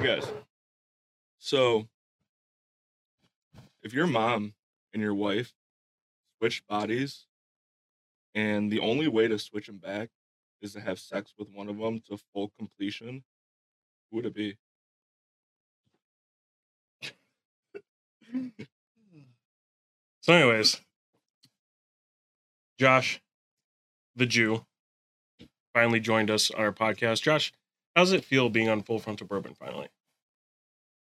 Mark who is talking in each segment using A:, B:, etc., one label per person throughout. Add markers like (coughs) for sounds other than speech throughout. A: guys. So, if your mom and your wife switched bodies, and the only way to switch them back is to have sex with one of them to full completion, who would it be?
B: So, anyways, Josh, the Jew, finally joined us on our podcast. Josh, how does it feel being on Full Frontal Bourbon finally?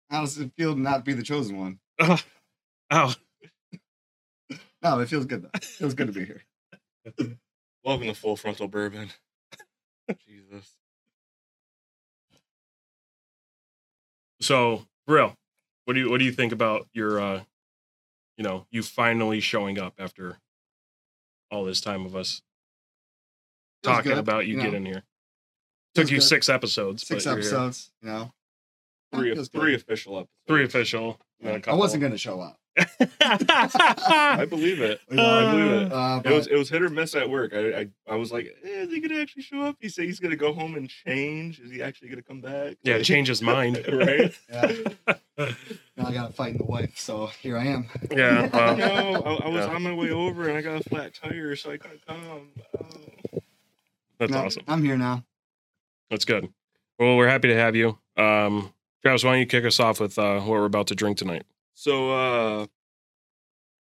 C: How does it feel to not be the chosen one?
B: Oh,
C: No, it feels good though. It feels good to be here.
A: Welcome to Full Frontal Bourbon. (laughs) Jesus.
B: so Brill, what do you what do you think about your, uh you know, you finally showing up after all this time of us
C: Feels
B: talking
C: good,
B: about you
C: know.
B: getting here?
C: Feels
B: Took you
C: good.
B: six episodes.
C: six
B: but you're here.
C: episodes. You know, Yeah,
A: Three,
C: feels good.
A: three official episodes.
B: three official. and then a
C: I
B: couple- (laughs)
C: wasn't gonna show up.
A: I believe it.
C: You know,
A: I believe it.
C: uh,
A: It was
C: but
A: it was hit or miss at work. I I, I was like, eh, is he gonna actually show up? He said he's gonna go home and change. Is he actually gonna come back?
B: yeah,
A: Like,
B: change his
C: (laughs)
B: mind,
A: (laughs) right?
B: (laughs)
C: yeah,
A: (laughs)
C: now I gotta fight the wife, so here I am.
B: Yeah.
A: No,
B: (laughs) well,
A: I, I was
B: Yeah.
A: on my way over and I got a flat tire, so I couldn't come. Oh.
B: that's
C: No,
B: awesome.
C: I'm here now.
B: That's good. Well, we're happy to have you. Um, Travis, why don't you kick us off with uh, what we're about to drink tonight?
A: So uh,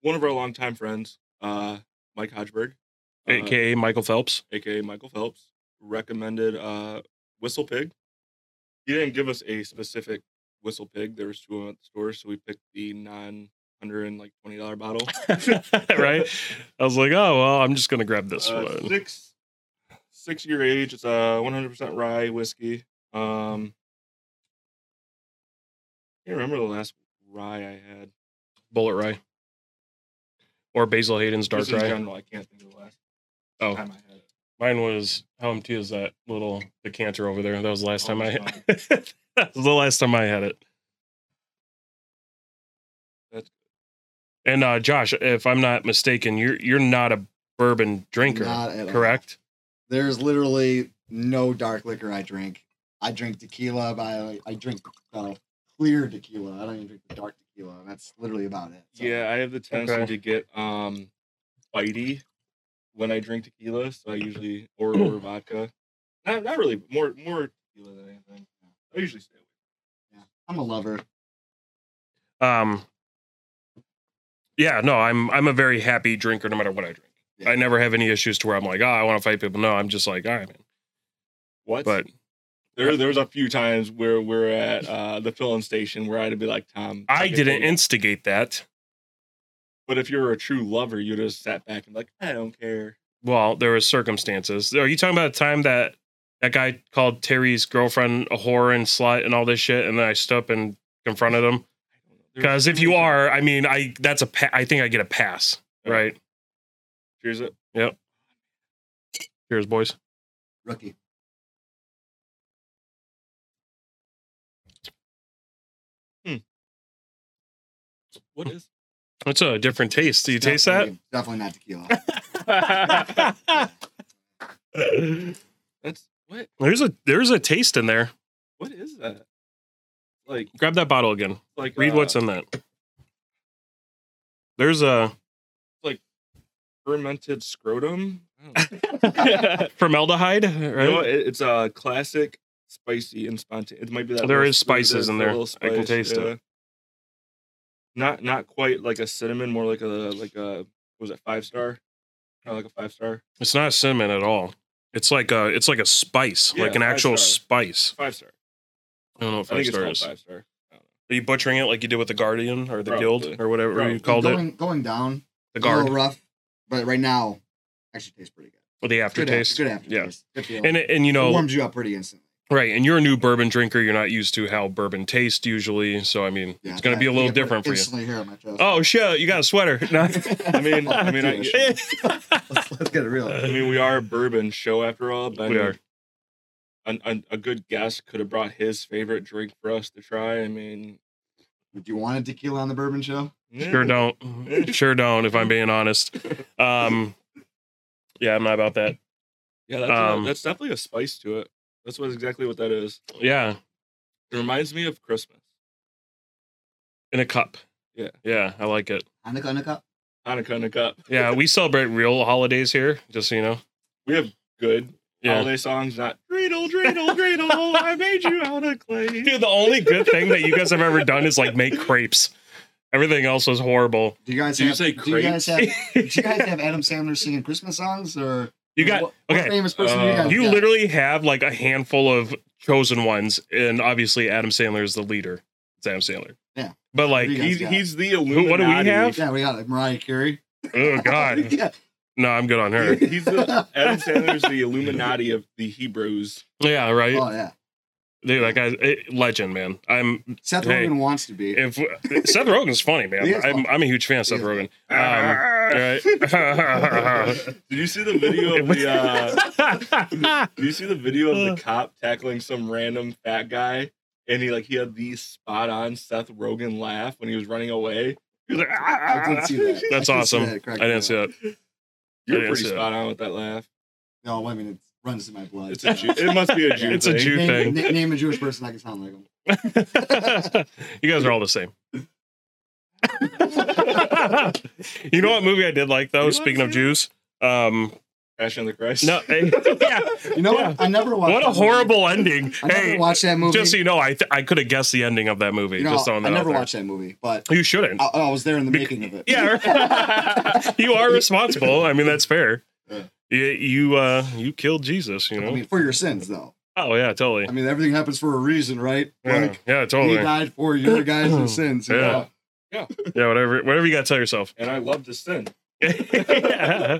A: one of our longtime friends, uh, Mike Hodgeberg, uh,
B: AKA
A: (laughs)
B: Michael Phelps. (laughs)
A: aka Michael Phelps, recommended uh, Whistle Pig. He didn't give us a specific Whistle Pig. There was two of them at the store, so we picked the nine hundred and like twenty dollar bottle.
B: right? I was like, oh, well, I'm just going to grab this
A: Uh,
B: one.
A: six six year age. It's a one hundred percent rye whiskey. Um, I can't remember the last rye I had.
B: Bullet Rye. Or Basil Hayden's Dark
A: Just in
B: Rye.
A: general, I can't think of the last
B: Oh,
A: time I had it.
B: mine was, how empty is that little decanter over there? That was the last time I
A: Almost
B: had (laughs) That was the last time I had it.
A: That's-
B: And uh, Josh, if I'm not mistaken, you're you're not a bourbon drinker,
C: Not at all.
B: correct?
C: There's literally no dark liquor I drink. I drink tequila, but I, I drink uh, clear tequila. I don't even drink the dark tequila. and That's literally about it. So,
A: Yeah, I have the tendency
B: Okay.
A: to get um bitey when I drink tequila, so I usually or (clears throat) or vodka. Not not really more more tequila than anything. I usually stay away.
C: I'm a lover.
B: Um, yeah, no, I'm I'm a very happy drinker no matter what I drink.
C: Yeah.
B: I never have any issues to where I'm like, oh, I want to fight people. No, I'm just like, all right, man.
A: What?
B: But
A: there there was a few times where we're at uh the filling station where I'd be like, Tom,
B: I
A: can
B: didn't
A: take it."
B: instigate that.
A: But if you're a true lover, you just sat back and like, I don't care.
B: Well, there were circumstances. Are you talking about the time that that guy called Terry's girlfriend a whore and slut and all this shit, and then I stood up and confronted him?
A: I don't know. There was
B: Because
A: a
B: if you
A: few-
B: are, I mean, I that's a pa- I think I get a pass, right?
A: Cheers up.
B: Cheers, boys.
C: Rookie.
A: What
B: (laughs)
A: is?
B: That's a different taste. Do you taste that?
C: Definitely- Definitely not tequila.
A: That's what?
B: there's a there's a taste in there.
A: What is that? Like
B: Grab that bottle again.
A: like
B: Read
A: uh,
B: what's in that. There's a
A: fermented scrotum.
B: (laughs) formaldehyde,
A: You know,
B: right?
A: it, it's a classic, spicy and spontaneous. It might be that
B: There
A: little-
B: is spices
A: the-
B: in
A: the
B: there.
A: little
B: I can taste it.
A: Not not quite like a cinnamon, more like a like a what was it five star? Kind of like a five star,
B: It's not cinnamon at all. It's like a it's like a spice,
A: Yeah,
B: like an
A: five
B: actual
A: star.
B: spice.
A: five star.
B: I don't know what
A: I
B: five
A: think
B: star
A: it's
B: is.
A: called five star.
B: Are you butchering it like you did with the Guardian or the Guild
A: Probably.
B: or whatever
A: Probably.
B: you (laughs) called it?
C: going, Going down.
B: The
C: A
B: Guard
C: little rough, but right now, actually tastes pretty good.
B: or the
C: Good,
B: aftertaste.
C: After, good aftertaste. Good feeling.
B: And it- and you
C: It
B: know
C: warms you up pretty instantly.
B: right, and you're a new bourbon drinker. You're not used to how bourbon tastes usually, so I mean it's gonna be a little different for you.
C: Instantly hair on
B: (laughs)
C: my chest.
B: Oh shit, you got a sweater. (laughs)
A: I mean, I mean, I,
C: Dude, let's, let's get it real.
A: I mean, we are a bourbon show after all. But I
B: We
A: mean,
B: are.
A: an- an- a good guest could have brought his favorite drink for us to try. I mean,
C: Would you want a tequila on the bourbon show?
B: Sure don't. Sure don't, if I'm being honest. Um Yeah, I'm not about that.
A: Yeah, that's, a-
B: Um,
A: that's definitely a spice to it. That's what exactly what that is.
B: Yeah.
A: It reminds me of Christmas.
B: in a cup.
A: Yeah.
B: Yeah, I like it.
C: Hanukkah, Hanukkah.
A: Hanukkah in a cup.
B: Yeah, we celebrate real holidays here, just so you know.
A: We have good
B: Yeah.
A: holiday songs, not dreidel, dreidel, dreidel. I made you out of
B: (laughs)
A: clay.
B: Dude, the only good thing that you guys have ever done is like make crepes. Everything else was horrible.
C: Do you guys
A: Did you
C: have?
A: say
C: do you guys
A: crepes?
C: have? Do you guys have Adam Sandler singing Christmas songs or?
B: You got
C: What, what
B: okay.
C: famous person do you
A: Uh,
C: guys?
B: You
C: got?
B: literally have like a handful of chosen ones, and obviously Adam Sandler is the leader. It's Adam Sandler.
C: Yeah.
B: But like,
C: Rodriguez.
A: He's,
C: Yeah.
A: he's the
B: Who-
A: Illuminati.
B: what do we have?
C: Yeah, we got it. Mariah Carey.
B: oh (laughs)
A: (laughs)
B: god,
C: (laughs)
B: (laughs)
C: yeah.
B: no, I'm good on her.
A: He's the Adam Sandler's the Illuminati of the Hebrews.
B: Yeah, right,
C: Oh yeah.
B: dude. That guy's a legend, man. I'm
C: Seth
B: Hey.
C: Rogen wants to be.
B: if Seth Rogen's funny, man.
C: He is
B: I'm,
C: funny.
B: I'm a huge fan of
C: He
B: Seth
C: is
B: Rogen. Um,
A: (laughs) Did you see the video of the? Uh, (laughs) did you see the video of the cop tackling some random fat guy, and he like he had the spot on Seth Rogen laugh when he was running away. He was like, "Ah!"
C: I did see that.
B: That's
C: I did see
B: awesome.
C: that.
B: (laughs)
C: It
B: I
C: cracked me
B: didn't
C: up.
B: see that. I
A: You're
B: didn't
A: pretty
B: see that.
A: spot on with that laugh.
C: No, I mean it runs in my blood.
A: It's a Jew. It must be a Jew.
B: It's a
A: thing.
B: Jew
C: name,
B: thing.
C: na- name a Jewish person I can sound like him.
B: (laughs) you guys are all the same. (laughs) you know what movie I did like though?
A: You
B: speaking
A: wanna
B: of
A: see
B: Jews, um,
A: (laughs) Passion of the Christ.
B: no, (laughs) eh, yeah,
C: You know
B: Yeah.
C: what? I never watched.
B: what a
C: that movie.
B: horrible ending.
C: I never
B: Hey,
C: watched that movie.
B: just so you know, I th- I could have guessed the ending of that movie.
C: You know,
B: just on
C: I
B: that, out
C: never
B: there.
C: watched Oh. that movie, but
B: You shouldn't.
C: I, I was there in the
B: Bec-
C: making of it.
B: (laughs) yeah, (laughs) you are responsible. I mean, that's fair.
C: Yeah.
B: You you, uh, you killed Jesus. You
C: I
B: know.
C: mean, for your sins, though.
B: oh yeah, totally.
C: I mean, everything happens for a reason, right?
B: Yeah,
C: Like,
B: yeah,
C: he
B: totally.
C: died for your guys'
B: (clears throat)
C: sins. you
B: Yeah.
C: know?
B: Yeah, whatever. Whatever you got to tell yourself.
A: (laughs)
B: (laughs)
A: And I love to sin.
B: now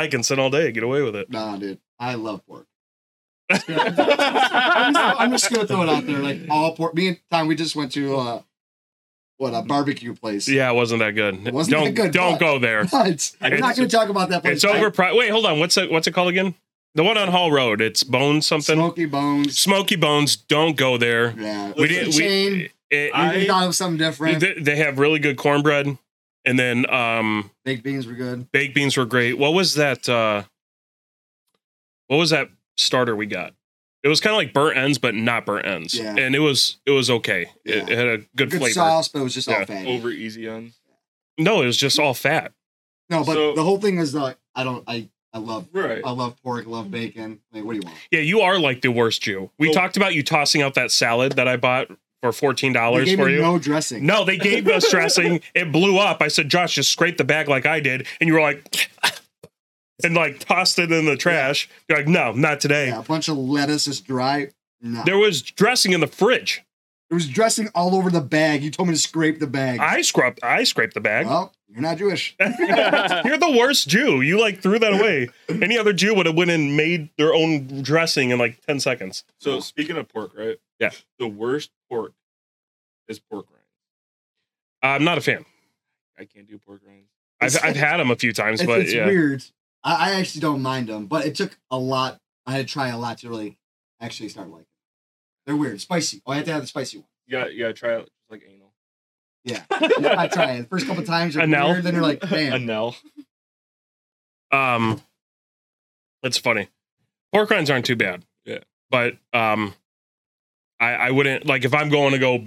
B: I can sit all day, and get away with it.
C: Nah, dude. I love pork. I'm just, I'm
B: I'm
C: just gonna throw it out there. Like all pork. Me and Tom, we just went to uh, what a barbecue place. (laughs)
B: Yeah, it wasn't that good.
C: It wasn't
B: don't
C: that good,
B: don't
C: but-
B: go
C: (laughs)
B: there.
C: But I'm
B: It's-
C: not gonna talk about that place.
B: It's overpriced. Wait, hold on. What's it what's it called again? The one on Hall Road. It's Bones something.
C: Smoky bones.
B: Smoky Bones. Don't go there.
C: Yeah.
B: We
A: Listen,
B: didn't.
C: Shane,
B: We it,
A: I-
C: we thought of something different.
B: they, they have really good cornbread, and then um,
C: Baked beans were good.
B: baked beans were great. What was that? Uh, what was that starter we got? It was kind of like burnt ends, but not burnt ends,
C: Yeah.
B: and it was it was okay. It,
C: Yeah.
B: it had a good,
C: Good
B: flavor.
C: sauce, but it was just
B: Yeah.
C: all fatty.
A: (laughs) Over easy on.
B: No, it was just all fat.
C: No, but
A: So-
C: the whole thing is like I don't I I love
A: Right.
C: I love pork, I love bacon. Like what do you want?
B: Yeah, you are like the worst Jew. We
A: So-
B: talked about you tossing out that salad that I bought for fourteen
C: They
B: dollars
C: gave
B: for
C: me
B: you.
C: no dressing.
B: no, they gave us
C: (laughs)
B: dressing. It blew up. I said, Josh, just scrape the bag like I did, and you were like, (laughs) and like tossed it in the trash. You're like, no, not today.
C: Yeah, a bunch of lettuce is dry. No. There
B: There was dressing in the fridge.
C: was dressing all over the bag. You told me to scrape the bag.
B: I scrubbed. I scraped the
C: (laughs)
B: bag.
C: well, you're
B: (laughs)
C: not Jewish.
B: You're the worst Jew. You like threw that away. Any other Jew would have went and made their own dressing in like ten seconds.
A: (laughs) So speaking of pork, right?
B: Yeah.
A: The worst pork is pork rinds.
B: I'm not a fan.
A: I can't do pork rinds.
B: I've, I've had them a few times,
C: It's,
B: but
C: it's
B: yeah.
C: weird. I, I actually don't mind them, but it took a lot. I had to try a lot to really actually start liking. them. They're weird, spicy. Oh, I had to have the spicy one.
A: You got you got to try it like anal. (laughs)
C: Yeah, yeah I try it. The first couple times, you're
B: Anel?
C: weird, then you're like,
A: A
C: man,
A: no.
B: Um, it's funny. Pork rinds aren't too bad.
A: Yeah.
B: But um, I I wouldn't like if I'm going to go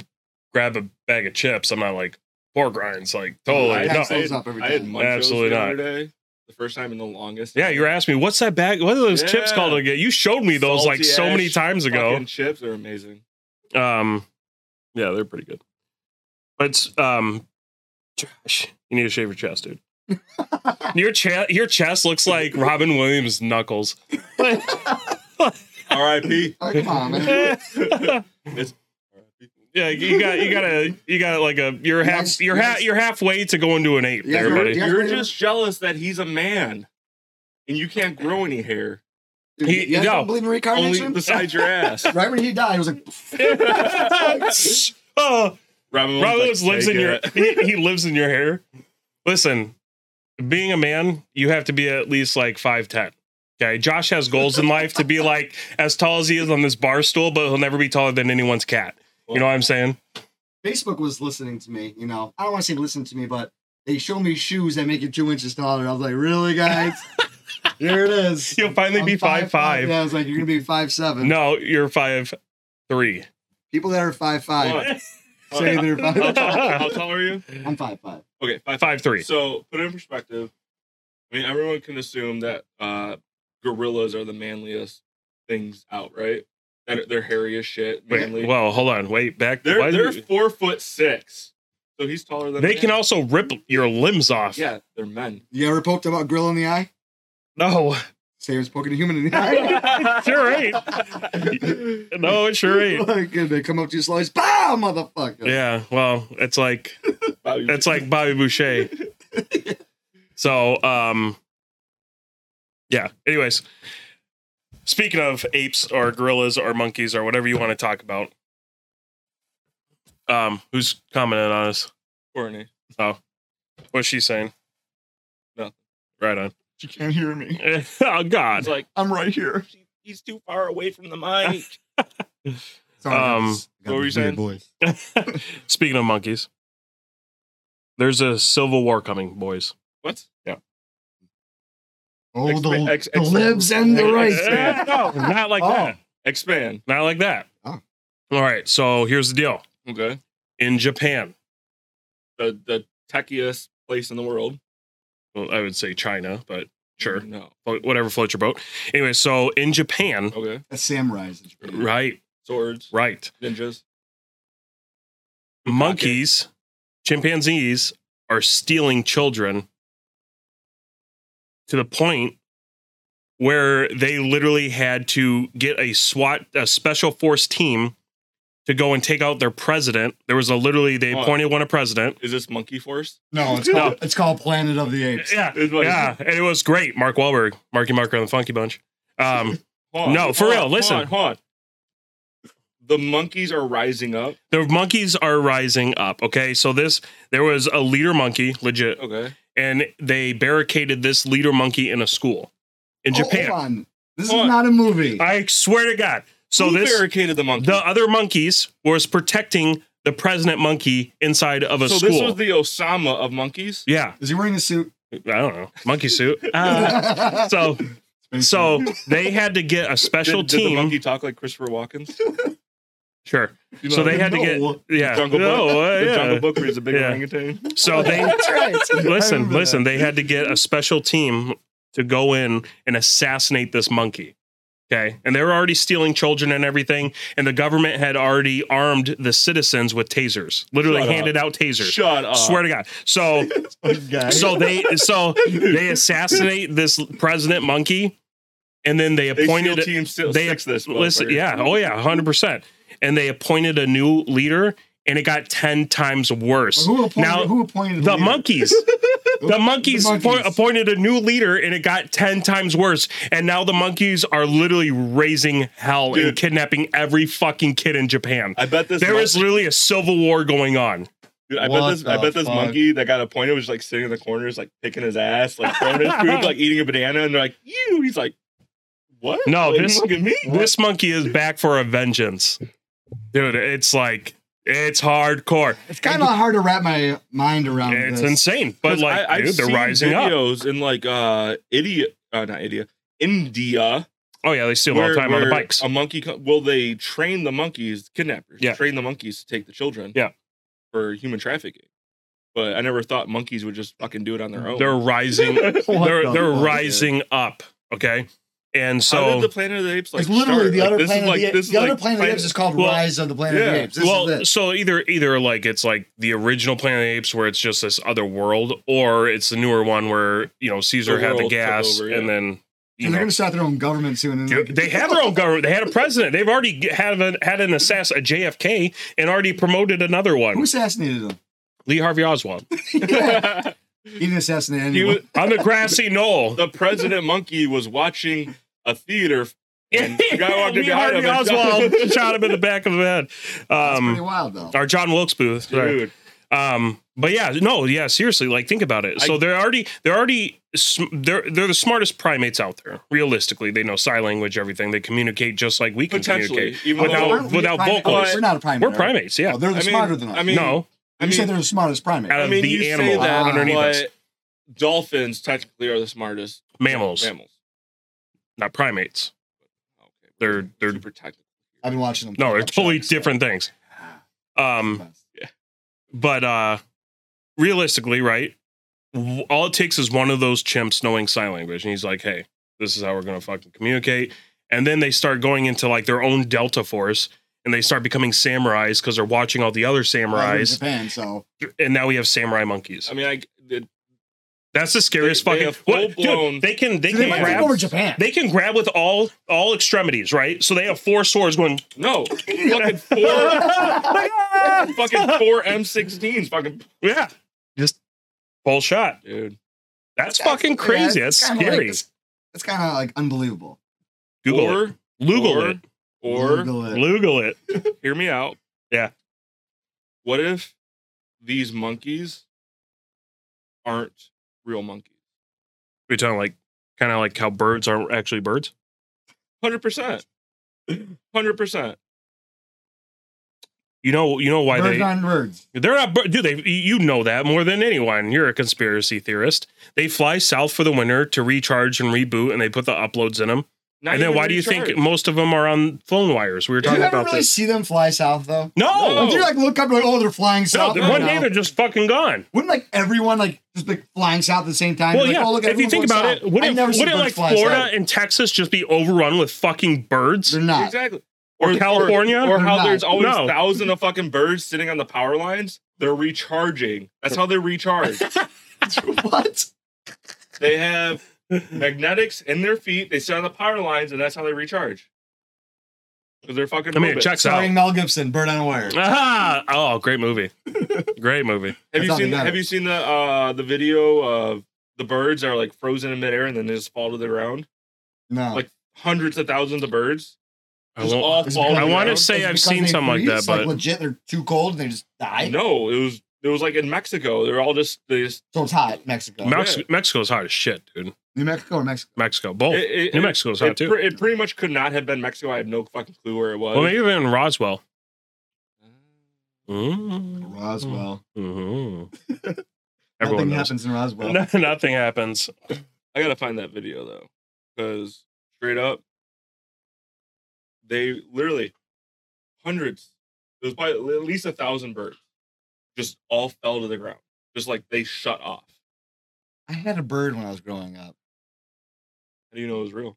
B: grab a bag of chips. I'm not like pork rinds. Like totally.
A: I
B: No.
C: Pass those up every
A: I had
C: time.
A: munchos
B: Absolutely
A: the
B: not.
A: other day. The first time in the longest.
B: Yeah, you were asking me what's that bag? What are those chips
A: Yeah.
B: called again? You showed me those like
A: Salty
B: so
A: ass
B: many times ago.
A: Fucking chips are amazing.
B: Um, yeah, they're pretty good. But um, Josh, you need to shave your chest,
C: (laughs)
B: dude. your chest, your chest looks like Robin Williams' knuckles.
C: (laughs)
A: R.I.P.
C: Oh, come on, man.
A: It's R.I.P.
B: Yeah, you got you got a you got like a you're half
C: Yes,
B: you're half
C: yes.
B: you're halfway to going to an ape,
C: Yes,
B: there, buddy.
C: yes.
A: You're just jealous that he's a man, and you can't grow any hair,
B: (laughs)
C: Dude,
B: He-
C: you guys
B: no.
C: don't believe in
A: only
C: reincarnation?
A: besides your
C: (laughs)
A: ass.
C: right when he died, it was like,
B: (laughs) oh,
A: Robin Williams,
B: Robin
A: like,
B: Williams lives
A: "Take
B: in
A: (laughs)
B: your
A: it."
B: (laughs) he, he lives in your hair. Listen, being a man, you have to be at least like five ten. Okay, Josh has goals in life to be like as tall as he is on this bar stool, but he'll never be taller than anyone's cat. You know what I'm saying?
C: Facebook was listening to me. You know, I don't want to say listen to me, but they show me shoes that make you two inches taller. I was like, really,
B: (laughs)
C: guys? Here it is.
B: You'll finally
C: I'm
B: be five five.
C: Yeah, I was like, you're gonna be five seven.
B: No, you're five three.
C: People that are five five
A: What?
B: (laughs)
C: say they're
A: How
C: five.
A: tall, how tall are you?
C: I'm five five.
A: Okay, five
B: Five three.
A: So put it in perspective. I mean, everyone can assume that uh, gorillas are the manliest things out, right? That they're hairy as shit,
B: Wait,
A: manly.
B: well, hold on. Wait, back.
A: they're
B: why-
A: they're four foot six, so he's taller than.
B: they
A: I
B: can
A: am.
B: also rip your limbs off.
A: Yeah, they're
B: (laughs)
A: men.
C: You ever poked about gorilla in the eye?
B: No, (laughs)
C: Same as poking a human in the eye.
B: You're right. no, it sure ain't.
C: (laughs) like, and they come up to you slice, bow, motherfucker.
B: Yeah, well, it's like
A: Bobby-
B: it's like Bobby Boucher. So, um, yeah. Anyways, speaking of apes or gorillas or monkeys or whatever you want to talk about, um, who's commenting on us?
A: Courtney.
B: What's she saying?
A: Nothing.
B: Right on. (laughs)
D: She can't hear me.
B: oh God.
A: It's like
D: I'm right here.
A: he's too far away from the mic.
B: (laughs)
C: Sorry, I got
B: Um,
C: this- I got
A: what were
C: this
A: you
C: weird
A: saying?
C: Voice.
B: Speaking of monkeys, there's a civil war coming, boys.
A: what?
C: Oh,
A: Expa-
C: the,
A: ex-
C: the
A: ex-
C: libs and the
A: ex-
C: rights.
A: expand.
B: (laughs) no, not like
C: Oh.
B: that.
A: Expand.
B: Not like that.
C: Oh.
B: All right. So here's the deal.
A: Okay.
B: In Japan,
A: The the techiest place in the world.
B: well, I would say China, but sure,
A: No.
B: flo- whatever floats your boat. Anyway, so in Japan,
A: Okay.
C: That's samurais. in Japan.
B: right,
A: Swords.
B: right,
A: Ninjas.
B: monkeys, chimpanzees are stealing children to the point where they literally had to get a SWAT, a special force team to go and take out their president. There was a literally, they
A: Oh.
B: appointed one a president.
A: Is this monkey force?
C: No, it's called, it's called Planet of the Apes.
B: Yeah.
A: It's like-
B: Yeah. And it was great. Mark Wahlberg, Marky Marker on the Funky Bunch. Um,
A: Hold on,
B: No, for
A: hold
B: real,
A: on,
B: listen.
A: Hold on, hold on. The monkeys are rising up.
B: the monkeys are rising up. Okay. So this, there was a leader monkey, legit,
A: Okay.
B: and they barricaded this leader monkey in a school in
C: Oh,
B: Japan. Uh,
C: hold on. This is
A: Hold on.
C: not a movie.
B: I swear to God. So
A: Who
B: this,
A: barricaded the monkey.
B: the other monkeys was protecting the president monkey inside of a
A: so
B: school.
A: this was the Osama of monkeys.
B: yeah.
C: Is he wearing
B: (laughs)
C: a suit?
B: I don't know. Monkey
C: (laughs)
B: suit. Uh, so,
C: Space
B: so
C: suit.
B: they had to get a special
A: Did, did the
B: team.
A: monkey talk like Christopher
C: (laughs)
A: Walken?
B: sure.
A: You
B: So
A: know,
B: they had to get,
C: No.
B: yeah.
A: Jungle Book.
B: No, uh,
A: the
B: yeah.
A: Jungle Book where he's a big
B: Yeah.
A: orangutan.
B: So they,
C: (laughs) That's right.
B: (laughs)
C: I
B: listen,
C: remember
B: listen.
C: that.
B: They had to get a special team to go in and assassinate this monkey. Okay, and they were already stealing children and everything, and the government had already armed the citizens with tasers. Literally
A: Shut up.
B: handed out tasers.
A: Shut up.
B: Swear to God. So,
D: Guy.
B: so they, so they assassinate this president monkey, and then they
A: they
B: appointed
A: SEAL team still
B: they-
A: six this.
B: Listen,
A: motherfucker.
B: yeah, oh yeah, hundred percent. And they appointed a new leader, and it got ten times worse.
C: Who appointed,
B: Now,
C: who appointed
B: The
C: leader?
B: monkeys. The monkeys,
C: The monkeys.
B: appo- appointed a new leader and it got 10 times worse. And now the monkeys are literally raising hell and
A: Dude.
B: kidnapping every fucking kid in Japan.
A: I bet this.
B: There
A: mon-
B: is literally a civil war going on.
A: dude, I
C: What
A: bet this. I
C: the
A: bet this
C: fuck?
A: monkey that got appointed was like sitting in the corner, just like picking his ass, like throwing his
B: (laughs)
A: food, like eating a banana, and they're like, "You." He's like, "What?
B: No,
A: Like,
B: this-
A: look at me."
B: This monkey is back for a vengeance. Dude, it's like, it's hardcore.
C: It's kind of hard to wrap my mind around.
B: It's
C: this.
B: insane. But
A: Um, 'Cause
B: like,
A: I've
B: dude, they're
A: seen
B: rising up.
A: videos in like uh, idiot, uh, not idiot, India.
B: Oh, yeah, they steal all the time on the
A: where Oh,
B: bikes.
A: A monkey. co- Well, they train the monkeys, kidnappers.
B: Yeah.
A: Train the monkeys to take the children.
B: Yeah.
A: For human trafficking. But I never thought monkeys would just fucking do it on their own. (laughs)
B: They're rising.
C: What
B: They're,
C: the
B: they're
C: fuck?
B: rising up. Okay. And so.
A: How did the Planet of the Apes like?
C: it's literally
A: start?
C: the
A: Like,
C: other
A: this is
C: planet.
A: like-
C: of the,
A: this is
C: the other
A: like
C: planet, of the apes is called
B: Well,
C: Rise of the Planet of
A: yeah.
C: the Apes. This
B: well,
C: is it.
B: so either either like it's like the original Planet of the Apes where it's just this other world, or it's the newer one where you know Caesar
A: The
B: had the
A: world took
B: gas
A: over, yeah.
B: and then you
C: And they're
B: know.
C: going to start their own government soon. And
B: Dude,
C: like-
B: They have their own government. They had a president. They've already g- had an, had an assassin, a JFK, and already promoted another
C: Who
B: one,
C: assassinated them?
B: Lee Harvey Oswald,
C: He didn't assassinate
A: he
C: anyone.
A: was,
B: on the grassy knoll.
A: (laughs) the president monkey was watching a theater. And the guy
B: (laughs)
A: walked
B: Lee
A: behind
B: Harvey
A: him and- (laughs)
B: Oswald shot him in the back of the head.
C: That's pretty
B: Um,
C: wild, though.
B: or John Wilkes Booth. sorry.
A: Dude,
B: Um, but yeah, no, yeah, seriously, like think about it. So
A: I-
B: they're already they're already sm- they're they're the smartest primates out there. Realistically, they know sign language, everything. They communicate just like we can
A: potentially.
B: communicate.
A: Even
B: without-
A: though,
C: Aren't we
B: without
C: a primate?
A: vocals.
C: We're not a primate.
B: We're
C: are we?
B: primates, yeah.
C: Oh, they're the
A: I mean-
C: smarter than us.
A: I mean-
B: no,
A: I
C: you
A: mean,
C: said they're the smartest primate.
B: out
A: I
B: of
A: mean, you
B: the
A: say
B: animal
A: that,
B: underneath us,
A: but dolphins technically are the smartest
B: mammals,
A: Mammals.
B: not primates.
A: Okay,
B: They're- they're-
A: super technical.
C: I've been watching them. Ah,
B: No, they're
C: I'm sure
B: totally
C: it's-
B: different things. Um,
C: Sometimes.
B: but uh, realistically, right? w- All it takes is one of those chimps knowing sign language, and he's like, "Hey, this is how we're gonna fucking communicate." And then they start going into like their own Delta Force, and they start becoming samurais because they're watching all the other
C: Well, they're in
B: samurais,
C: Japan, so
B: and now we have samurai monkeys.
A: I mean, I it,
B: That's the scariest
A: They- they
B: fucking.
A: have
B: what,
A: full-blown-
B: dude, they can they
C: Dude,
B: can
C: might take
B: grab
C: over Japan.
B: they can grab with all all extremities, right? So they have four swords going.
A: no (laughs) fucking
C: (laughs)
A: four fucking four M16s, fucking
B: (laughs) Yeah, just full shot.
A: dude.
B: That's fucking crazy. That's scary.
C: It's kind of like unbelievable.
B: Google
A: or,
B: it. Lugal
A: or,
B: it.
A: Or
C: Google it.
B: Lugal it.
A: hear me out.
B: Yeah.
A: What if these monkeys aren't real monkeys?
B: We're talking like kind of like how birds aren't actually birds.
A: Hundred percent. Hundred percent.
B: You know, you know why
C: Birds
B: they
C: on birds.
B: they're not bir- do they you know that more than anyone. You're a conspiracy theorist. They fly south for the winter to recharge and reboot, and they put the uploads in them. and then why do you think most of them are on phone wires? We were
C: Do you
B: talking
C: ever
B: about
C: really
B: this.
C: see them fly south though?
B: No,
A: No.
C: Do you like look up like oh they're flying
B: no,
C: south?
B: the-
C: right
B: one
C: now?
B: day they're just fucking gone.
C: Wouldn't like everyone like just like flying south at the same time?
B: Well,
C: Like,
B: yeah.
C: oh, look,
B: if you
C: everyone's
B: think
C: going
B: about it,
C: south.
B: wouldn't,
C: I've never seen
B: wouldn't
C: birds
B: like
C: fly
B: Florida
C: south.
B: and Texas just be overrun with fucking birds? (laughs)
C: They're not.
A: Exactly.
B: Or California?
A: Or how
C: They're
A: there's
C: not.
A: always
B: No.
A: thousands of fucking birds sitting on the power lines. They're recharging. That's how they
C: (laughs)
A: recharge.
C: what?
A: they have magnetics in their feet. They sit on the power lines, and that's how they recharge. Because they're fucking.
B: I mean, it
A: robots.
B: checks out.
C: Starring Mel Gibson, Bird on a Wire.
B: Ah, (laughs) oh, great
C: (laughs)
B: movie. great movie.
A: Have you
C: That's
A: seen?
C: not
A: Have you seen the uh, the video of the birds are like frozen in midair and then they just fall to the ground?
C: No.
A: Like, Hundreds of thousands of birds.
B: I
A: Just
B: won't-
A: all
C: It's
A: fall.
C: because-
A: to
B: I
A: the
B: wanna
A: ground?
B: say
C: Is it
B: I've
C: because
B: seen
C: they
B: something like
C: freeze?
B: that,
C: like
B: but-
C: legit, they're too cold and they just die.
A: No, it was it was like in Mexico. They're all just they just
C: So it's hot, Mexico,
B: Mex- Mexico's hot as shit, dude.
C: New Mexico or Mexico.
B: Mexico, both.
A: it, it,
B: Oh, New
A: it-
B: Mexico's hot
A: it,
B: too.
A: pre- it pretty much could not have been Mexico. I have no fucking clue where it was.
B: Well, maybe even Roswell.
C: Roswell.
B: Mm-hmm.
C: Nothing
B: Everyone knows. (laughs)
C: happens in Roswell.
B: Nothing happens.
A: I gotta find that video though, because straight up, they literally hundreds. It was probably at least a thousand birds, just all fell to the ground, just like they shut off.
C: I had a bird when I was growing up.
A: How do you know it was real?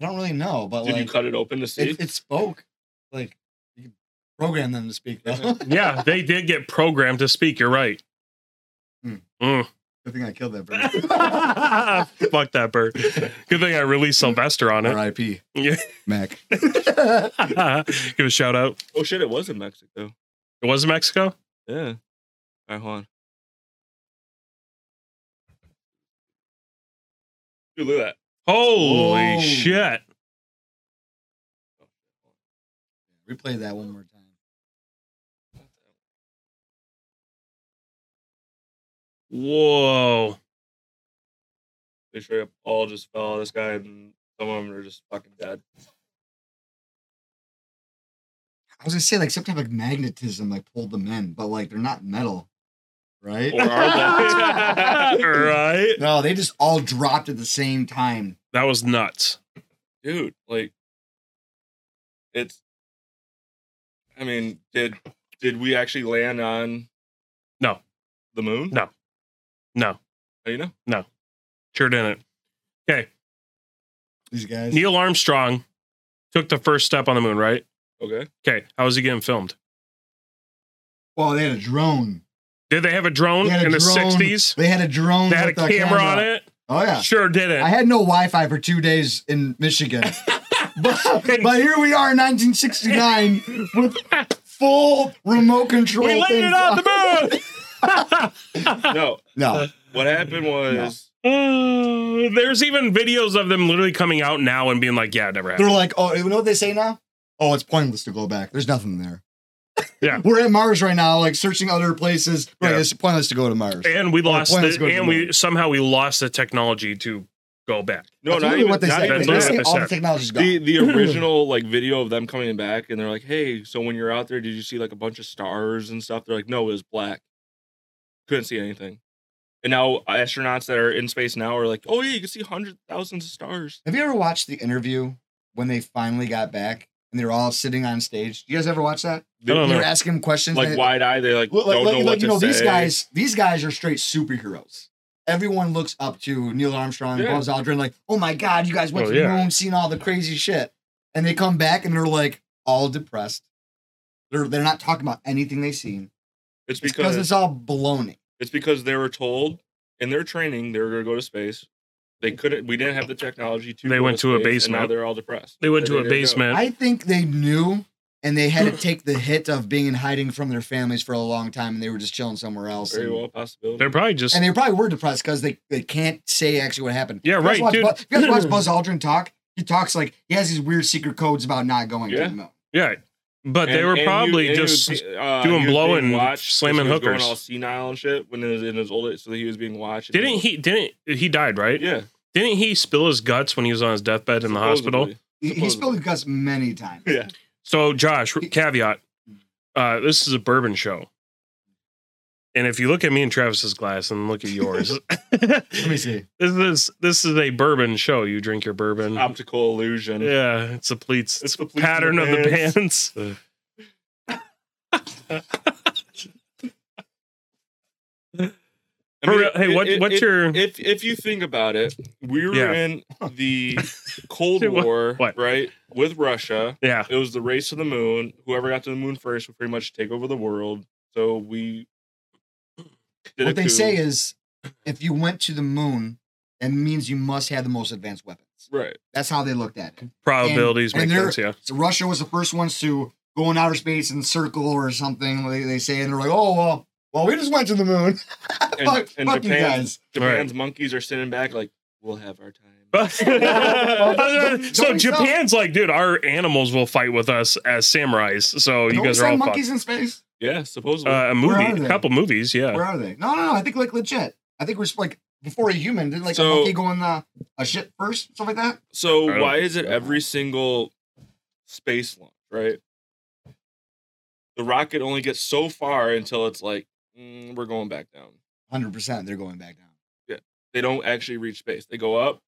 C: I don't really know, but
A: Did
C: like
A: you cut it open to see?
C: it, it spoke. Like you could program them to speak. Though.
B: (laughs)
C: (laughs)
A: Yeah.
B: Yeah, they did get programmed to speak. You're right.
C: Hmm.
B: Mm. (laughs)
C: Good thing I killed that bird.
B: Fuck that bird.
C: (laughs)
B: Good thing I released Sylvester on it.
C: R.I.P.
B: Yeah.
C: Mac.
B: (laughs) Give a shout out.
A: (laughs) oh shit! It was in Mexico.
B: It was Mexico.
A: Yeah. All right, hold on. Dude, look at that.
B: Holy
C: Whoa.
B: shit.
C: Replay that one more time. (laughs)
B: Whoa. (laughs)
A: They straight up all just fell. This guy and some of them are just fucking dead.
C: I was gonna say like some type of magnetism like pulled them in, but like they're not metal, right?
A: Or are they?
B: right.
C: (laughs) No, they just all dropped at the same time.
B: That was nuts.
A: Dude, like it's I mean, did did we actually land on
B: No.
A: the moon?
B: No. No,
A: How do you know?
B: sure didn't.
C: These guys.
B: Neil Armstrong took the first step on the moon, right?
C: (laughs)
A: Okay.
B: Okay. How was he getting filmed?
C: Well, they had a drone.
B: Did they have a
C: They
B: drone
C: had a
B: in the
C: drone.
B: 60s?
C: They had a drone.
B: They had a
C: with
B: camera, on it?
C: Oh yeah.
B: Sure
C: I
B: didn't.
C: had no Wi-Fi for two days in
B: (laughs)
C: Michigan, but, but here we are in 1969 with full remote control.
B: We
C: things
B: landed on the moon.
A: No.
C: No,
A: What happened was
B: Uh, (laughs) there's even videos of them literally coming out now and being like, "Yeah, it never
C: they're
B: happened."
C: like, oh, you know what they say now? Oh, it's pointless to go back. There's nothing there.
B: Yeah.
C: (laughs) we're at Mars right now, like searching other places. Right,
B: Yeah.
C: it's pointless to go to Mars.
B: And we lost
C: pointless
B: the,
C: goes to
B: and
C: the
B: we
C: moon.
B: somehow we lost the technology to go back.
A: no,
C: That's
A: not
C: literally
A: even,
C: what they
A: not
C: say.
A: even
B: That's
A: that.
B: literally
C: They say
B: what they
C: all
B: said.
C: the technology's gone.
A: the
C: (laughs)
A: the original like video of them coming back and they're like hey so when you're out there did you see like a bunch of stars and stuff they're like no it was black couldn't see anything and now astronauts that are in space now are like oh yeah you can see hundreds thousands of stars
C: Have you ever watched the interview when they finally got back and they were all sitting on stage. Do you guys ever watch that?
B: I don't
C: They were
B: know.
C: asking them questions.
A: like
C: and-
A: wide eye. They like
C: Well, like,
A: don't
C: like,
A: know what
C: like,
A: to
C: you know,
A: say.
C: these guys, these guys are straight superheroes. Everyone looks up to Neil Armstrong,
A: Yeah.
C: Buzz Aldrin, like, oh my god, you guys went
B: Oh,
C: to the
B: yeah.
C: moon, seen all the crazy shit, and they come back and they're like all depressed. They're they're not talking about anything they've seen.
A: it's
C: It's because
A: because
C: it's all baloney.
A: It's because they were told in their training they were going to go to space. They couldn't. We didn't have the technology to.
B: They
A: go
B: went to a
A: space, and now
B: basement.
A: they're all depressed.
B: They went
A: that
B: to a
A: didn't go.
B: basement.
C: I think they knew, and
A: (clears throat)
C: they had to take the hit of being in hiding from their families for a long time, and they were just chilling somewhere else.
A: Very
C: and-
A: well possibility.
B: They're probably just
C: and they probably were depressed because they, they can't say actually what happened.
B: Yeah,
C: If you guys
B: right,
C: watch
B: dude.
C: Bu- if you guys (clears throat) watch Buzz Aldrin talk, he talks like he has these weird secret codes about not going
A: Yeah.
C: to the moon.
B: yeah. But
A: And-
B: they were
A: and you-
B: probably
A: and he was
B: just
A: be- uh,
B: doing
A: he was
B: blow
A: being
B: and
A: watched 'cause
B: slamming
A: he was
B: hookers.
A: Going all senile and shit when he was in his old age, so he was being watched. and
B: didn't he didn't he died, right?
A: Yeah,
B: Didn't he spill his guts when he was on his deathbed in the hospital?
A: supposedly.
C: He, he
A: Supposedly.
C: spilled his guts many times.
A: (laughs) Yeah,
B: So, Josh, caveat: uh, this is a bourbon show, and if you look at me and Travis's glass and look
A: (laughs)
B: at yours,
C: (laughs)
B: (laughs)
C: Let me see.
B: this is this is a bourbon show. You drink your bourbon.
A: optical illusion.
B: yeah, it's a pleats. It's
A: It's the pleats in
B: pattern
A: the
B: of the pants.
A: I mean,
B: For real- (laughs) hey,
A: it-
B: what
A: it-
B: what's
A: it-
B: your
A: If if you think about it, we were
B: Yeah.
A: in
B: (laughs)
A: the Cold
B: Dude, what-
A: War,
B: what?
A: right, with Russia.
B: yeah?
A: it was the race to the moon. Whoever got to the moon first would pretty much take over the world. So we (clears throat) did
C: What they say is, if you went to the moon, that means you must have the most advanced weapons.
A: right.
C: That's how they looked at it.
B: Probabilities
C: and
B: make
C: they're-
B: sense. Yeah,
C: So Russia was the first ones to go in outer space and circle or something. They, they say, and they're like, oh well, well we just went to the moon. (laughs)
A: And,
C: Fuck-
A: and
C: fuck you
A: Japan,
C: guys.
A: Japan's monkeys are sitting back like we'll have our time.
B: (laughs)
C: don't-
B: so
C: don't
B: Japan's like, dude, our animals will fight with us as samurais. So you
C: Don't we
B: guys are
C: send
B: all fucked.
C: monkeys in space.
A: Yeah, supposedly.
B: Uh, a
C: Where are
B: movie,
C: they?
B: a couple movies, yeah.
C: Where are they? No, no, no. I think like legit. I think we're just like before a human. Didn't like
A: So-
C: a monkey go in the, a ship first, stuff like that.
A: so
B: I don't-
A: why is it every single space launch, right? The rocket only gets so far until it's like "Mm, we're going back down.
C: Hundred percent. They're going back down.
A: They don't actually reach space. They go up,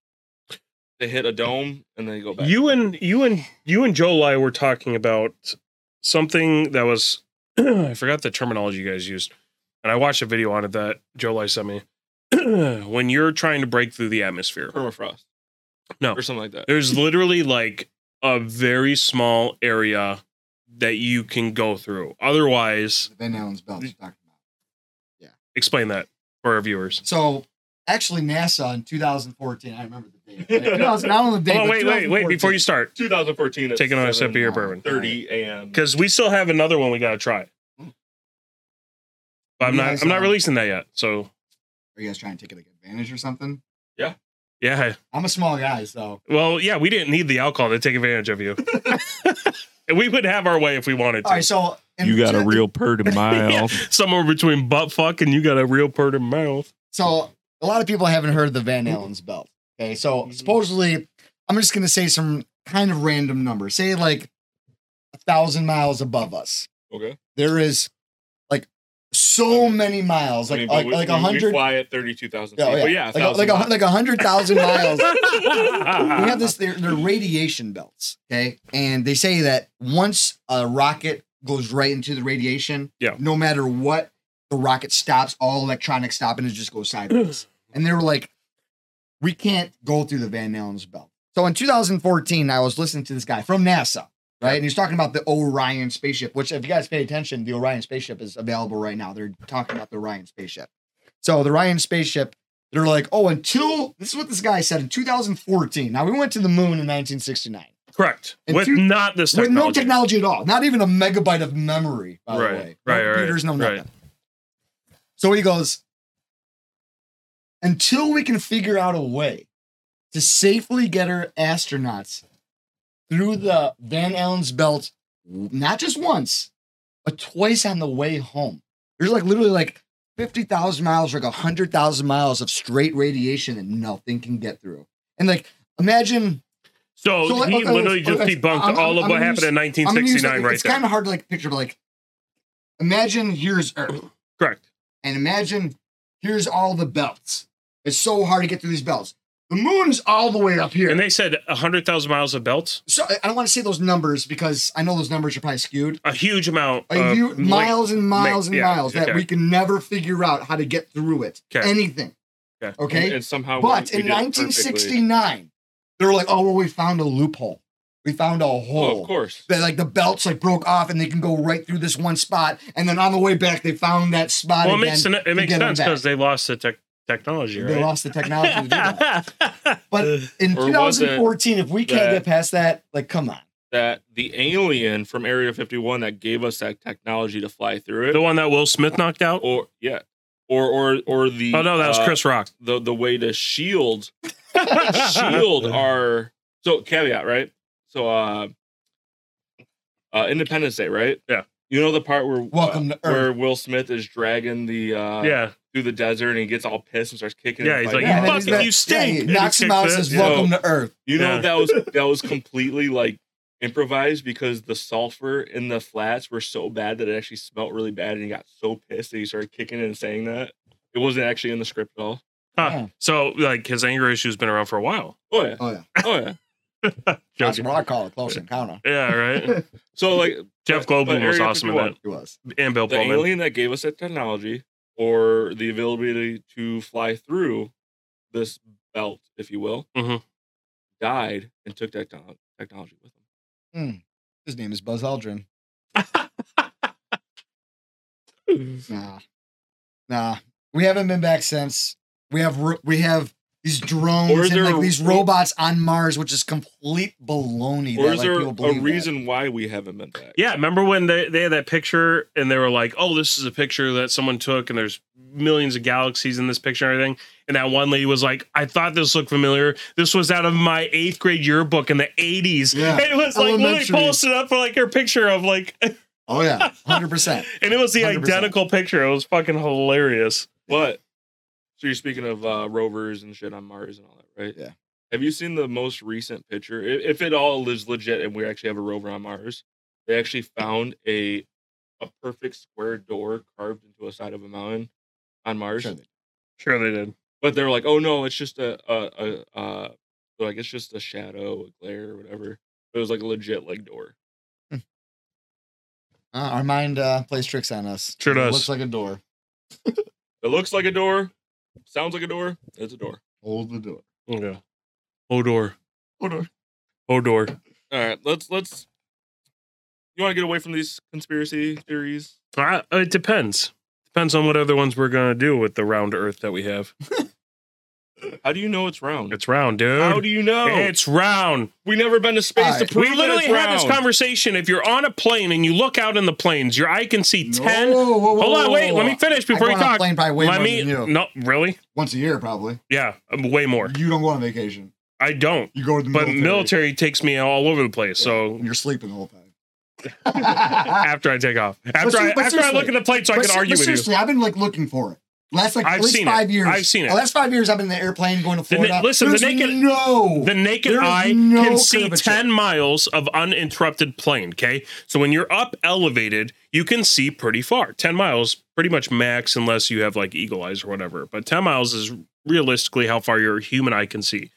A: they hit a dome, and then they go back.
B: you and you and you and Jolai were talking about something that was (clears throat) I forgot the terminology you guys used, and I watched a video on it that Jolai sent me. (clears throat) when you're trying to break through the atmosphere,
A: permafrost.
B: No.
A: or something like that.
B: there's literally like a very small area that you can go through. Otherwise,
C: The Van Allen's belt. You're talking about.
B: explain that for our viewers.
C: So actually, NASA in 2014. I remember the
B: (laughs)
C: date. Right? 2000 not only the date.
B: Oh,
C: but
B: wait, wait, wait! Before you start,
A: 2014. at
B: take another sip of your
C: 7,
B: bourbon
A: 7:30 a.m.
B: because we still have another one we gotta try. But I'm
C: You
B: not.
C: guys,
B: I'm not
C: um,
B: releasing that yet. So
C: 2014. Are you guys trying to take like advantage or something?
B: yeah.
C: I'm a small guy, so
B: Well, yeah, we didn't need the alcohol to take advantage of
C: (laughs)
B: you. we would have our way if we wanted to.
C: all right. So in two-
A: purr
C: (laughs)
A: to
B: (laughs) Yeah, Somewhere between butt fuck and you got a real purr to mouth.
C: So a lot of people haven't heard the Van Allen's belt. Okay,
B: Mm-hmm.
C: so supposedly, I'm just gonna say some kind of random number. Say like a thousand miles above us.
A: okay.
C: There is like so many miles,
A: I mean,
C: like
A: but
C: like,
A: we-
C: like
A: we-
C: a
A: we
C: hundred.
A: fly at 32,000 feet.
C: Oh,
A: But yeah,
C: yeah, like a, like a, like a
A: (laughs)
C: hundred thousand (laughs) miles. we have this they're, they're radiation belts okay and they say that once a rocket goes right into the radiation
B: Yeah.
C: no matter what the rocket stops all electronics stop and it just goes sideways and they were like we can't go through the van allen's belt so in 2014 i was listening to this guy from nasa Right, and he's talking about the Orion spaceship, which, if you guys pay attention, the Orion spaceship is available right now. They're talking about the Orion spaceship. So the Orion spaceship they're like, oh, until this is what this guy said in 2014. Now we went to the moon in 1969
B: Correct.
C: And
B: With
C: two-
B: not this
C: with
B: technology.
C: no technology at all, not even a megabyte of memory, by
B: Right,
C: the way.
B: right,
C: no
B: right,
C: computers, no
B: right.
C: nothing. So he goes, until we can figure out a way to safely get our astronauts through the Van Allen's belt, not just once, but twice on the way home. There's like literally like 50,000 miles, like 100,000 miles of straight radiation that nothing can get through. And like, imagine
B: So,
C: So, like,
B: he
C: okay,
B: literally
C: okay,
B: just
C: okay,
B: debunked
C: I'm- I'm-
B: all of
C: I'm
B: what
C: gonna
B: happened in
C: I'm gonna use,
B: 1969
C: like,
B: right
C: it's
B: there.
C: kind of hard to like picture, but like imagine here's Earth
B: Correct.
C: and imagine here's all the belts. It's so hard to get through these belts. The moon's all the way up here.
B: And they said 100,000 miles of belts,
C: so I- I don't want to say those numbers because I know those numbers are probably skewed.
B: a huge amount
C: A
B: of
C: few-
B: link-
C: miles and miles and
B: Uh, yeah,
C: miles that
B: okay.
C: we can never figure out how to get through it.
B: Okay.
C: Anything.
B: Okay.
C: Okay.
A: And, and somehow, we-
C: But
A: we did
C: in
A: it perfectly.
C: 1969, they were like, "Oh, well, we found a loophole. We found a hole."
A: oh, of course,
C: That like the belts like broke off and they can go right through this one spot, and then on the way back they found that spot
B: Well, it
C: again.
B: makes, sen- it makes
C: get them
B: sense
C: back.
B: because they lost the tech technology,
C: They
B: right?
C: lost the technology. to do
B: (laughs)
C: that. But in
A: Or was it
C: 2014, if we can't
A: that-
C: get past that, like, come on.
A: that the alien from Area 51 that gave us that technology to fly through it,
B: the one that Will Smith knocked out? Oh,
A: or yeah, or or or the
B: no, that was
A: uh,
B: Chris Rock.
A: the the way to
B: (laughs)
A: shield shield our so caveat right so uh uh independence day right
B: Yeah.
A: you know the part where
C: Welcome to Earth.
A: where will smith is dragging the uh
B: (laughs) yeah.
A: through the desert and he gets all pissed and starts kicking
B: Yeah,
A: it,
B: he's like,
C: and
B: you
C: then he's
B: fucking,
C: like-
B: you stink.
C: Yeah, he
B: And he
C: knocks him
B: kicks
C: out
B: it.
C: and says,
A: yeah.
C: "Welcome to Earth."
A: you know
B: Yeah.
A: that was
B: (laughs)
A: that was completely like improvised because the sulfur in the flats were so bad that it actually smelt really bad and he got so pissed that he started kicking it and saying that it wasn't actually in the script at all
B: Huh.
C: Yeah.
B: So, like, his anger issue's been around for a while.
A: oh yeah
C: Oh yeah,
A: oh yeah
C: that's
B: Joking.
C: what I call a close encounter.
B: Yeah,
C: (laughs)
B: right.
A: so like
B: Jeff
A: But-
B: Goldblum
A: but
B: was
A: Area
B: awesome in that,
C: It was.
B: and Bill
A: the
B: Pullman.
A: alien that gave us that technology or the ability to fly through this belt, if you will,
B: Mhm.
A: died and took that techno- technology with him.
C: His name is Buzz Aldrin. Hmm. Nah, nah. We haven't been back since. We have ro- we have these
A: Or
C: drones
A: is
C: and
A: there
C: like
A: a-
C: these robots on Mars, which is complete baloney.
A: Or
C: that,
A: is
C: like,
A: there
C: people believe
A: a
C: that.
A: reason why we haven't been back?
B: Yeah, remember when they, they had that picture and they were like, oh, this is a picture that someone took and there's millions of galaxies in this picture and everything. And that one lady was like, I thought this looked familiar. This was out of my eighth grade yearbook in the 80s.
C: Yeah,
B: And (laughs) it was like literally
C: elementary.
B: posted up for like her picture of like, (laughs) and
C: Oh yeah,
A: (laughs)
C: hundred percent.
B: it was the
C: 100%.
B: identical picture. It was fucking hilarious.
A: But so you're speaking of uh, rovers and shit on Mars and all that, right?
C: Yeah.
A: Have you seen the most recent picture? I- If it all is legit and we actually have a rover on Mars, they actually found a a perfect square door carved into a side of a mountain on Mars.
B: Sure, they did.
A: but they're like, oh no, it's just a a, a uh, they're like it's just a shadow, a glare, or whatever. But it was like a legit like door.
C: Uh, our mind uh, plays tricks on us.
B: Sure
C: It
B: does.
C: Looks like a door.
A: It looks like a door, sounds like a door. It's a door.
D: Hold the door.
B: Okay. Odor.
D: Hold on.
B: Odor.
A: All right, let's let's. You want to get away from these conspiracy theories?
B: Uh, it depends. Depends on what other ones we're going to do with the round earth that we have.
A: How do you know it's round?
B: It's round, dude.
A: How do you know?
B: It's round.
A: we never been to space
C: All
A: to
C: right.
A: prove
B: we literally
A: that it's
B: had this
A: round.
B: conversation. If you're on a plane and you look out in the planes, your eye can see ten.
C: Whoa, whoa, whoa,
B: Hold
C: whoa,
B: on, wait.
C: whoa,
B: Let
C: whoa.
B: me finish
C: I go
B: before you
C: on a
B: talk.
C: plane probably way
B: Let
C: more
B: me.
C: than you.
B: No, really?
C: Once a year, probably.
B: Yeah, um, way more.
C: You don't go on vacation.
B: I don't.
C: You go to the
B: But
C: military.
B: military takes me all over the place. So
C: And you're sleeping the whole
B: (laughs)
C: time.
B: after I take off, after I
C: ser- but
B: after I look at
C: seriously-
B: the plate, so I
C: But
B: can
C: se-
B: argue with
C: but
B: you.
C: seriously, I've been like looking for it. Last like
B: I've
C: at least
B: seen it.
C: five years.
B: I've seen it.
C: The last five years, I've been in the airplane going to
B: The na-
C: Florida.
B: listen, the
C: There's
B: naked-
C: no.
B: The naked
C: There is
B: eye
C: no
B: can see
C: curvature.
B: 10 miles of uninterrupted plane. Okay. So when you're up elevated, you can see pretty far. 10 miles, pretty much max, unless you have like eagle eyes or whatever. But 10 miles is realistically how far your human eye can see.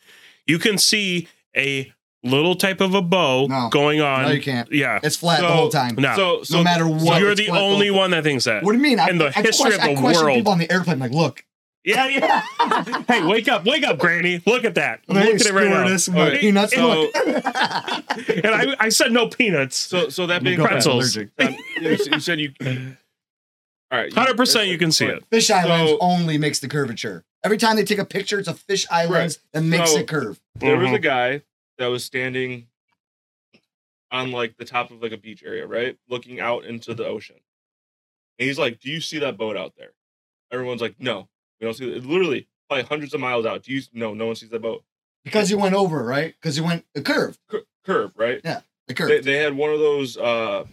B: You can see a little type of a bow
C: No.
B: going on.
C: no, you can't.
B: Yeah.
C: It's flat the
A: So-
C: whole time.
B: No.
A: So so
C: no matter what.
B: you're
C: it's
B: the
C: flat
B: only
C: whole-
B: one that thinks that.
C: What do you mean?
B: in the history of
C: question,
B: the
C: I question
B: world.
C: people on the airplane like, look.
B: Yeah. yeah.
C: (laughs)
B: hey, wake up. Wake up, Granny. Look at that. I'm
C: they
B: looking at it right
C: skewer
B: now.
C: this with my
A: Okay,
C: peanuts.
A: so-
C: look. (laughs)
B: (laughs) And I, I said no peanuts.
A: so so that being
B: pretzels.
A: said, um, you, you said
B: (laughs)
A: you. All right, you-
B: 100% you can see it.
C: fish eye
A: So-
C: lens only makes the curvature. Every time they take a picture, it's a fish eye
A: Right.
C: lens that makes
A: So-
C: it curve.
A: there was a
B: Mhm.
A: guy that was standing on like the top of like a beach area, right? Looking out into the ocean. And he's like, Do you see that boat out there? Everyone's like, No, we don't see it. Literally, probably hundreds of miles out. Do you no, no one sees that boat?
C: Because you went over, right? Because you went it curved.
A: Cur- curve, right?
C: It
A: They,
C: curved.
A: they had one of those uh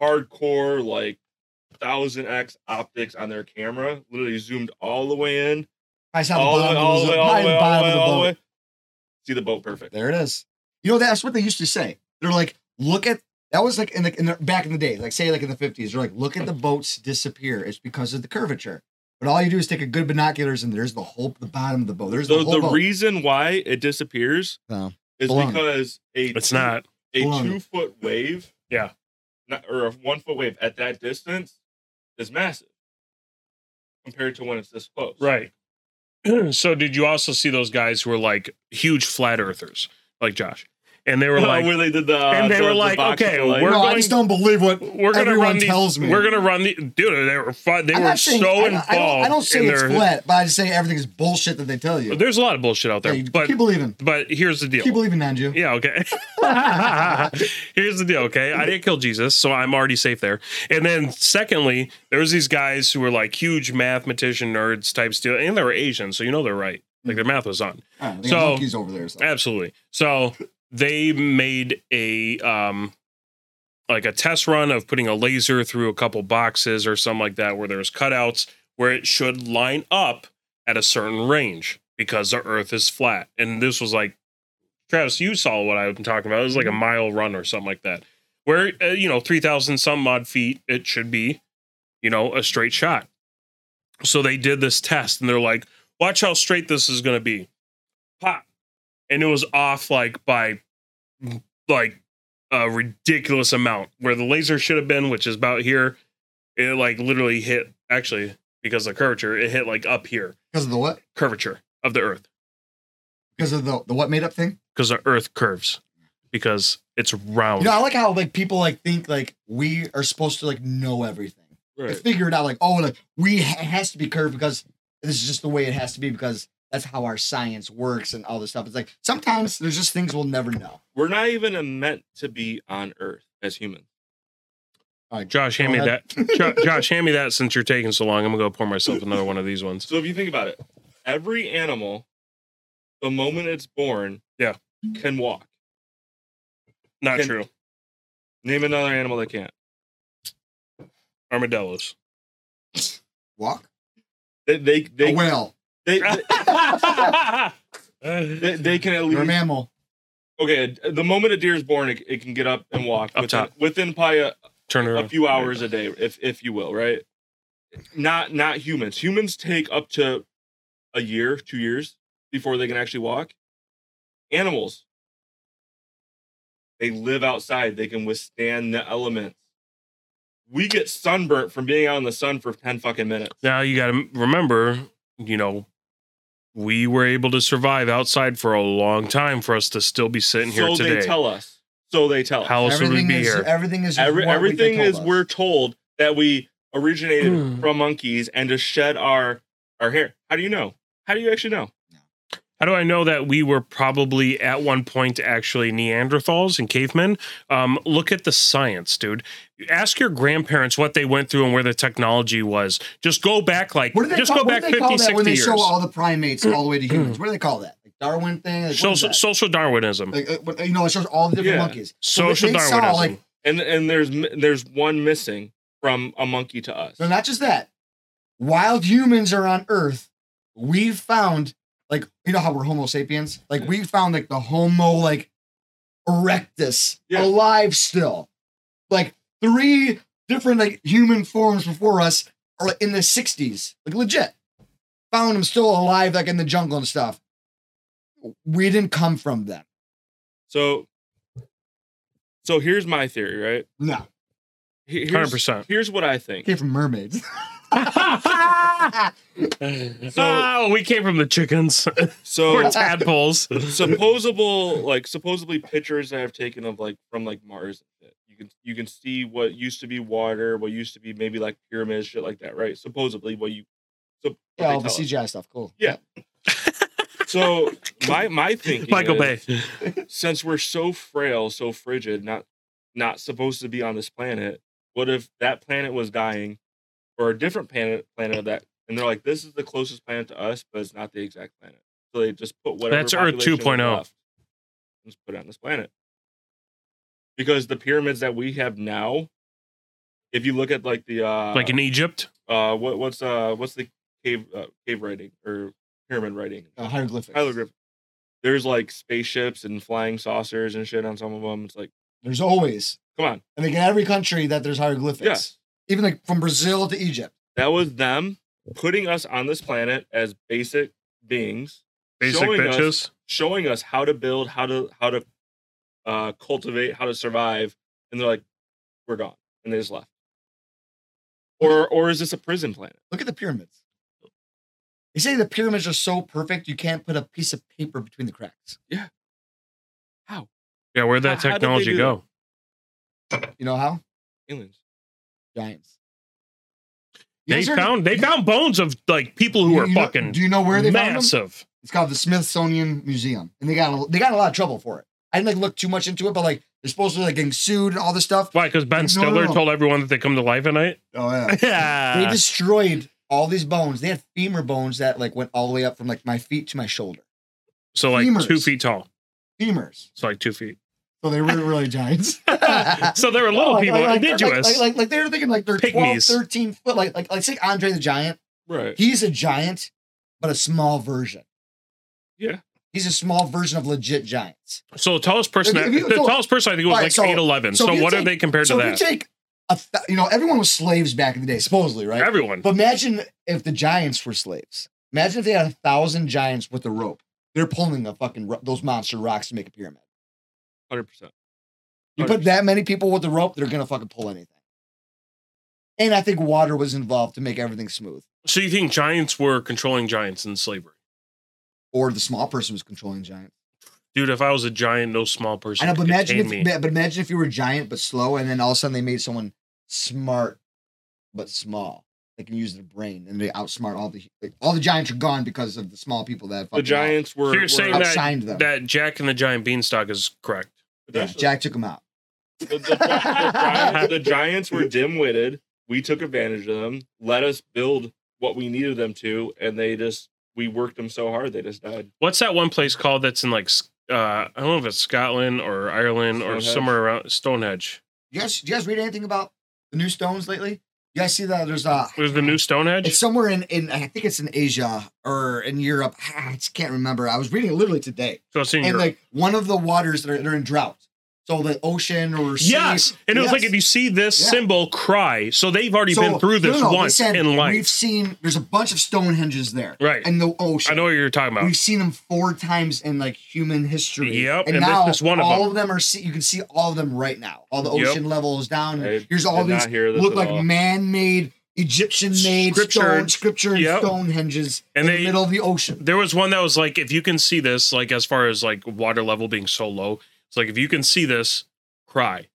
A: hardcore like thousand X optics on their camera, literally zoomed all the way in,
C: I saw
A: all the way,
C: bottom of
A: all the way, all
C: probably
A: the way,
C: the
A: all the
C: bottom
A: way,
C: of the
A: all the
C: boat.
A: way. See the boat perfect.
C: There it is. You know, that's what they used to say. They're like, look at that was like in the, in the back in the day, like say like in the fifties. They're like, look at the boats disappear. It's because of the curvature. But all you do is take a good binoculars, and there's the whole the bottom of the boat. There's the,
A: The,
C: whole
A: the
C: boat.
A: reason why it disappears
C: Oh.
A: is
C: Baloney.
A: because a
B: It's
A: two-
B: not.
A: a
C: Baloney.
A: two foot wave,
B: Yeah.
A: not, or a one foot wave at that distance is massive compared to when it's this close. (laughs)
B: Right. (clears throat) so did you also see those guys who were like huge flat earthers, like Josh? And they were like
A: where they did the
B: And they
A: the-
B: were
A: the
B: like,
A: box
B: okay,
A: of light.
B: we're
C: no, I
B: going-
C: just don't believe what
B: we're gonna
C: everyone
B: run these,
C: tells me.
B: We're gonna run the dude. They were fun. They
C: I'm
B: were
C: not saying-
B: so
C: I don't-
B: involved.
C: I don't, I don't say
B: in
C: it's
B: their-
C: flat, but I just say everything is bullshit that they tell you.
B: There's a lot of bullshit out there,
C: Hey,
B: but
C: keep believing.
B: but here's the deal.
C: Keep believing,
B: (laughs)
C: Nanju.
B: Yeah, okay. (laughs) Here's the deal, okay? I didn't kill Jesus, so I'm already safe there. And then secondly, there was these guys who were like huge mathematician nerds type deal, and they were Asian, so you know they're right. Like their math was on.
C: All right, they
B: So-
C: got monkeys over there. So.
B: Absolutely. So they made a um like a test run of putting a laser through a couple boxes or something like that where there's cutouts where it should line up at a certain range because the earth is flat. And this was like Travis, you saw what I've been talking about. It was like a mile run or something like that. Where uh, you know, 3000 some odd feet it should be, you know, a straight shot. So they did this test and they're like, "Watch how straight this is going to be." Pop and it was off like by like a ridiculous amount where the laser should have been which is about here it like literally hit actually because of the curvature it hit like up here
C: Because of the what?
B: curvature of the earth
C: Because of the, the what made up thing?
B: because the earth curves because it's round
C: You know, I like how like people like think like we are supposed to like know everything. They
A: Right.
C: figure it out like, oh, like we ha- it has to be curved because this is just the way it has to be because that's how our science works and all this stuff. It's like sometimes there's just things we'll never know.
A: We're not even meant to be on Earth as humans.
B: josh hand me that Jo- josh hand me that since you're taking so long i'm gonna go pour myself another one of these ones
A: So if you think about it, every animal, the moment it's born,
B: Yeah.
A: can walk.
B: not
A: Can-
B: true
A: Name another animal that can't.
B: armadillos
C: (laughs) Walk?
A: They they
C: a
A: they
C: whale.
A: they, they,
B: up
A: they, they can at
C: You're a
A: least
C: mammal.
A: okay. The moment a deer is born, it, it can get up and walk
B: Up
A: within,
B: top.
A: within probably a,
B: turn around
A: a few hours a day, if if you will, right? Not not humans. Humans take up to a year, two years before they can actually walk. Animals, they live outside. They can withstand the elements. We get sunburnt from being out in the sun for ten fucking minutes.
B: now you got to remember, you know, we were able to survive outside for a long time for us to still be sitting here
A: so
B: today.
A: they tell us. So they tell us.
B: How else would we
C: everything
B: be
C: is e-,
B: here?
C: everything is just
A: Every,
C: what we- they
A: everything
C: told
A: is
C: us.
A: we're told that we originated
B: Hmm.
A: from monkeys and to shed our our hair. How do you know? How do you actually know?
B: How do I know that we were probably at one point actually Neanderthals and cavemen? Um, look at the science, dude. Ask your grandparents what they went through and where the technology was. Just go back like
C: What do they
B: just
C: call,
B: go back
C: what do they
B: 50,
C: call
B: 60
C: that when they
B: years.
C: show all the primates all the way to humans? What do they call that? Like Darwin thing? Like, what is
B: social,
C: that?
B: social Darwinism.
C: Like, uh, what- you know, it shows all the different
A: Yeah.
C: monkeys. So
B: Social
C: they saw,
B: Darwinism.
C: like-
A: and and there's mi- there's one missing from a monkey to us.
C: So not just that. While humans are on Earth, we've found like you know how we're Homo sapiens. Like we found like the Homo like erectus
A: Yeah.
C: alive still. Like three different like human forms before us are like, in the '60s. Like legit, found them still alive like in the jungle and stuff. We didn't come from them.
A: So so here's my theory, right?
C: No,
A: He- Here's,
B: 100%.
A: here's what I think.
C: came
A: (laughs)
C: from mermaids. (laughs)
B: (laughs) oh, we came from the chickens. (laughs)
A: So
B: We're tadpoles.
A: supposable like supposedly pictures that I've taken of like from like Mars and shit. You can you can see what used to be water, what used to be maybe like pyramids, shit like that, right? Supposedly what you so what they
C: well, the
A: tell us.
C: CGI stuff, cool.
A: Yeah. so my my thinking
B: Michael
A: is,
B: Bay.
A: since we're so frail, so frigid, not not supposed to be on this planet, what if that planet was dying or a different planet planet of that and they're like, This is the closest planet to us, but it's not the exact planet. So they just put whatever
B: That's Earth oh.
A: population was
B: 2.0.
A: left and just put it on this planet. Because the pyramids that we have now, if you look at like the uh
B: like in Egypt.
A: uh what what's uh what's the cave uh, cave writing or pyramid writing
C: Uh, hieroglyphics.
A: Tyler Griffin. There's like spaceships and flying saucers and shit on some of them. It's like,
C: There's always.
A: come on.
C: And like in every country that there's hieroglyphics.
A: Yes.
C: Even like from Brazil to Egypt.
A: That was them putting us on this planet as basic beings,
B: Basic
A: showing us-
B: bitches.
A: showing us how to build, how to how to uh, cultivate, how to survive, and they're like, "We're gone," and they just left. Or or is this a prison planet?
C: Look at the pyramids. They say the pyramids are so perfect you can't put a piece of paper between the cracks.
B: Yeah, where'd
A: How-
B: that
A: how did they
B: technology
A: do
B: go?
C: You know how?
A: Aliens.
C: Giants. You
B: They
C: guys heard-
B: found they found bones of like people who
C: you-
B: were
C: you know-
B: fucking
C: Do you know where they found them?
B: massive.
C: It's called the Smithsonian Museum, and they got a, they got a lot of trouble for it. I didn't like look too much into it, but like they're supposed to like getting sued and all this stuff.
B: Why? Because Ben
C: No,
B: Stiller
C: no, no.
B: told everyone that they come to life at night.
C: Oh
B: (laughs)
C: yeah. (laughs) they
B: Yeah,
C: destroyed all these bones. They had femur bones that like went all the way up from like my feet to my shoulder.
B: so like two
C: femurs.
B: feet tall.
C: Femurs.
B: So like two
C: (laughs)
B: feet.
C: So they were
B: (laughs)
C: really giants.
B: So they were little
C: Like-
B: people,
C: like, like,
B: indigenous.
C: Like, like, like they were thinking like they're 12,
B: Pygmies.
C: 13 foot. Like, like, like say Andre the Giant.
A: Right.
C: He's a giant, but a small version.
A: Yeah.
C: He's a small version of legit giants.
B: so the tallest person,
C: If you-
B: the
C: so-
B: tallest person I think was
C: Alright,
B: like
C: so-
B: eight eleven.
C: so
B: So,
C: if you
B: what are
C: take-
B: they compared
C: So
B: to
C: if
B: that?
C: you take a, th- you know, everyone was slaves back in the day, supposedly, right?
B: Everyone.
C: But imagine if the giants were slaves. Imagine if they had a thousand giants with a rope. They're pulling the fucking ro- those monster rocks to make a pyramid.
A: Hundred percent.
C: You
B: Oh,
C: put that many people with the rope, they're gonna fucking pull anything. And I think water was involved to make everything smooth,
B: So you think giants were controlling giants in slavery?
C: or the small person was controlling giants.
B: Dude, if I was a giant, no small person
C: I know, but
B: could
C: imagine if
B: contain me.
C: but imagine if you were giant but slow, and then all of a sudden they made someone smart but small. They can use their brain and they outsmart all the like, all the giants are gone because of the small people that
A: The
C: fucking
A: giants were.
B: So you're
A: were-
B: saying that-
C: outshined them.
B: That Jack and the Giant Beanstalk is correct.
C: yeah,
A: potentially.
C: Jack took them out.
A: The, the, the, Giants, the Giants were dim-witted. We took advantage of them. Let us build what we needed them to, and they just we worked them so hard they just died.
B: What's that one place called that's in like S- uh, I don't know if it's Scotland or Ireland or
A: Stonehenge.
B: somewhere around Stonehenge.
C: You guys, do you guys read anything about the new stones lately? You guys see that there's a
B: There's the new Stonehenge.
C: It's somewhere in, in I think it's in Asia or in Europe. I just can't remember. I was reading it literally today.
B: so it's in
C: And
B: Europe.
C: like one of the waters that are, that are in drought. So the ocean or sea.
B: Yes, and it was like
C: Yes.
B: if you see this
C: Yeah.
B: symbol, cry. So they've already
C: So-
B: been through
C: no,
B: this
C: no, no, they
B: once
C: said,
B: in
C: We've
B: life,
C: seen there's a bunch of Stonehenges there.
B: right?
C: And the ocean.
B: I know what you're talking about.
C: We've seen them four times in like human history.
B: Yep,
C: And,
B: and this
C: now
B: is one of
C: all
B: them.
C: of them are see, you can see all of them right now. All the
B: Yep.
C: ocean level is down.
A: I
C: Here's all
A: did
C: these
A: not hear this
C: look
A: at
C: like
A: all.
C: man-made Egyptian-made
B: Scripture.
C: stone scripture and
B: Yep.
C: Stonehenges
B: And
C: in
B: they-
C: the middle of the ocean.
B: There was one that was like, if you can see this, like as far as like water level being so low, it's like if you can see this, cry.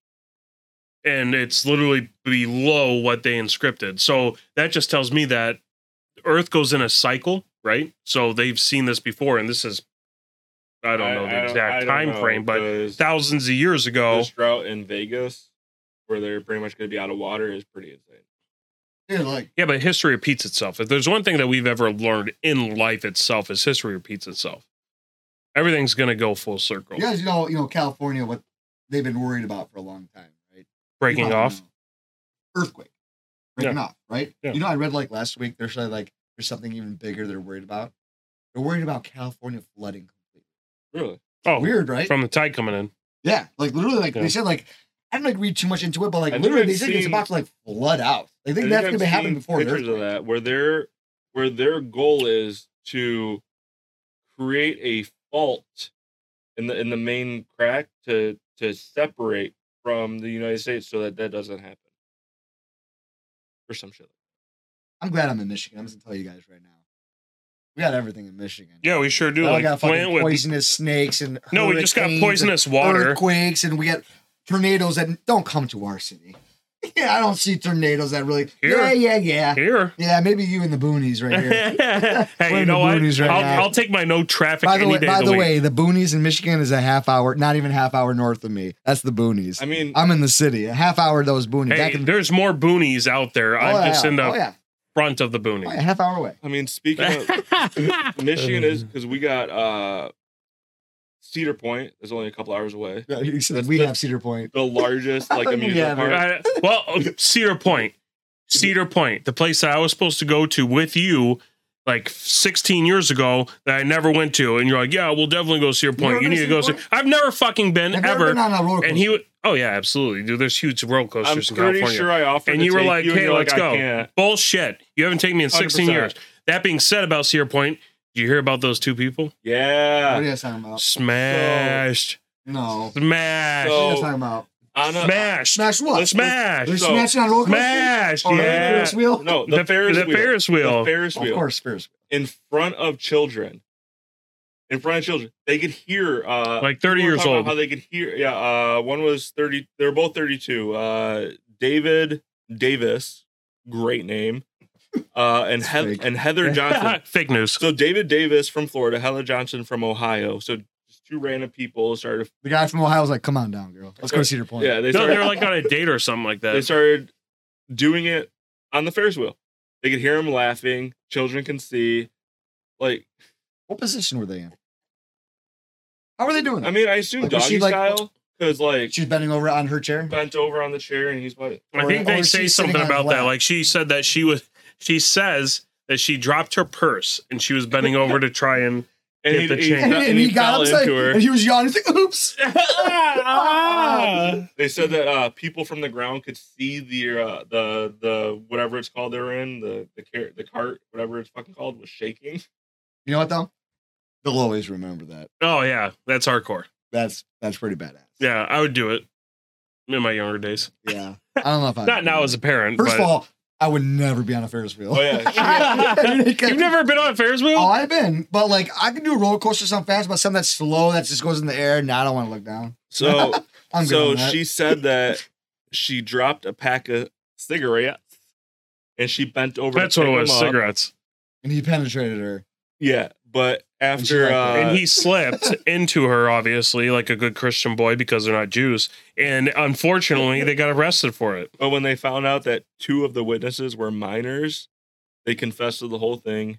B: And it's literally below what they inscripted. So that just tells me that Earth goes in a cycle, right? So they've seen this before, and this is I don't know the
A: I
B: exact
A: don't
B: time
A: know,
B: frame, but oh.
A: 'cause
B: thousands of years ago.
A: this drought in Vegas, where they're pretty much going to be out of water, is pretty insane.
C: Dude, like
B: Yeah, but history repeats itself. If there's one thing that we've ever learned in life itself, is history repeats itself. Everything's gonna go full circle.
C: you guys know, you know California, what they've been worried about for a long time, right?
B: Breaking
C: You
B: off.
C: know, earthquake, breaking off, right?
B: Yeah.
C: You know, I read like last week. There's like, like there's something even bigger they're worried about. They're worried about California flooding.
A: Really?
B: Oh,
C: Weird, right?
B: from the tide coming in.
C: Yeah, like literally, like
B: Yeah.
C: they said, like I didn't like read too much into it, but like
A: I think
C: literally,
A: I've
C: they said it's
A: seen-
C: about to like flood out. They think
A: I
C: that's
A: I've
C: gonna be happening
A: seen
C: before an
A: pictures of
C: earthquake.
A: that, where their where their goal is to create a fault in the in the main crack to to separate from the United States so that that doesn't happen. Or some shit.
C: I'm glad I'm in Michigan. I'm just gonna tell you guys right now, we got everything in Michigan.
B: Yeah, we sure do.
C: I
B: Like
C: got
B: plant
C: fucking
B: with
C: poisonous snakes and
B: no, we just got
C: hurricanes and-
B: poisonous water.
C: earthquakes and we got tornadoes that don't come to our city. (laughs) Yeah, I don't see tornadoes that really.
B: Here.
C: Yeah, yeah,
B: (laughs)
C: yeah.
B: Here.
C: Yeah, maybe you in the boonies right
B: (laughs)
C: here.
B: hey,
C: We're
B: you
C: in the
B: know what?
C: boonies right now.
B: I'll, I'll take my no traffic
C: by the
B: any
C: way,
B: day
C: by
B: of the,
C: the
B: week.
C: way, the boonies in Michigan is a half hour, not even half hour north of me. That's the boonies.
A: I mean,
C: I'm in the city. A half hour of those boonies.
B: Hey,
C: Back in-
B: there's more boonies out there.
C: oh,
B: I'm
C: yeah.
B: just in the
C: oh, yeah.
B: front of the
C: Oh,
B: boonies.
C: yeah. Half hour away.
A: I mean, speaking
B: (laughs)
A: of Michigan
C: Um.
A: is because we got uh Cedar Point is only a couple hours away.
C: Yeah, he said
A: That's-
C: we
A: that's-
C: have Cedar Point.
A: The largest
C: (laughs)
A: like
C: Oh, Yeah,
A: amusement
C: but-
A: park.
B: Uh, well, Cedar Point, Cedar Point, the place that I was supposed to go to with you like 16 years ago that I never went to, and you're like, yeah, we'll definitely go to Cedar Point.
C: never
B: You
C: been
B: need to
C: to
B: go.
C: Cedar
B: To, I've never fucking been
C: Have you
B: ever.
C: been on a roller coaster?
B: and he, w- Oh yeah, absolutely, dude. There's huge roller
E: I'm
B: coasters in
E: pretty
B: California.
E: sure I offered.
B: And
E: to
B: you were
E: take
B: like,
E: and
B: "Hey,
E: you're
B: let's
E: "I
B: go."
E: can't."
B: Bullshit. You haven't taken me in 16 years.
E: 100%.
B: That being said, about Sierra Point, did you hear about those two people?
E: Yeah.
B: uh,
C: What are you guys talking about?
B: Smashed,
C: No.
B: smashed,
C: What are you
E: So-
C: guys talking about?
E: On a-
B: smashed,
C: Smash what? They're
B: smashed,
E: so-
C: smashing on roller coasters?
B: smashed.
C: Or
B: Yeah,
C: Ferris wheel?
A: No, the, Ferris
B: the
A: wheel.
B: Ferris wheel.
A: The Ferris
C: Of
A: wheel.
C: course, Ferris wheel.
A: in front of children, in front of children. They could hear. Uh,
B: Like 30
A: people were
B: years
A: talking about
B: old.
A: How they could hear? Yeah. Uh, one was thirty. They're both thirty-two. Uh, David Davis, great
C: (laughs)
A: name, uh, and he-
C: fake.
A: and Heather
B: (laughs)
A: Johnson.
B: Fake news.
A: so David Davis from Florida, Heather Johnson from Ohio. So just two random people started.
C: The guy from Ohio was like, come on down, girl. Let's go to Cedar Point.
A: Yeah, they
B: No,
A: started.
B: they're like on a date or something like
A: they
B: that.
A: started doing it on the Ferris wheel. They could hear him laughing. Children can see. Like,
C: What position were they in? How were they doing that?
A: I mean, I assume
C: Like, was she,
A: doggy
C: like-
A: style because like
C: She's bending over on her chair.
A: bent over on the chair and he's like,
B: I
C: or-
B: think
C: or
B: they
C: is
B: say
C: she sitting
B: something
C: on the
B: about that.
C: lap?
B: Like she said that she was. She says that she dropped her purse and she was bending over to try and.
A: and
B: Hit
A: he,
B: the
A: he,
B: chain.
A: and
C: (laughs) And, and he, got
A: fell
C: upset
A: into her. (laughs)
C: and (laughs) he was yawning. He's like, oops. Ah!
A: They said that uh, people from the ground could see the uh, the the whatever it's called they're in the the car- the cart whatever it's fucking called was shaking.
C: You know what, though? They'll always remember that.
B: Oh yeah, that's hardcore.
C: That's that's pretty
A: (laughs)
C: badass.
B: Yeah, I would do it in my younger days.
C: Yeah. I don't know if
A: Uh,
C: I.
B: Not now as a parent.
C: First
B: but.
C: of all, I would never be on a Ferris wheel.
A: Oh
C: (laughs)
A: yeah, (laughs)
B: You've never been on a Ferris wheel?
C: Oh, I've been, but like I can do a roller coaster something fast, but something that's slow that just goes in the air. Now I don't want to look down.
A: so
C: I'm good.
A: so
C: on that.
A: she said that she dropped a pack of cigarettes and she bent over.
B: That's
A: to
B: what
A: pick
B: it was.
A: them up.
B: Cigarettes.
C: and he penetrated her.
A: Yeah, but
C: she
A: after
C: liked it.
A: uh,
B: and he slipped (laughs) into her, obviously, like a good Christian boy, because they're not Jews. And unfortunately, they got arrested for it.
A: But when they found out that two of the witnesses were minors, they confessed to the whole thing.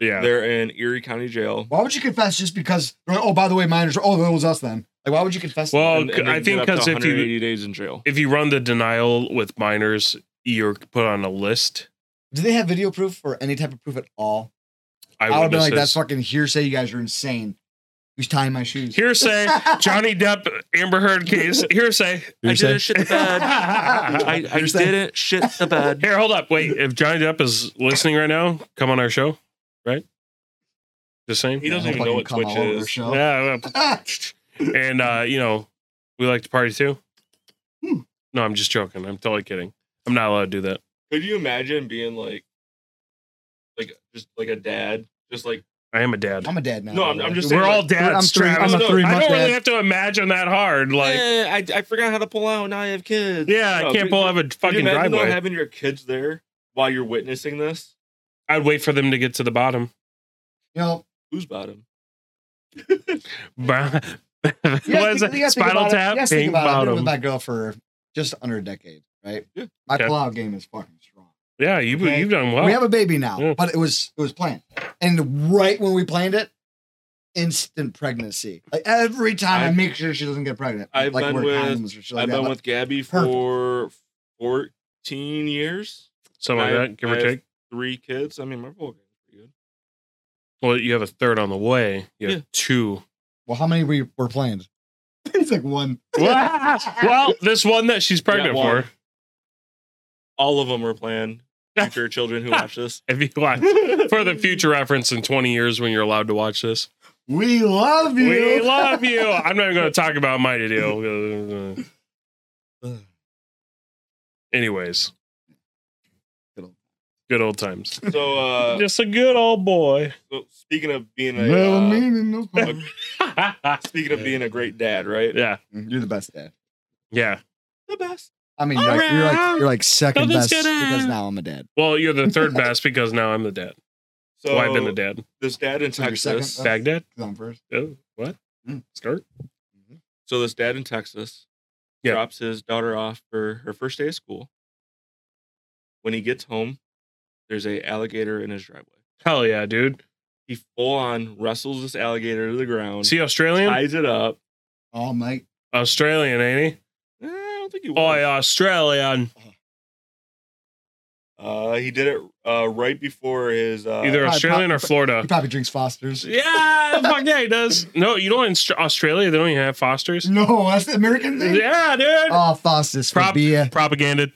B: Yeah.
A: They're in Erie County Jail.
C: Why would you confess just because? they're like, oh, by the way, minors. Oh, that was us then. Like, why would you confess? to
B: well,
A: And- and they
B: I
A: can
B: think
A: get up to
B: because if you
A: 180 days in jail,
B: if you run the denial with minors, you're put on a list.
C: that? do they have video proof or any type of proof at all?
B: I,
C: I would be like, that's
B: that's
C: fucking hearsay. You guys are insane. Who's tying my shoes?
A: (laughs)
B: hearsay.
C: (laughs)
B: Johnny Depp, Amber Heard case. Hearsay.
C: Hearsay?
A: shit the
B: (laughs)
C: Hearsay?
A: shit the bed.
B: Here, hold up. Wait, if Johnny Depp is listening right now, come on our show, right? Just saying.
A: He doesn't
C: Don't
A: even know
C: fucking
A: what
C: come
A: Twitch
C: all over
A: is.
C: show.
B: Yeah, well, and uh, you know, we like to party too.
C: Hmm.
B: No, I'm just joking. I'm totally kidding. I'm not allowed to do that.
A: (laughs) Could you imagine being like, like just like a dad, just like
B: I am a dad.
C: (laughs) I'm a dad now.
A: No,
C: by
A: I'm-
C: the
A: I'm
C: way.
A: just saying,
B: We're all
A: like,
C: I'm
B: dads,
C: three.
B: Travis.
C: I'm
A: No,
C: a
A: no,
C: three
B: I
C: month
B: don't really
C: dad.
B: have to imagine that hard. Like,
A: "Eh, I I forgot how to pull out. Now I have kids.
B: yeah, I
A: No,
B: can't
A: could-
B: pull out a
A: Could you
B: fucking
A: imagine though
B: driveway.
A: having your kids there while you're witnessing this?
B: I'd wait for them to get to the
C: (laughs)
B: bottom.
C: You know,
A: Who's bottom?
B: what
C: Yeah, I
B: is
C: think- yeah,
B: it?
C: think
B: Spinal
C: about it.
B: tap,
C: Yeah, think
B: pink
C: about it. I've been
B: bottom.
C: with my girl for just under a decade, right?
A: Yeah.
C: My
B: Okay.
C: pullout game is fucking strong.
B: Yeah, you
C: Okay.
B: you've done well.
C: We have a baby now,
B: Yeah.
C: but it was it was planned, and right when we planned it, instant pregnancy. Like every time I,
A: I've-
C: make sure she doesn't get pregnant.
A: I've
C: like
A: been
C: wear
A: with-
C: condoms or shit like
A: I've
C: that,
A: been
C: but
A: with Gabby
C: Perfect.
A: for 14 years,
B: Something
A: I-
B: like that, give
A: I
B: or
A: have-
B: take.
A: three kids. I mean, my ball game's pretty good.
B: Well, you have a third on the way. You have
A: Yeah.
B: two.
C: well, how many were were planned? (laughs) it's like one.
B: Well, well, this one that she's pregnant
A: Yeah, one.
B: for.
A: All of them are
B: (laughs)
A: planned. Future children who watch this.
B: If you watch for the future reference in 20 years when you're allowed to watch this.
C: We love you.
B: We
C: (laughs)
B: love you. I'm not even going to talk about my deal. Anyways,
C: Good old-
B: good old times.
A: So,
B: (laughs)
A: uh,
B: Just a good old (laughs) boy.
A: so speaking of being a
C: Never
A: uh,
C: meaning no harm.
A: speaking of being a great dad, right?
B: yeah.
C: (laughs) You're the best dad.
B: Yeah.
A: The best.
C: I mean, you're like, you're like you're like second
B: Nothing's
C: best
B: gonna-
C: because now I'm a dad.
B: Well, you're the third best because now I'm the dad.
A: So Uh,
B: well, I've been the dad.
A: This dad in
C: So you're second
A: Texas.
C: best?
B: Baghdad?
C: Because I'm first.
B: Oh, what?
C: Mm.
B: Start?
A: So this dad in Texas
B: Yeah.
A: drops his daughter off for her first day of school. When he gets home, there's a alligator in his driveway.
B: Hell yeah, dude.
A: He full on wrestles this alligator to the ground,
B: See Australian?
A: ties it up.
C: Oh, Mike.
B: Australian, ain't he?
A: Eh, I don't think he
B: Oh,
A: was.
B: Australian.
A: Uh, he did it uh, right before his uh,
B: Either
C: Uh,
B: Australian or
C: probably- (laughs)
B: Florida.
C: He probably drinks Foster's.
B: Yeah, fuck yeah, he does. No, you know in Aust- Australia they don't even have Fosters.
C: No, that's the American thing.
B: Yeah, dude.
C: Mm-hmm. Oh, Foster's for
B: Prop-
C: beer.
B: Propaganda.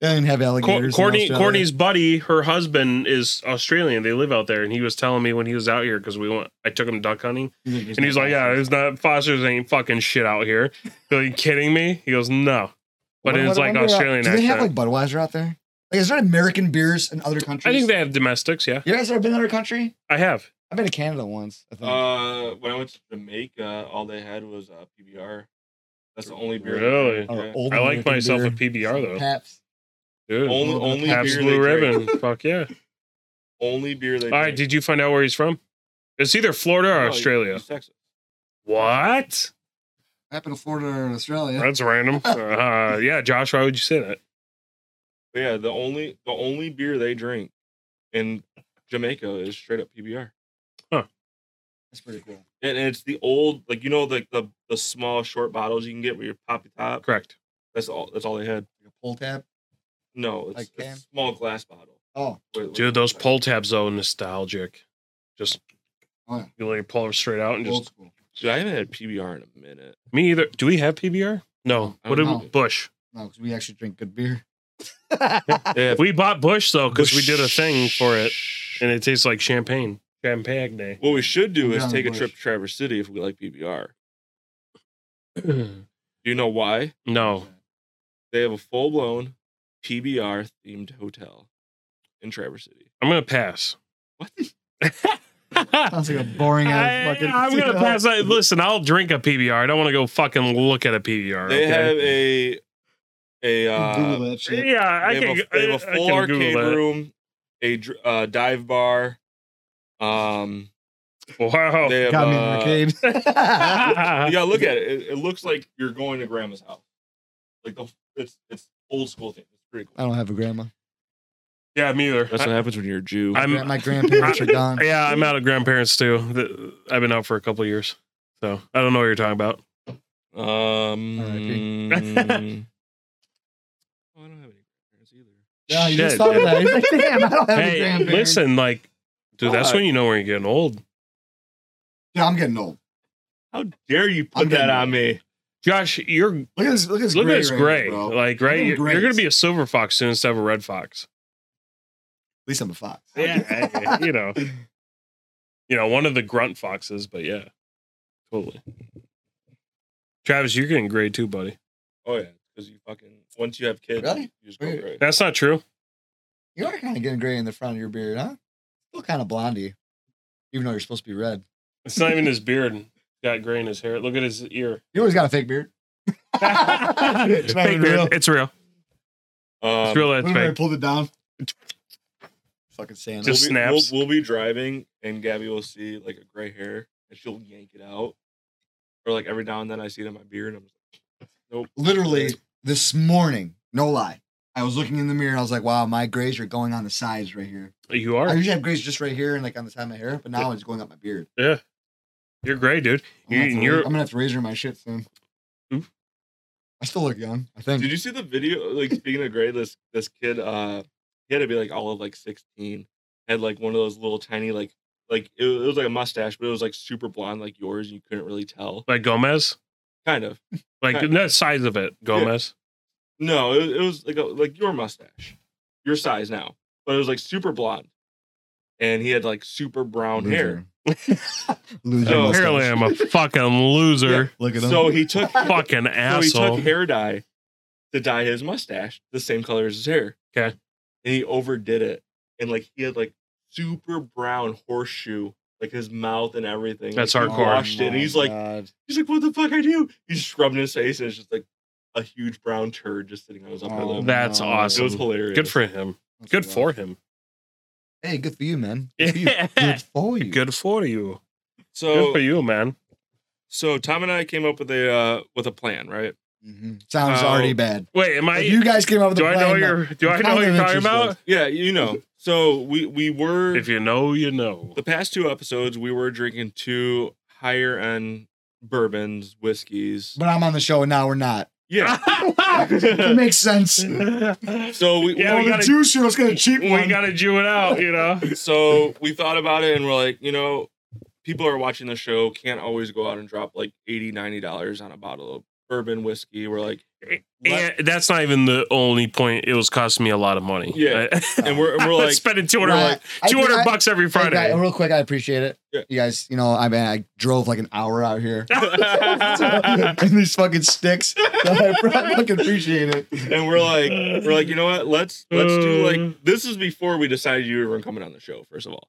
C: They didn't have
B: Co-
C: alligators. in
B: Courtney,
C: Australia.
B: Courtney's buddy, her husband is Australian. They live out there, and he was telling me when he was out here because we went. I took him duck hunting, and he's like, "Yeah, there's not Fosters ain't fucking shit out here." Are you kidding me? He goes, "No," but
C: What-
B: it's
C: what-
B: like
C: what-
B: Australian
C: Do they have
B: accent.
C: like Budweiser out there? Like, is there American beers in other
B: I
C: countries?
B: think they have domestics. Yeah,
C: You guys ever been to another country?
B: I have.
C: I've been to Canada once. I
A: (laughs)
C: think.
A: Uh, when I went to Jamaica, all they had was uh, PBR. That's the only beer.
B: Really?
A: Yeah.
C: Or old
B: I like
C: American
B: myself
C: beer.
B: a PBR though.
C: Pabst.
B: Dude,
A: Only,
C: Little
A: only
B: Pabst
A: beer
B: Blue
A: they drink.
B: Ribbon.
A: (laughs)
B: Fuck yeah!
A: Only beer they.
B: All right,
A: drink.
B: did you find out where he's from? It's either Florida or
A: No,
B: Australia.
A: he's Texas. (laughs)
B: What?
C: Happened to Florida or Australia.
B: That's random. Uh, yeah, Josh, why would you say that?
A: But yeah, the only the only beer they drink in Jamaica is straight up PBR,
C: That's pretty cool.
A: and, and it's the old like you know like the the small short bottles you can get with your poppy top.
B: Correct.
A: That's all. That's all they had.
C: Like a pull tab.
A: No, it's,
C: Like
A: it's
C: can?
A: a small glass bottle.
C: Oh,
A: Wait,
B: Dude,
A: wait,
B: those
A: wait.
B: pull tabs though, nostalgic. Just
C: Oh, yeah.
B: you let pull them straight out and
C: old
B: just
C: school.
A: Dude, I haven't had PBR in a minute.
B: me either. Do we have PBR? No.
A: I
B: What did
A: don't
B: we,
C: know.
B: Bush?
C: No, because we actually drink good beer. (laughs)
A: Yeah,
B: We bought Bush though because we did a thing for it, and it tastes like champagne.
A: (clears throat)
B: Champagne day.
A: What we should do is
C: Down
A: take a
C: bush.
A: trip to Traverse City if we like PBR. Do you know why?
B: no.
A: They have a full blown PBR themed hotel in Traverse City.
B: I'm gonna pass.
A: What?
C: Sounds like a boring
B: I,
C: ass fucking.
B: am
C: (laughs)
B: gonna pass. I, listen, I'll drink a PBR. I don't want to go fucking look at a PBR.
A: They
B: okay?
A: have a a uh,
C: Google that shit.
B: yeah, I
A: they,
B: can.
A: have a, they have
B: I-
A: a
B: I
A: full
B: can Google
A: arcade
B: that.
A: room, a dr- uh, dive bar. Um,
B: (laughs) Wow.
A: they have,
C: Got me in
A: uh,
C: an arcade. (laughs)
B: (laughs)
A: you gotta look at it. it. It looks like you're going to grandma's house. Like the it's it's old school thing. It's pretty
C: I
A: cool.
C: don't have a grandma.
B: yeah, me either.
A: That's what happens when you're a Jew.
B: I'm-
C: Gra- my grandparents are gone.
B: yeah, I'm out of grandparents too. The- I've been out for a couple of years, so I don't know what you're talking about. (laughs)
A: Um,
B: R.I.P.
A: oh, I don't have any grandparents either.
C: Yeah, you just
B: Shit,
C: thought of
B: dude.
C: that. He's like, damn, I don't have a
B: Hey,
C: grandparents.
B: listen, like, dude, that's
A: Fuck.
B: when you know when you're getting old.
C: Dude, I'm getting old.
A: How dare you
C: I'm
A: put that
C: getting
A: on me?
B: Josh, you're
C: Look at this. Look at this.
B: look
C: gray
B: at this
C: right
B: gray,
C: here, bro. At
B: like, right?
C: Look at
B: You're,
C: grays.
B: you're gonna be a silver fox soon instead of a red
C: (laughs)
B: fox.
C: least I'm a fox.
B: Yeah, I- (laughs) you know, you know, one of the grunt foxes, but yeah, totally. Travis, you're getting gray too, buddy.
A: Oh yeah, because you fucking once you have kids,
C: Really?
A: you just go
C: Weird.
A: gray.
B: That's not true.
C: You are kind of getting gray in the front of your beard, huh? Still kind of blondie, even though you're supposed to be red.
B: It's not even his beard. He's Got gray in his hair. Look at his ear.
C: You always got a fake beard. (laughs) it's not
B: Fake beard.
C: even real.
B: It's real.
A: Um,
B: It's real. It's
C: Remember I
B: fake.
C: pulled it down. Fucking sand.
B: Just-
A: we'll be, we'll-
B: snaps.
A: We'll, be driving, and Gabby will see like a gray hair, and she'll yank it out. Or like every now and then, I see it in my beard, and I'm just
C: Literally this morning, no lie. I was looking in the mirror and I was like, wow, my grays are going on the sides right here.
B: You
C: I
B: are.
C: usually have grays just right here and like on the side of my hair, but now it's going up my beard.
B: You're gray, dude.
C: I'm gonna, have to
B: You're-
C: ra- I'm gonna have to razor my shit soon.
B: Hmm?
C: I still look young, I think.
A: Did you see the video? Like speaking of gray, this this kid, uh, he had to be like all of like sixteen. Had like one of those little tiny like like it, was- it was like a mustache, but it was like super blonde like yours. and You couldn't really tell.
B: Like Gomez.
A: Kind of.
B: Like
A: Right.
B: the size of it, Gomez.
A: No, it, it was like a, like your mustache, your size now, but it was like super blonde, and he had like super brown
B: Hmm.
A: hair.
C: (laughs) Loser.
A: Oh,
C: mustache.
B: Apparently,
C: (laughs)
B: I'm a fucking loser.
C: Look at him.
A: So he took
B: (laughs) Fucking
A: so he
B: asshole.
A: took hair dye to dye his mustache the same color as his hair.
B: 'Kay.
A: And he overdid it. And like he had like super brown horseshoe, like his mouth and everything.
B: That's
A: like, he
B: hardcore.
A: Washed it. And
C: Oh my
A: he's like,
C: God.
A: he's like, what the fuck I do? He's just rubbing his face and it's just like a huge brown turd just sitting on his upper
C: Oh,
A: lip.
B: That's
C: no.
A: It was
B: awesome.
A: hilarious.
B: Good for him.
C: That's
B: Good
C: rough.
B: for him.
C: Hey, good for you, man.
B: (laughs)
C: Good for you.
B: Good
C: Good for you.
B: for you. Good
A: so
B: for you, man.
A: so Tom and I came up with a uh, with a plan, right?
C: Mhm. Sounds
A: Oh.
C: already bad.
B: Wait, am I?
C: If you guys came up with
B: do
C: a
B: I
C: plan, uh,
B: know your? Do I
C: I'm
B: know what
C: kind
B: you're
C: of
B: talking about?
C: interested.
A: Yeah, you know. So we we were
B: If you know, you know. (laughs)
A: the past two episodes we were drinking two higher end bourbons, whiskeys.
B: (laughs)
C: but I'm on the show and now we're not.
A: Yeah.
C: it makes sense. (laughs)
A: So we,
B: Yeah,
C: well,
B: we
C: (laughs) the
B: gotta-
C: juice here, let's get a cheap
B: we
C: one.
B: gotta Jew it out, you know.
A: (laughs) so we thought about it and we're like, you know, people are watching the show, can't always go out and drop like 80 dollars on a bottle of bourbon whiskey. We're
B: (laughs)
A: like,
B: And that's not even the only point. It was costing me a lot of money.
A: Yeah. and we're,
B: (laughs)
A: and
B: I
A: we're
B: was
A: like, (laughs)
B: spending two hundred
C: Right. I-
B: two
C: I-
B: hundred bucks every
C: Hey,
B: (laughs)
C: guy-
B: Friday.
C: real quick, I appreciate it.
A: Yeah.
C: You guys, you know, I mean, I drove like an hour out here
B: (laughs)
C: in these fucking sticks. (laughs) So I fucking appreciate it.
B: Um,
A: and we're like, we're like, you know what? Let's let's do
B: Uh.
A: like this is before we decided you were coming on the show. First of all,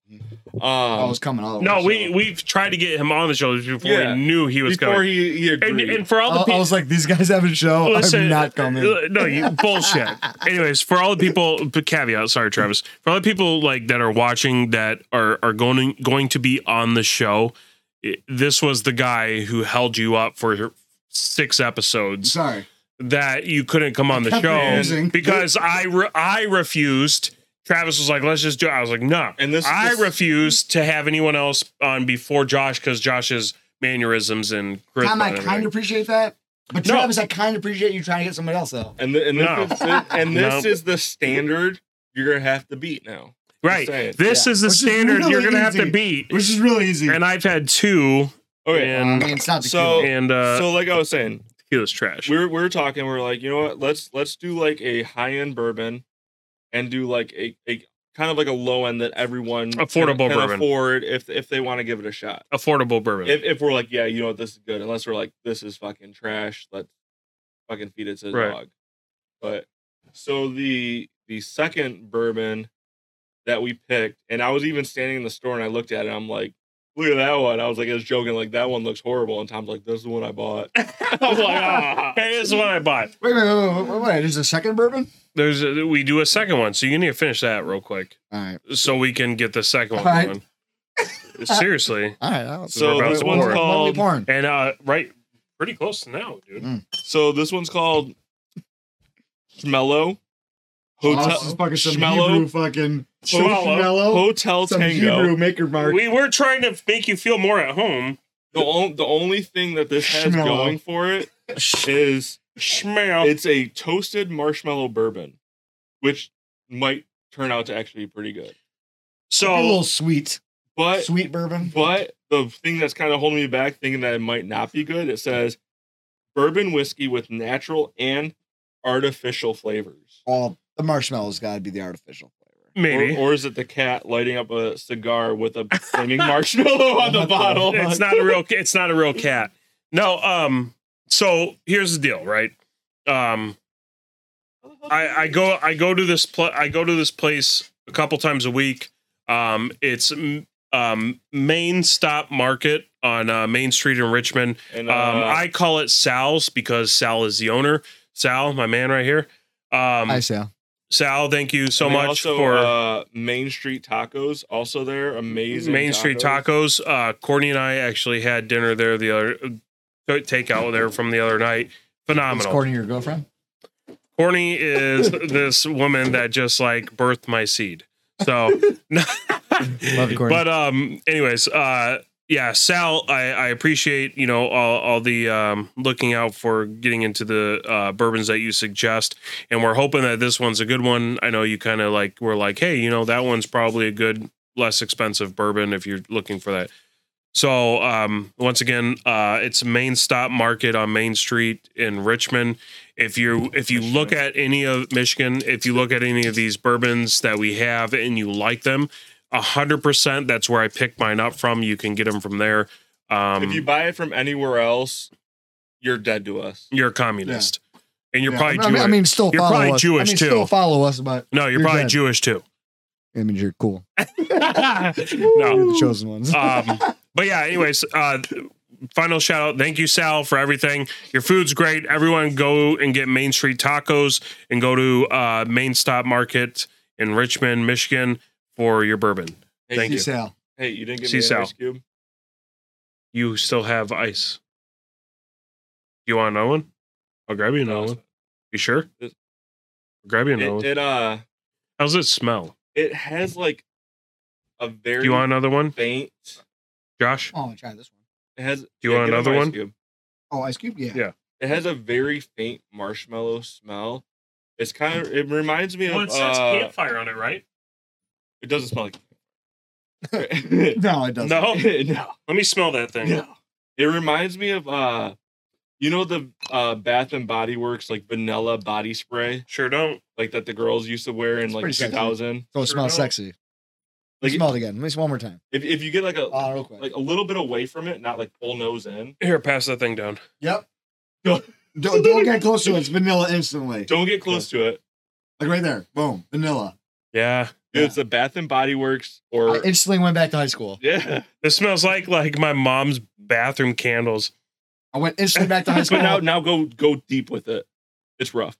B: Oh,
C: I
A: um,
C: was Oh, coming all the
B: No,
C: way,
B: we
C: so-
B: we've tried to get him on the show before
A: Yeah.
B: we knew he was
A: before
B: coming.
A: he, he
B: and,
A: agreed.
B: and for all the
C: I, I
B: people,
C: was like, these guys have a show. I'm
B: Listen,
C: not coming.
B: uh, No,
C: (laughs)
B: you bullshit. Anyways, for all the people, but caveat. Sorry, Travis. For all the people like that are watching that are are going going to be on the show. it- this was the guy who held you up for six episodes
C: Sorry.
B: that you couldn't come on the
C: kept
B: show
C: refusing.
B: because I re- I refused. Travis was like, "Let's just do." it. I was like, "No."
A: And this-
B: I
A: this-
B: refuse to have anyone else on before Josh because Josh's mannerisms and charisma
C: Tom, I
B: and
C: kind
B: everything.
C: of appreciate that. But
B: No.
C: Travis, I kind of appreciate you trying to get somebody else out.
A: And, th- and this,
B: No.
A: is, the- and this
B: No.
A: is the standard you're gonna have to beat now.
B: right.
A: saying.
B: This
C: Yeah.
B: is the
C: Which is
B: standard you're
C: really
B: gonna have to
C: easy.
B: beat.
C: Which is really easy.
B: And I've had two,
A: Okay,
C: I
B: and
C: mean, it's not the
A: uh, So-
C: cutest.
B: and uh,
A: so like I was saying,
B: he was trash.
A: we were we were talking. We were like, you know what? Let's let's do like a high end bourbon, and do like a, a kind of like a low end that everyone can-
B: Affordable
A: can
B: bourbon.
A: afford if if they want to give it a shot.
B: Affordable bourbon.
A: If, (laughs) if we're like, yeah, you know what, this is good. Unless we're like, this is fucking trash. Let's fucking feed it to the
B: Right.
A: dog. But so the the second bourbon that we picked, and I was even standing in the store and I looked at it. I'm like, look at that one. I was like, I was joking, like that one looks horrible. And Tom's like, this is the one I bought. oh
B: I was like, ah, hey, this is what I bought.
C: Wait, wait, wait, wait, wait, wait. There's a second bourbon?
B: There's a, we do a second one, so you need to finish that real quick
C: All right.
B: so we can get the second one
C: All right.
B: going. Seriously,
C: All right. I'll-
A: So
B: We're about
A: this
B: to
A: one's
B: pour.
C: What are we
A: called.
C: pouring?
B: and uh, right, pretty close to now, dude.
A: So this one's called Schmello Hotel
C: Oh, this is fucking some
A: Schmello.
C: Hebrew fucking
B: Schmello.
A: Hotel
C: some
A: Tango.
C: Hebrew maker mark.
B: We were trying to make you feel more at home.
A: The, on, the only thing that this has
C: Schmello.
A: going for
C: (laughs)
A: it is
B: Schmel.
A: it's a toasted marshmallow bourbon, which might turn out to actually be pretty good.
C: a
B: So
C: little sweet,
A: But
C: sweet bourbon.
A: but the thing that's kind of holding me back, thinking that it might not be good, it says bourbon whiskey with natural and artificial flavors.
C: Well, the marshmallow's got to be the artificial flavor.
B: maybe
A: Or, or is it the cat lighting up a cigar with
B: (laughs)
A: a flaming marshmallow on the bottle?
B: Oh it's not
A: (laughs)
B: a real it's not a real cat no um so here's the deal right um i i go i go to this pl- i go to this place a couple times a week um it's mm, um main stop market on uh, main street in richmond
A: And, uh,
B: um i call it sal's because sal is the owner sal my man right here um
C: I see.
B: sal thank you so
A: and then
B: much
A: also,
B: for
A: uh, Main Street Tacos. Also, there amazing
B: Main Street Tacos. Uh, Courtney and I actually had dinner there the other uh, takeout there from the other night.
C: It's
B: Phenomenal.
C: according to your girlfriend.
B: Courtney is (laughs) this woman that just like birthed my seed. So, (laughs)
C: Love you, Courtney.
B: but um, anyways, uh, yeah, Sal, I, I appreciate you know all, all the um, looking out for getting into the uh, bourbons that you suggest, and we're hoping that this one's a good one. I know you kind of like were like, hey, you know that one's probably a good, less expensive bourbon if you're looking for that. So um, once again, uh, it's Main Stop Market on Main Street in Richmond. If you if you look at any of Michigan, if you look at any of these bourbons that we have and you like them, hundred percent, that's where I pick mine up from. You can get them from there. Um,
A: If you buy it from anywhere else, you're dead to us.
B: you're a communist, and you're
C: Yeah.
B: probably
C: I mean,
B: Jewish.
C: I mean, still
B: You're
C: follow
B: probably
C: us.
B: Jewish,
C: I mean,
B: too.
C: Still follow us, but
B: no, you're,
C: you're
B: probably
C: dead.
B: Jewish too.
C: I mean, you're (laughs) cool. Oh,
B: no,
C: You're the chosen ones.
B: um, but yeah, anyways, uh, final shout out. Thank you, Sal, for everything. Your food's great. Everyone go and get Main Street Tacos and go to uh, Main Stop Market in Richmond, Michigan for your bourbon.
A: Hey,
B: Thank
A: you.
C: Peace out.
A: Hey, you didn't give
B: See
A: me an
B: Sal.
A: ice cube.
B: You still have ice. You want another one? I'll grab you another
A: No,
B: one.
A: it's-
B: You sure?
A: It's-
B: I'll grab you another
A: It,
B: one.
A: it uh,
B: How's it smell?
A: it has like a
B: Do
A: very
B: you want another one,
A: faint.
B: Josh?
C: Oh, I'm gonna try this one.
A: It has. Do
B: you want another one?
A: Cube.
C: Oh, Ice Cube. Yeah.
B: Yeah.
A: It has a very faint marshmallow smell. It's kind of. It reminds me of.
B: Well, it says
A: uh,
B: campfire on it, right?
A: it doesn't
B: (laughs)
A: smell like.
C: No, it doesn't.
A: (laughs)
B: No.
A: no.
B: Let me smell that thing.
A: No. It reminds me of uh you know the uh Bath and Body Works like vanilla body spray
B: Sure don't.
A: like that the girls used to wear in
C: It's
A: like
C: pretty sexy.
A: 2000.
C: So it
B: Sure
C: smells
B: don't.
C: sexy.
A: Like
C: smell it again. At least one more time.
A: if, if you get like a
C: Uh, real quick.
A: like a little bit away from it, not like full nose in.
B: Here, pass that thing down.
C: yep.
A: Don't-
C: don't, don't get close to it. It's vanilla instantly.
A: Don't get close to it.
C: Like right there. Boom. Vanilla.
B: Yeah.
A: Dude, It's the Bath and Body Works or
C: I instantly went back to high school.
A: (laughs) yeah.
B: This smells like like my mom's bathroom candles.
C: I went instantly back (laughs) to high
A: (laughs)
C: school.
A: But now now go go deep with it. It's rough.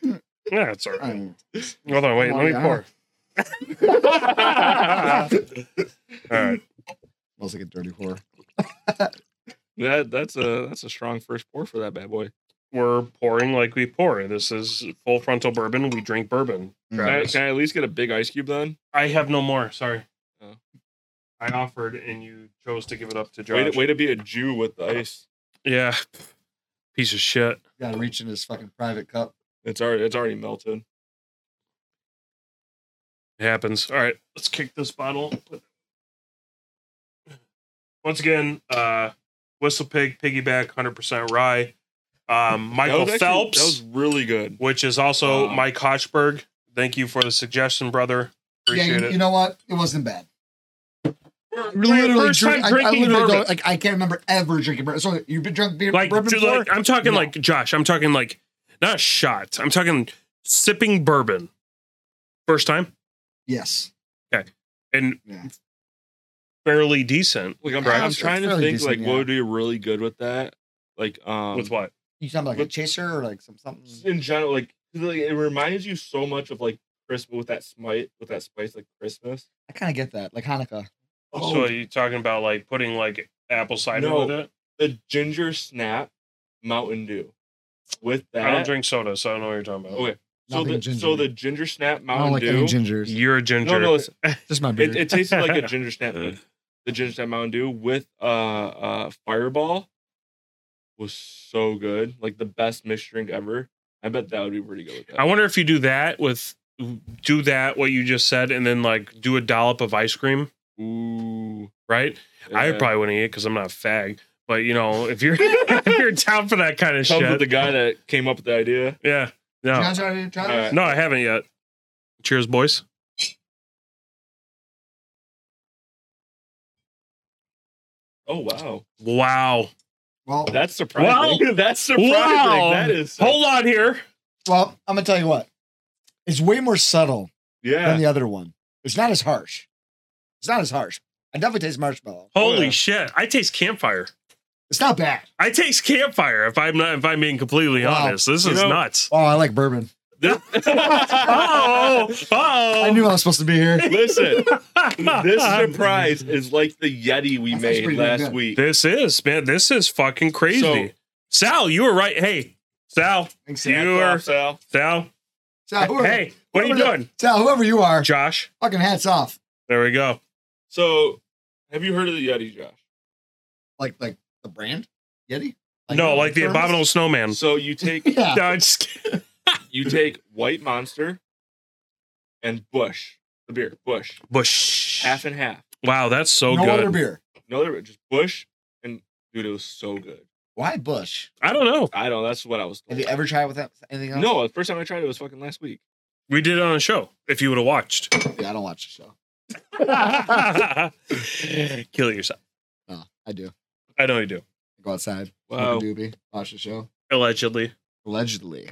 B: Yeah, it's all right.
C: Um,
B: Hold on, wait,
C: Come
B: let me
C: on,
B: pour.
C: (laughs)
B: all right.
C: smells like a dirty whore.
A: That that's a that's a strong first pour for that bad boy.
B: We're pouring like we pour. This is full frontal bourbon. We drink bourbon.
A: Can I,
B: Right.
A: can I at least get a big ice cube then?
B: I have no more. Sorry.
A: Oh.
B: I offered and you chose to give it up to Josh.
A: Way to, way to be a Jew with the ice.
B: Yeah. Piece of shit.
C: Got to reach in his fucking private cup.
A: It's already it's already melted.
B: It happens. All right, let's kick this bottle. Once again, uh, Whistle Pig Piggyback 100% Rye. Um,
A: That
B: Michael
A: was actually-
B: Phelps,
A: That was really good.
B: which is also
A: Wow.
B: Mike Kochberg. Thank you for the suggestion, brother.
C: yeah,
B: Appreciate
C: you,
B: it.
C: you know what? It wasn't bad.
B: For-
C: Literally,
B: first
C: drink-
B: time
C: I- I,
B: drinking
C: literally
B: bourbon.
C: don't like. I can't remember ever drinking bourbon. So you've been drunk beer,
B: like,
C: bourbon
B: dude,
C: before?
B: like I'm talking
C: No.
B: like Josh. I'm talking like not a shot. I'm talking sipping bourbon. First time
C: yes.
B: and
C: Yeah.
B: fairly decent.
A: Like I'm,
B: Correct.
A: I'm trying to
C: Fairly
A: think
C: decent,
A: like what
C: yeah.
A: would be really good with that. Like um
B: With what?
C: You sound like a
A: But-
C: chaser or like some something.
A: in general, like, like, it reminds you so much of like Christmas with that smite with that spice like Christmas.
C: I kind of get that, like Hanukkah. oh.
B: So you talking about like putting like apple cider
A: No.
B: with it?
A: the ginger snap Mountain Dew with that.
B: I don't drink soda, so I don't know what you're talking about.
A: Okay, so
C: Nothing
A: the
C: ginger.
A: so the ginger snap
C: I don't
A: Mountain
C: like
A: Dew.
C: any gingers.
B: You're a ginger.
A: No, no, it's,
C: Just my beer.
A: it, it tasted
C: (laughs)
A: like a ginger snap. but The ginger snap Mountain Dew with uh uh Fireball was so good, like the best mixed drink ever. I bet that would be pretty good with that.
B: I wonder if you do that with do that what you just said, and then like do a dollop of ice cream,
A: Ooh,
B: right? I
A: yeah.
B: probably wouldn't eat it because I'm not a fag. But you know, if you're (laughs) if you're down for that kind of
A: comes
B: shit,
A: with the guy that came up with the idea.
B: yeah, no,
C: John's already tried it?
A: Alright.
B: no, I haven't yet. Cheers, boys.
A: Oh wow,
B: Wow.
C: Well,
A: that's surprising. (laughs) that's surprising.
B: Wow.
A: That is.
B: Hold on here.
C: well, I'm gonna tell you what. It's way more subtle
A: yeah.
C: than the other one. It's not as harsh. It's not as harsh. I definitely taste marshmallow.
B: Holy
A: Oh, Yeah.
B: shit! I taste campfire.
C: It's not bad.
B: I taste campfire. If I'm not, if I'm being completely
C: Wow.
B: honest, this
A: You
B: is
A: know- (laughs)
B: nuts.
C: Oh, I like bourbon.
B: Oh, oh.
C: I
B: (laughs)
C: knew I was supposed to
A: (laughs)
C: be here.
A: Listen, this surprise is like the Yeti we
C: That's
A: made
C: pretty
A: last
C: good.
A: week.
B: This is man. This is fucking crazy. Sal, you were right. Hey, Sal,
C: Thanks,
B: You
C: Sal.
A: Hats
B: are-
A: off, Sal.
B: Sal.
C: Sal, whoever,
B: hey, what are you
C: whoever-
B: doing,
C: Sal, whoever you are,
B: Josh?
C: fucking hats off.
B: There we go.
A: So, have you heard of the Yeti, Josh?
C: Like, like the brand Yeti.
B: no, like the
C: thermos?
B: abominable snowman.
A: So you take
C: (laughs) Yeah.
B: No, I'm just kidding.
A: you take White Monster and Bush, the beer Bush,
B: (laughs) Bush.
A: half and half.
B: Wow, that's so
C: no other
B: good.
C: beer.
A: No, other- just Bush and dude, it was so good.
C: Why Bush?
B: I don't know.
A: I don't. That's what I was.
C: Have
A: Told.
C: you ever tried with that, anything else?
A: No, the first time I tried it was fucking last week.
B: We did it on a show. If you would have watched, (laughs)
C: Yeah, I don't watch the show.
B: kill yourself.
C: No, I do.
B: I know you do.
C: I go outside, smoke a
A: Wow.
C: doobie, watch the show.
B: Allegedly.
C: Allegedly,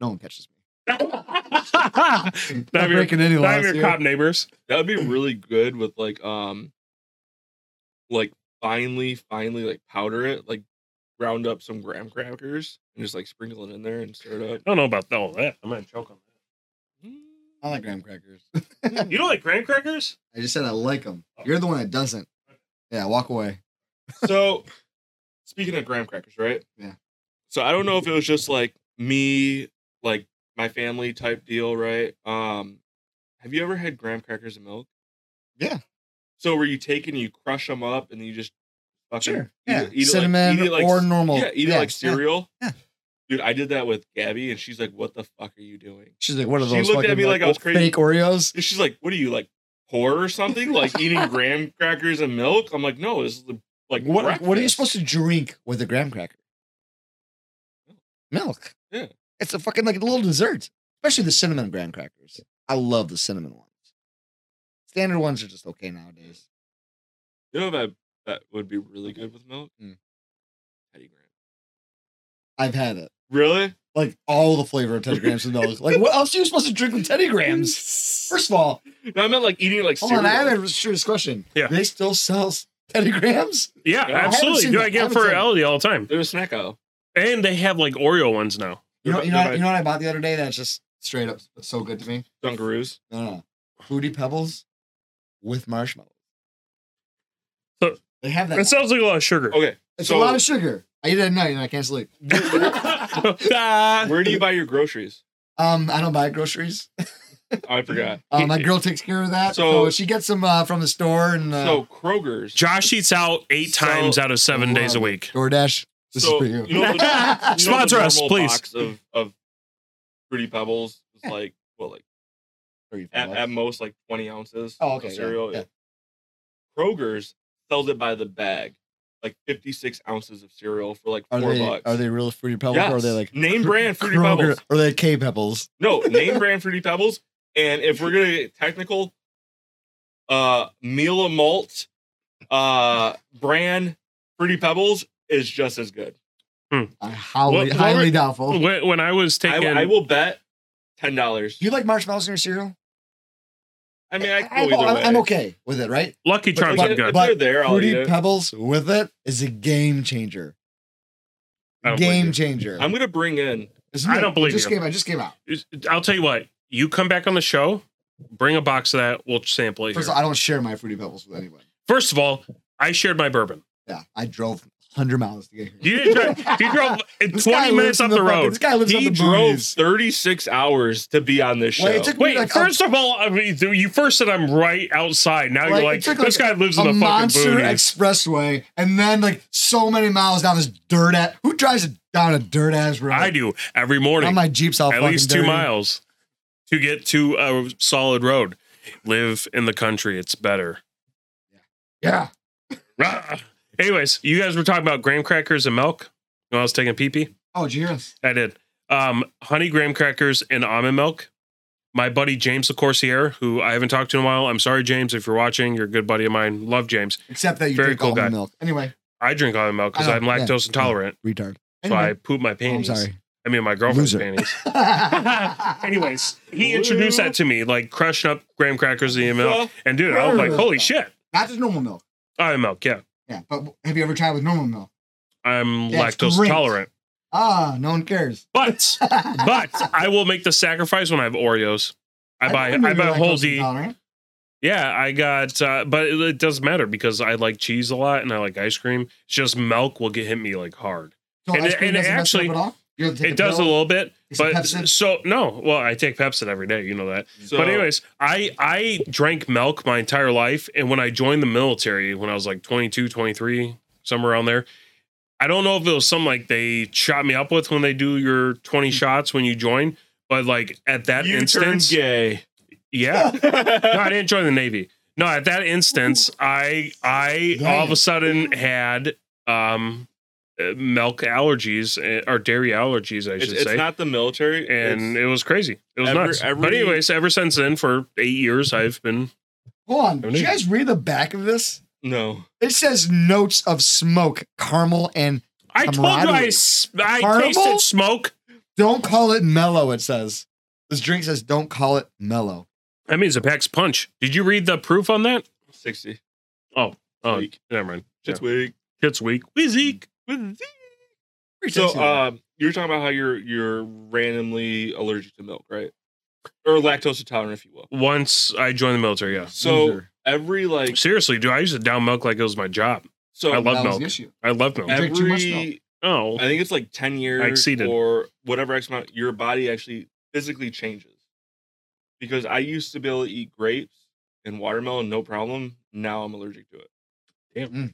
C: no
B: (laughs)
C: one catches me.
B: not
C: Not
B: your,
C: breaking any
B: not
C: laws
B: your
C: here.
B: cop neighbors.
A: That
C: (clears throat)
A: would be really good with like um like finely, finely like powder it, like ground up some graham crackers and just like sprinkle it in there and stir it up.
B: I don't know about all that. I'm gonna choke on
C: I like graham crackers.
B: that. You don't like graham crackers?
C: I just said I like them. You're the one that doesn't. Yeah, walk away.
A: Mm. So speaking of graham crackers, right?
C: Yeah.
A: So I don't know if it was just like me, like my family type deal, right? Um have you ever had graham crackers and milk?
C: Yeah.
A: So were you taking you crush them up and then you just fucking
C: Sure.
A: eat
C: Yeah.
A: it- eat it like-
C: Cinnamon
A: eat it like-
C: or normal.
A: Yeah, eat it like cereal.
C: yeah.
A: Dude, I did that with Gabby, and she's like, "What the fuck are you doing?"
C: She's like, what are
A: She
C: those?
A: looked at
C: fucking,
A: me like I was crazy.
C: Fake Oreos.
A: And she's like, "What are you like poor or something? Like
C: (laughs)
A: eating graham crackers and milk?" I'm like, "No, this is the, like
C: What What are you
A: breakfast."
C: supposed to drink with a graham cracker? Milk.
A: Yeah.
C: It's a fucking like a little dessert, especially the cinnamon graham crackers. I love the cinnamon ones. Standard ones are just okay nowadays.
A: You know that that would be really good with milk.
C: Mm.
A: Teddy Graham.
C: I've had it.
A: Really?
C: Like all the flavor of Teddy Grahams in those. Like what else are you supposed to drink with Teddy Grahams? First
A: (laughs)
C: of all,
A: No, I meant like eating like
C: hold on, I
A: cereal.
C: have a serious question.
B: Yeah.
C: They still sell Teddy Grahams?
B: Yeah,
A: Yeah. I haven't
B: absolutely.
C: seen
B: Dude,
C: that.
B: I
C: I
B: get it
C: haven't
B: for
C: seen that.
B: Aldi all the time.
A: There's a snack aisle.
B: And they have like Oreo ones now.
C: You know,
A: They're
C: you
A: about-
C: know, you know what I bought the other day? That's just straight up so good to me.
A: they're about Dunkaroos.
C: No, no, no. Mm. Fruity Pebbles with marshmallows.
B: So-
C: they have that. now.
B: That sounds like a lot of sugar.
A: (laughs)
B: (laughs)
A: Okay,
C: it's
A: so-
C: a lot of sugar. I eat it at night and I can't sleep.
B: Ah.
A: where do you buy your groceries? Oh,
C: Um, I don't buy groceries.
A: I
C: (laughs)
A: forgot.
C: Uh, my girl takes care of that.
A: So-
C: So, she gets them uh, from the store and uh,
A: So Kroger's.
B: Josh eats out eight
A: So-
B: times out of seven days a week.
C: DoorDash. This
A: So,
C: is for you.
A: you
C: (laughs)
A: know the
B: Sponsor us,
A: normal
B: please.
A: Box of, of fruity pebbles is like well, like
C: Fruity
A: at,
C: Pebbles.
A: at most like twenty ounces.
C: Oh, okay,
A: Of
C: yeah,
A: cereal.
C: yeah.
A: Kroger's sells it by the bag, like fifty six ounces of cereal for like
C: are
A: four
C: they
A: bucks.
C: are they real fruity pebbles or are they
A: Yes.
C: like
A: name
C: Kro-
A: brand fruity
C: Kroger-
A: pebbles?
C: Or are they K pebbles?
A: No, name brand fruity pebbles. And if we're gonna get technical, uh, Mila Malt, uh, brand fruity pebbles is just as good.
C: I highly
B: What- what
C: highly
B: were-
C: doubtful.
B: When when I was
A: I,
B: taking,
A: I will bet ten dollars.
C: Do you like marshmallows in your cereal?
A: I mean, I
C: I-
A: can go either
C: I'm-
A: way.
C: I'm okay with it, right?
B: Lucky
C: But-
B: Charms
A: Like,
B: are
A: if, if
B: good.
A: they're there, I'll eat
C: Fruity
A: it.
C: Pebbles with it is a game changer.
B: I don't
C: Game
B: believe
C: changer.
A: I'm gonna bring in.
C: It's
B: I
C: new.
B: don't believe
C: it just
B: you.
C: Came, out. just came out.
B: you. I'll tell you what. You come back on the show, bring a box of that. We'll sample it. here.
C: First of all, I don't share my Fruity Pebbles with anyone.
B: First of all, I shared my bourbon.
C: Yeah, I drove 100 miles to get here.
B: You didn't
C: (laughs)
B: drive. You drove in
C: This guy
B: twenty minutes
C: lives in
B: up the,
C: fucking- This
B: road.
C: guy lives on
A: He
C: the
A: drove
C: drove.
A: 36 hours to be on this show.
C: Well, it took me
B: Wait,
C: like a-
B: first of all, I mean, you first said I'm right outside. Now you're
C: Like,
B: like,
C: it took
B: this guy lives in
C: a
B: the fucking
C: monster
B: boonies.
C: expressway, and then like so many miles down this dirt ass. Who drives it down a dirt ass road?
B: I do every
C: Now
B: morning,
C: my jeep's all
B: at
C: fucking
B: least two
C: dirty.
B: miles to get to a solid road. Live in the country; it's better.
C: Yeah,
B: Rah. Anyways, you guys were talking about graham crackers and milk. When I was taking pee pee,
C: Oh, did you hear us?
B: I did um, honey graham crackers and almond milk. My buddy James LaCourciere, who I haven't talked to in a while. I'm sorry, James, if you're watching. You're a good buddy of mine. Love James.
C: Except that you
B: Very
C: drink
B: cool
C: almond
B: guy.
C: milk. Anyway,
B: I drink almond milk because
C: I know,
B: I'm
C: yeah.
B: lactose intolerant.
C: retard.
B: So I
C: Anyway,
B: poop my
C: oh, I'm
B: panties. (laughs)
C: sorry.
B: I mean, my girlfriend's
C: Loser. (laughs)
B: panties.
C: anyway,
B: Anyways, he introduced that to me, like crushing up graham crackers in the milk.
A: Well,
B: And dude, I was like, holy shit.
C: not just normal milk.
B: Almond milk, yeah.
C: Yeah, but have you ever tried with normal milk?
B: I'm
C: Yeah, it's
B: lactose
C: great.
B: tolerant.
C: Ah, no one cares. (laughs)
B: But but I will make the sacrifice when I have Oreos. I buy I, buy whole D. Yeah, I got uh, but it, it doesn't matter because I like cheese a lot and I like ice cream. It's just milk will get hit me like hard. And it- and it actually- It does a little bit, but so no. Well, I take Pepsi every day, you know that.
A: so,
B: but anyways, I I drank milk my entire life and when I joined the military when I was like 22, 23, somewhere around there. I don't know if it was something like they shot me up with when they do your 20 shots when you join, but like at that
A: you turned (laughs)
B: instance,
A: gay.
B: yeah. No, I didn't join the Navy. No, at that instance, I I all of a
C: Damn.
B: sudden had um uh, milk allergies uh, or dairy allergies, I
A: it's,
B: should
A: it's
B: say
A: not the military.
B: and
A: it's-
B: it was crazy. It was
A: Every-
B: nuts. but
A: every- Mm-hmm.
B: anyways, ever since then, for eight years, I've been
C: Hold on.
B: Don't
C: Did you
B: need it.
C: guys read the back of this?
A: no.
C: It says notes of smoke, caramel, and
B: I told you I,
C: Camaraderie.
B: s- I
C: Caramel?
B: tasted smoke.
C: don't call it mellow. It says this drink says don't call it mellow.
B: That means it packs punch. Did you read the proof on that?
A: 60.
B: Oh,
A: Weak.
B: never mind.
A: It's weak.
B: It's weak. Weak.
C: Pretty
A: So
C: tasty.
B: uh,
A: um, you were talking about how you're you're randomly allergic to milk, right? Or lactose intolerant, if you will.
B: Once I joined the military, yeah.
A: So
C: Loser.
A: every like
B: Seriously, dude, I used to down milk like it was my job.
A: so
B: I love
C: that was
B: milk.
C: the issue.
B: I love milk.
C: Ev- drink too much
A: every
B: Oh,
A: I think it's like 10 years
B: exceeded.
A: or whatever X amount, your body actually physically changes. Because I used to be able to eat grapes and watermelon, no problem. Now I'm allergic to it.
C: Mm.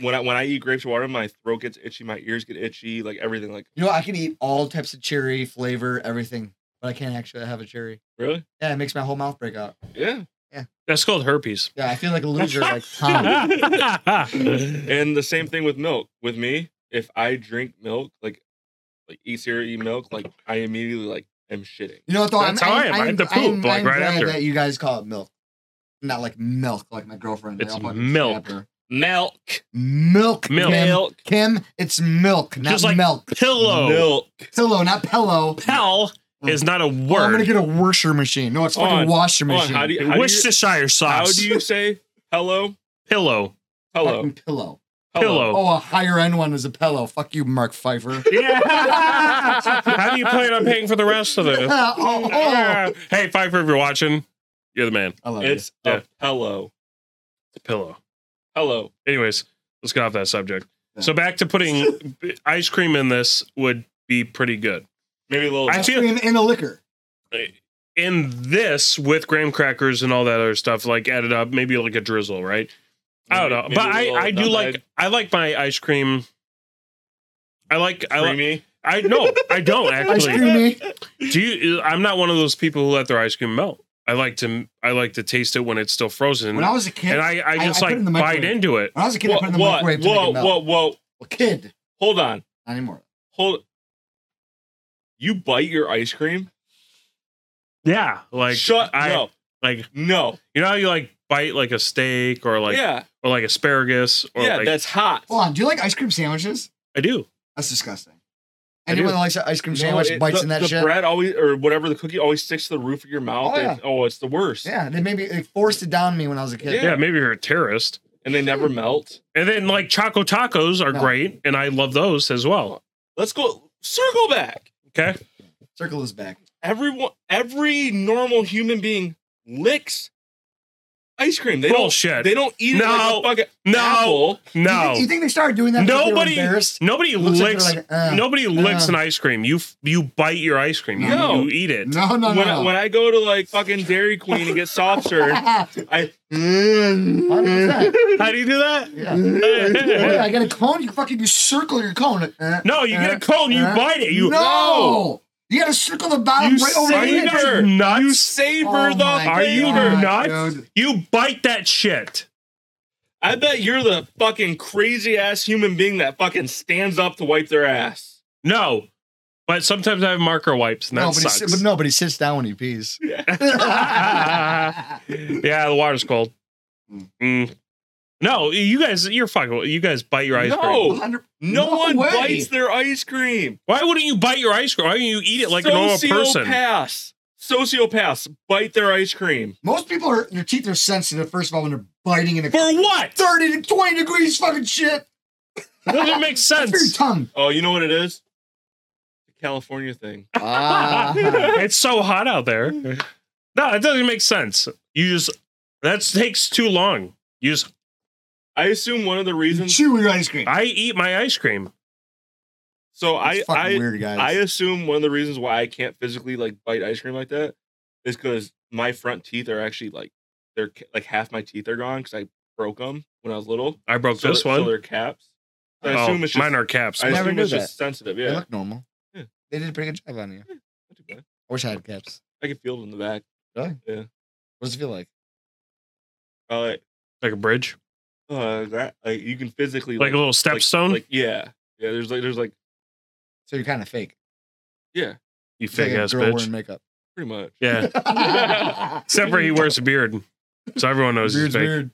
A: when I when I eat grapes water, my throat gets itchy, my ears get itchy, like everything. Like
C: You know, I can eat all types of cherry flavor, everything, but I can't actually have a cherry.
A: really?
C: Yeah, it makes my whole mouth break out.
A: Yeah.
B: That's called
C: (laughs)
B: herpes.
C: Yeah, I feel like a
B: (laughs)
C: loser. like, Tom.
B: yeah,
A: And the same thing with milk. With me, if I drink milk, like like eat cereal, eat milk, like I immediately like am shitting.
C: You know what though?
B: That's how I am. I had to poop, like, right
C: glad
B: after.
C: That you guys call it milk, not like milk, like my girlfriend. They
B: It's
C: all fucking
B: milk.
C: stab her.
A: Milk,
C: Milk.
B: Milk.
C: Kim. Kim, it's milk, not
B: Just like-
C: milk.
B: pillow.
A: milk.
C: Pillow, not pillow.
B: Pell is not a
C: Oh, I'm gonna
B: word.
C: get a washer machine. No, it's
A: Hold
C: fucking
A: on.
C: washer
A: Hold on,
C: machine.
A: how do you-
B: Worcestershire
A: How
B: sauce.
A: do you say hello?
B: pillow.
A: Hello.
C: Fucking pillow.
B: Pillow.
C: Oh, a higher end one is a pillow. Fuck you, Mark
B: (laughs)
C: Pfeiffer. (laughs)
B: How do you plan on paying for the rest of (laughs) this?
C: oh, oh,
B: Uh, hey, Pfeiffer, if you're watching, you're the man.
C: I love you.
A: It's
B: Yeah.
A: a hello.
B: It's a pillow.
A: Hello.
B: Anyways, let's get off that subject.
C: Yeah.
B: So back to (laughs) putting ice cream in this would be pretty good.
A: Maybe a little.
B: I feel
C: in, in a liquor.
B: in this with graham crackers and all that other stuff, like added up, maybe like a drizzle, right? I don't know,
A: maybe- maybe
B: but
A: a
B: I
A: little
B: I do
A: nutmeg.
B: like I like my ice cream. I like I like
A: creamy.
B: I no
A: (laughs)
B: I don't
C: Ice
B: actually.
C: creamy.
B: Do you? I'm not one of those people who let their ice cream melt. I like to I like to taste it when it's still frozen,
C: When I was a kid,
B: and I I just
C: I put it
B: like
C: in the
B: bite
C: microwave. Uh,
B: into it.
C: when I was a kid, I
A: Wha-
C: put it in the
A: what-
C: microwave to make
A: whoa,
C: it melt.
A: whoa, whoa.
C: A kid,
A: Hold on.
C: not anymore.
A: Hold. You bite your ice cream?
B: Yeah, like
A: Shut
B: I
A: no,
B: like
A: no.
B: you know how you like bite like a steak or like
A: yeah,
B: or like asparagus or
A: yeah.
B: like
A: that's hot.
C: Hold on, do you like ice cream sandwiches?
B: I do.
C: That's disgusting.
B: I do.
C: Anyone that likes an ice cream
A: No,
C: sandwich
A: it-
C: bites
A: the,
C: in that
A: the
C: shit.
A: bread always or whatever the cookie always sticks to the roof of your mouth.
C: Oh,
A: and-
C: yeah.
A: oh, it's the worst.
C: Yeah, they maybe they forced it down me when I was a kid.
A: Yeah.
B: Yeah. maybe you're a terrorist.
A: And they never melt.
B: And then like choco tacos are
C: No.
B: great, and I love those as well.
A: Let's go circle back.
B: Okay,
C: Circle is back.
A: Everyone, every normal human being licks ice cream. They
B: bullshit.
A: don't. They don't eat it
B: No.
A: like a fucking
B: No.
A: apple.
C: You
B: no,
C: think, you think they started doing that? because they were
B: Nobody- (laughs)
C: embarrassed?
B: nobody
C: It looks like
B: licks.
C: they're like, uh,
B: nobody licks
C: uh.
B: an ice cream. You f- you bite your ice cream. You-
A: No.
B: you eat it.
C: no, no, no.
A: when, I, when I go to like fucking Dairy Queen and get soft
C: (laughs)
A: serve, I
C: 100%.
B: How do you do that?
C: Yeah. Wait, I get a cone. You fucking you circle your cone. Uh,
B: no, you get a cone, you
C: Uh,
B: bite it. You
C: no, you gotta circle the bottom
A: You
C: right over
B: Are
C: the
B: you
A: savor.
C: edge.
A: (laughs)
B: guys
A: you
B: nuts?
A: savor
C: Oh
A: the.
C: my
B: Are you
A: flavor.
C: God,
B: nuts?
C: dude.
B: You bite that shit.
A: I bet you're the fucking crazy ass human being that fucking stands up to wipe their ass.
B: No, but sometimes I have marker wipes, and that
C: No, but, he,
B: sucks.
C: si- but nobody sits down when he pees.
B: (laughs)
C: (laughs)
B: yeah, the water's cold.
C: Mm.
B: Mm. No, you guys, you're fucking. You guys bite your ice
A: No.
B: cream.
A: No,
C: No
A: one
C: way.
A: bites their ice cream.
B: Why wouldn't you bite your ice cream? Why wouldn't you eat it like a normal person?
A: Sociopaths. Sociopaths bite their ice cream.
C: Most people are their teeth are sensitive. First of all, when they're biting in a
B: For what?
C: thirty to twenty degrees fucking shit. (laughs)
B: Doesn't make
C: For your
B: sense.
C: tongue.
A: Oh, you know what it is? The California thing.
B: Ah. it's so hot out there. No, it doesn't make sense. You just that takes too long. You just
A: I assume one of the
C: you
A: reasons.
C: chew your ice cream.
B: I eat my ice cream.
A: So
C: It's
A: I
C: fucking
A: I
C: weird guys.
A: I assume one of the reasons why I can't physically like bite ice cream like that is because my front teeth are actually like they're ca- like half my teeth are gone because I broke them when I was little.
B: I broke
A: So
B: Oh, this
A: they're-
B: one.
A: So they're caps. So I
B: oh,
A: assume it's just,
B: mine are caps.
A: I
C: Never
A: assume
C: knew
A: it's just
C: that.
A: sensitive.
C: They
A: Yeah.
C: look normal.
A: Yeah.
C: They did a pretty good job on you.
A: Not too bad.
C: I wish I had caps.
A: I can feel it in the back.
C: What does it feel like?
A: Uh, like,
B: like a bridge,
A: uh, that like you can physically
B: like a little
A: like-
B: stepstone.
A: Like, yeah, yeah. There's like there's like
C: So you're kind of fake.
B: you
C: It's like
B: fake
C: a
B: ass
C: girl
B: bitch.
C: wearing makeup.
A: pretty much.
B: Yeah.
C: (laughs)
A: (laughs)
B: Except for he wears a beard. So everyone knows
C: Beard's
B: he's fake.
C: weird.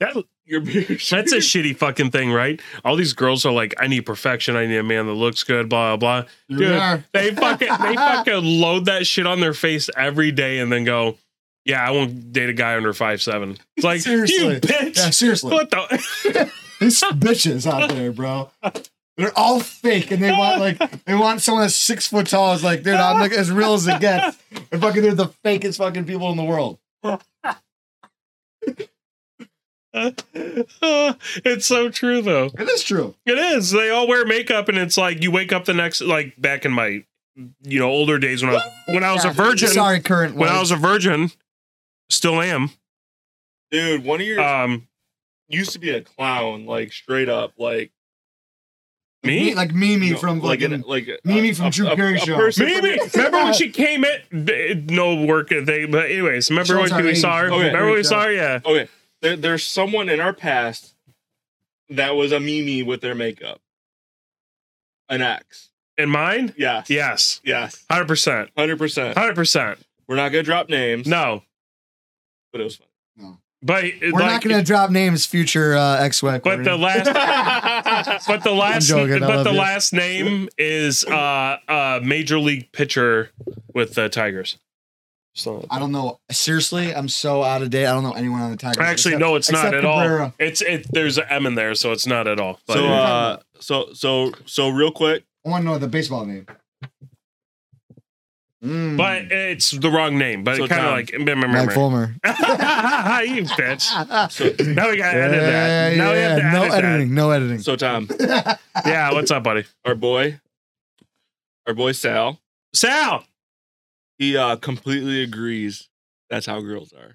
B: That,
A: Your beard. (laughs)
B: that's a shitty fucking thing, right? All these girls are like, I need perfection. I need a man that looks good, blah, blah, blah.
C: Here
B: Dude,
C: we are. (laughs)
B: They fucking, they fucking load that shit on their face every day and then go, yeah, I won't date a guy under five seven. It's like,
C: Seriously.
B: you bitch.
C: Yeah, seriously.
B: What the? (laughs)
C: These bitches out there, bro. They're all fake and they want like they want someone that's six foot tall. It's like, dude, I'm like as real as it gets. And fucking they're the fakest fucking people in the world.
B: it's so true, though.
C: It is true.
B: It is. They all wear makeup, and it's like you wake up the next, like back in my, you know, older days when I was, when I was a virgin.
C: Sorry, current
B: when I
C: wife.
B: was a virgin, still am.
A: Dude, one of your
B: Um,
A: used to be a clown, like straight up, like
B: Me?
C: like Mimi
A: no,
C: from
A: like
C: fucking,
A: an, like a-
C: Mimi
A: a-
C: from
A: a-
C: Drew
A: a-
C: Carey
A: a
C: show.
A: person from
C: (laughs)
B: Maybe.
A: the-
B: remember when she came in? No work thing. But anyways, remember
C: Shows
B: when
C: our
B: we
C: age.
B: saw her?
A: Okay.
B: Remember when we saw her? Yeah.
A: Okay, there, there's someone in our past that was a Mimi with their makeup, an ex.
B: And mine?
A: Yes.
B: Yes.
A: Yes.
B: Hundred percent.
A: Hundred percent.
B: Hundred percent.
A: We're not gonna drop names.
B: No.
A: but it was fun.
B: But
C: We're not
B: like,
C: going to drop names, future uh, ex wife.
B: but the last but
C: (laughs)
B: the last
C: joking, I
B: but
C: love
B: the
C: you.
B: last name is uh uh major league pitcher with the Tigers. So
C: I don't know. Seriously, I'm so out of date. I don't know anyone on the Tigers.
B: actually
C: except-
B: no it's not
C: except
B: at all.
C: Cabrera.
B: It's it there's an M in there, so it's not at all. But
A: So uh, so so so real quick.
C: I want to know the baseball name. Mm.
B: but it's the wrong name, but
A: So
B: it kind of
A: Tom.
B: like you
C: Mike
B: (laughs)
C: Fulmer.
B: bitch.
C: (laughs)
B: Now we got to edit that. Now we have to
C: no
B: edit that.
C: editing. No editing.
A: So Tom,
B: Yeah, what's up, buddy?
A: our boy, our boy Sal,
B: Sal,
A: he uh completely agrees. That's how girls are.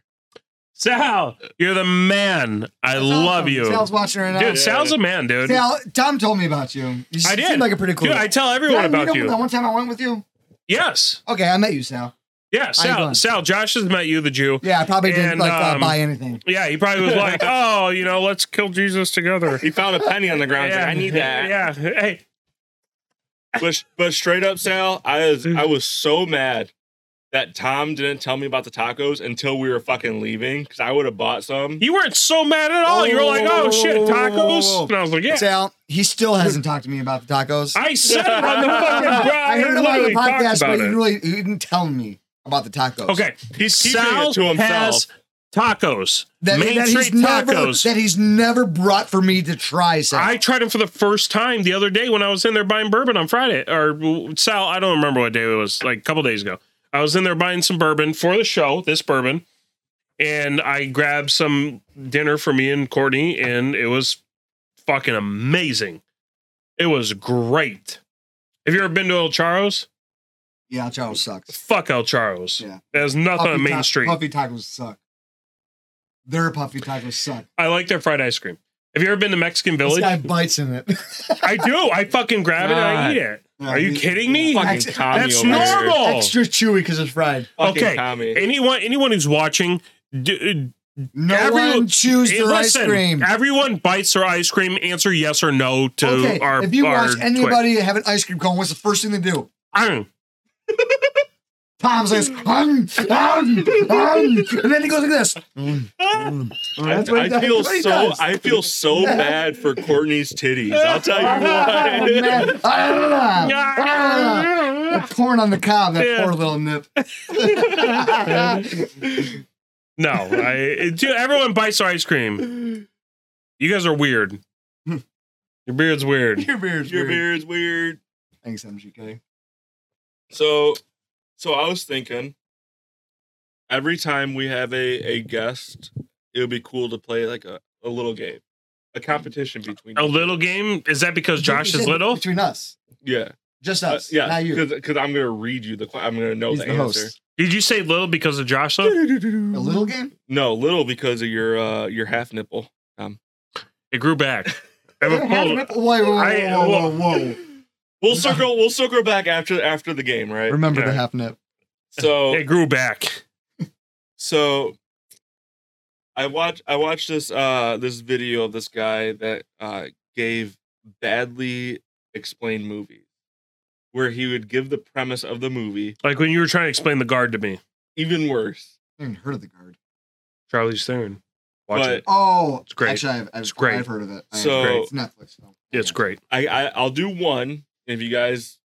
B: Sal, you're the man. I love you,
C: Sal's watching right now.
B: dude. Sal's a man, dude.
C: Sal, Tom told me about you. You
B: I
C: seem
B: did.
C: like a pretty cool.
B: Dude, I tell
C: Did
B: everyone
C: I meet
B: about
C: him
B: you.
C: That one time I went with you.
B: Yes.
C: Okay, I met you, Sal.
B: Yeah, Sal,
C: going?
B: Sal, Josh has met you, the Jew.
C: Yeah, I probably didn't
B: And,
C: like uh,
B: um,
C: buy anything.
B: Yeah, he probably was
C: (laughs)
B: like, oh, you know, let's kill Jesus together.
A: He found a penny on the ground. he's
B: yeah,
A: like, (laughs) I need
C: (laughs)
A: that.
B: Yeah. Hey,
A: But but straight up, Sal, I was
C: Mm.
A: I was so mad that Tom didn't tell me about the tacos until we were fucking leaving because I would have bought some.
B: you weren't so mad at all. you were like, oh, shit, tacos? And I was like, yeah.
C: Sal, he still hasn't talked to me about the tacos.
B: I said it
C: (laughs)
B: on the fucking
C: I heard him on the
B: literally
C: podcast,
B: talked
C: but
B: about
C: you
B: it.
C: really you didn't tell me about the tacos.
B: Okay.
A: He's keeping
B: Sal
A: it to himself.
B: has tacos.
C: That,
B: Main
C: that
B: Street
C: he's never,
B: tacos.
C: that he's never brought for me to try. Sal.
B: I tried them for the first time the other day when I was in there buying bourbon on Friday or Sal. I don't remember what day it was, like a couple days ago. I was in there buying some bourbon for the show, this bourbon, and I grabbed some dinner for me and Courtney, and it was fucking amazing. It was great. Have you ever been to El Charo's?
C: yeah, Charles sucks.
B: Fuck El Charo's.
C: Yeah.
B: There's nothing on Main
C: ta-
B: Street.
C: Puffy tacos suck. Their puffy tacos suck.
B: I like their fried ice cream. Have you ever been to Mexican
C: This
B: Village?
C: guy bites in
B: (laughs)
C: it.
B: I do. I fucking grab it and I eat it. Are you kidding me?
A: Fucking
C: That's-
A: commie
B: that's
A: over here.
B: normal.
C: Extra chewy because it's fried.
A: Fucking
B: Okay.
A: commie.
B: Anyone, anyone who's watching, do,
C: No
B: Everyone-
C: one chews
B: Hey,
C: their ice cream.
B: Everyone bites their ice cream. Answer yes or no to
C: Okay,
B: our.
C: if you
B: our
C: watch anybody have an ice cream cone, what's the first thing they do?
B: quiz.
C: Tom says, "Um, um, um," and then he goes like this. Mm, mm.
A: I,
C: That's what he
A: I
C: does.
A: feel
C: That's what he
A: so
B: (laughs)
C: does.
A: I feel so bad for Courtney's titties. I'll tell
C: (laughs) Ah, (laughs)
A: you what.
C: man. Ah, ah. That corn on the cob, that
B: Yeah.
C: poor little
B: (laughs)
C: nip. (laughs)
B: no, I dude, everyone bites their ice cream. You guys are weird. Your beard's weird.
C: Your beard's
A: (laughs) Your
C: weird.
A: beard's weird.
C: Thanks, MGK.
A: So so I was thinking every time we have a, a guest, it would be cool to play like a, a little game. A competition between
B: A
A: you.
B: little game is that because Josh is little?
C: Between us.
A: Yeah.
C: Just
A: Uh,
C: us.
A: yeah.
C: Not you.
A: Because I'm gonna read you the que- I'm gonna know
C: He's
A: the,
C: the
A: answer.
C: host.
B: Did you say little because of Josh? Though?
C: A little game?
A: No, little because of your uh your half nipple.
B: It grew
C: (laughs)
B: back. I have a
C: Half
B: pull-
C: nip- Whoa, whoa,
B: I-
C: whoa, whoa, whoa. (laughs)
A: We'll circle we'll circle back after after the game, right?
C: Remember
B: Yeah.
C: the half nip.
A: So
B: It grew back.
A: so I watch I watched this uh this video of this guy that uh gave badly explained movies where he would give the premise of the movie
B: Like when you were trying to explain the guard to me,
A: even worse.
C: I haven't heard of the guard.
B: Charlie Stern. Watch
A: But-
B: it.
C: Oh,
B: It's great.
C: Actually, I've, I've,
B: It's great.
C: I've heard of it. I have
A: So-
C: heard of it. it's Netflix. Film.
B: It's great.
A: I, I I'll do one if you guys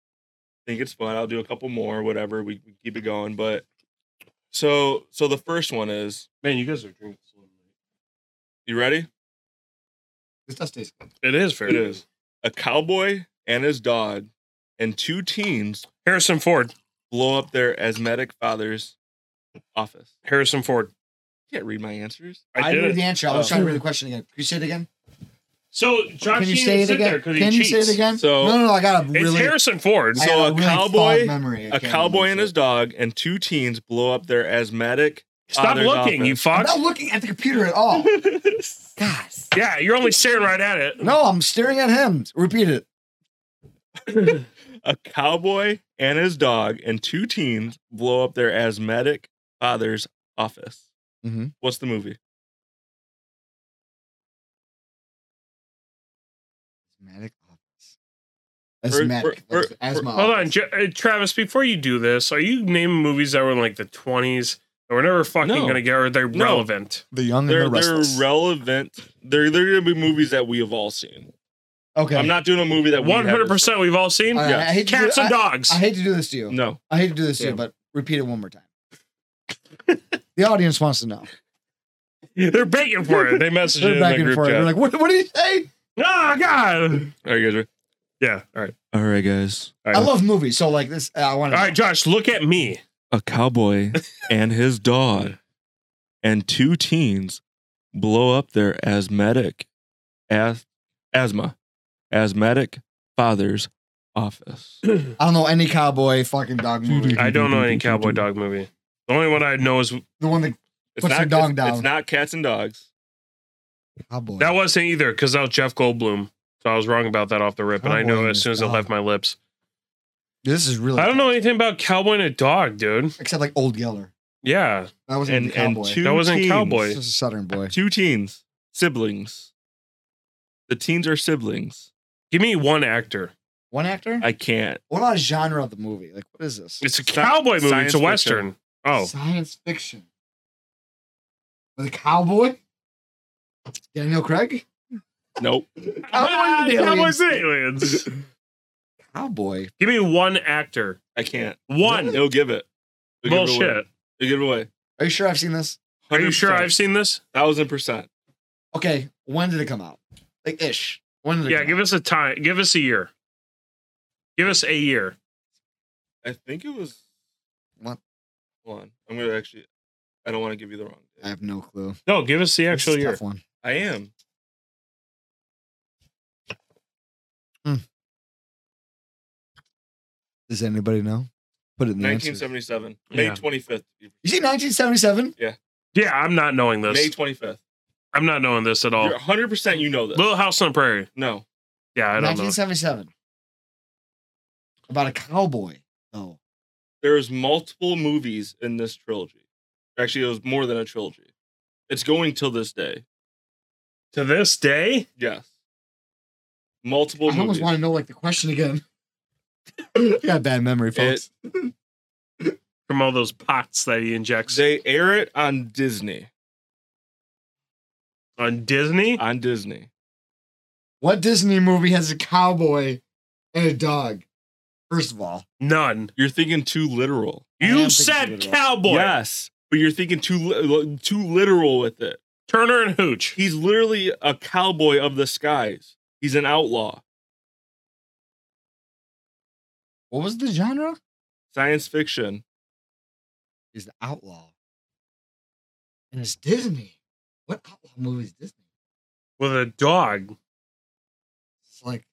A: think it's fun. I'll do a couple more, whatever. We, we keep it going, but so so the first one is
B: Man, you guys are drinking.
A: you ready?
C: This does taste good.
B: It is fair.
A: It is a cowboy and his dog and two teens
B: Harrison Ford.
A: blow up their asthmatic father's office.
B: Harrison Ford.
A: can't read my answers.
B: I,
C: knew
B: did
C: the
B: it.
C: answer. I was
A: Oh.
C: trying to read the question again. Can you say it again?
B: So Josh
C: Can you
B: Keenan
C: say it
B: sit
C: again?
B: there 'cause he
C: Can you say
B: cheats.
C: it again?
A: So-
C: no, no, no. I got a
B: It's
C: really,
B: Harrison Ford.
C: I got
A: So a
C: really
A: cowboy-
C: fog memory. I
A: A
C: can't
A: cowboy
C: remember
A: and
C: shit.
A: his dog and two teens blow up their asthmatic
B: Stop
A: there's
B: looking, you
A: offense.
C: I'm
B: fuck.
C: not looking at the computer
B: (laughs)
C: at all. God.
B: Yeah, you're only staring right at it.
C: No, I'm staring at him. Repeat it.
A: (laughs) A cowboy and his dog and two teens blow up their asthmatic father's office.
C: Mhm.
A: What's the movie?
C: Asthmatic office.
A: we're-
C: Asthmatic.
A: we're-
C: That's asthma.
B: Hold on,
C: office.
B: J- uh, Travis. Before you do this, are you naming movies that were in like the 20s that were never fucking
A: No.
B: gonna get, or they're
A: No.
B: relevant?
C: The young and
A: They're
C: the
A: they're
C: restless.
A: relevant. They're they're gonna be movies that we have all seen.
C: okay.
A: I'm not doing a movie that we haven't
B: 100. percent We've all seen
C: All right,
A: yeah.
C: I, hate to do,
B: cats and
C: I,
B: dogs.
C: I hate to do this to you.
A: seen. No,
C: I hate to do this to you,
A: Yeah.
C: but repeat it
B: (laughs)
C: one more time. the audience wants to know.
B: they're begging for it. They message it
C: (laughs) They're
B: in the
C: begging
B: group
C: for it. They're
B: chat.
C: like, what, what do you say?
B: oh
C: (laughs)
B: God.
A: are you guys? Ready?
B: Yeah. All right.
A: All right, guys.
B: All
C: I
B: right.
C: love movies, so like this, I
B: All
C: want to.
B: right, Josh. Look at me.
A: a (laughs) cowboy and his dog and two teens blow up their asthmatic as, asthma asthmatic father's
C: (clears throat)
A: office
C: I don't know any cowboy fucking dog movie.
B: I don't know any cowboy dog movie. The only one I know is
C: The one that
A: it's
C: Puts your dog
A: it's,
C: down.
A: it's not cats and dogs
C: cowboy.
B: that wasn't either because that was Jeff Goldblum. So I was wrong about that off the rip, and I
C: Cowboy
B: know
C: and
B: as
C: his
B: soon as it
C: dog.
B: left my lips.
C: this is really.
B: I don't know anything about cowboy and a dog, dude.
C: except like Old Yeller.
B: Yeah,
C: That wasn't
A: and,
C: even
A: and
C: cowboy.
A: two
B: That wasn't
A: teens-
B: cowboy.
C: This is a Southern boy.
A: two teens siblings the teens are siblings
B: give me one actor.
C: One actor.
A: i can't
C: what about genre of the movie? Like, what is this?
B: It's a
A: Sci-
B: cowboy movie.
A: science
B: It's a
A: fiction.
B: western. Oh,
C: science fiction. With a cowboy.
B: (laughs)
C: Daniel Craig.
A: nope
C: Cowboys and aliens.
B: Cowboys and aliens.
C: Cowboy.
B: (laughs) give me one actor.
A: i can't
B: One
A: they'll give it They'll give it away.
B: bullshit.
A: They'll give it away
C: Are you sure I've seen this?
B: Are you sure I've seen this?
A: thousand percent
C: Okay, when did it come out? Like ish. When did it?
B: Yeah,
C: come
B: give
C: out?
B: us a time. Give us a year. Give us a year.
A: i think it was
C: What?
A: hold on i'm gonna actually i don't want to give you the wrong
C: I have no clue.
B: No, give us the
C: This
B: actual
C: is a
B: year.
C: tough one.
A: I am.
C: Does anybody know? Put it in the answers.
A: 1977. May
B: Yeah.
A: 25th.
C: You see, 1977.
B: Yeah, I'm not knowing this.
A: May 25th.
B: I'm not knowing this at all.
A: You're 100% you know this.
B: Little House on the Prairie.
A: No.
B: Yeah, I don't know.
C: 1977. About a cowboy. Oh,
A: There's multiple movies in this trilogy. Actually, it was more than a trilogy. It's going till this day.
B: To this day,
A: Yes. Multiple
C: I almost
A: movies.
C: want to know like the question again. (laughs) I got bad memory, folks.
B: from all those pots that he injects
A: They air it on Disney.
B: on Disney,
A: On Disney.
C: what Disney movie has a cowboy and a dog? First of all,
B: none.
A: You're thinking too literal.
C: I am
B: You
C: thinking
B: said
C: of it.
B: cowboy.
A: Yes. But you're thinking too li- too literal with it.
B: Turner and Hooch.
A: He's literally a cowboy of the skies. He's an outlaw.
C: what was the genre?
A: Science fiction.
C: He's the outlaw. And it's Disney. What outlaw movie is Disney?
B: with a dog.
C: It's like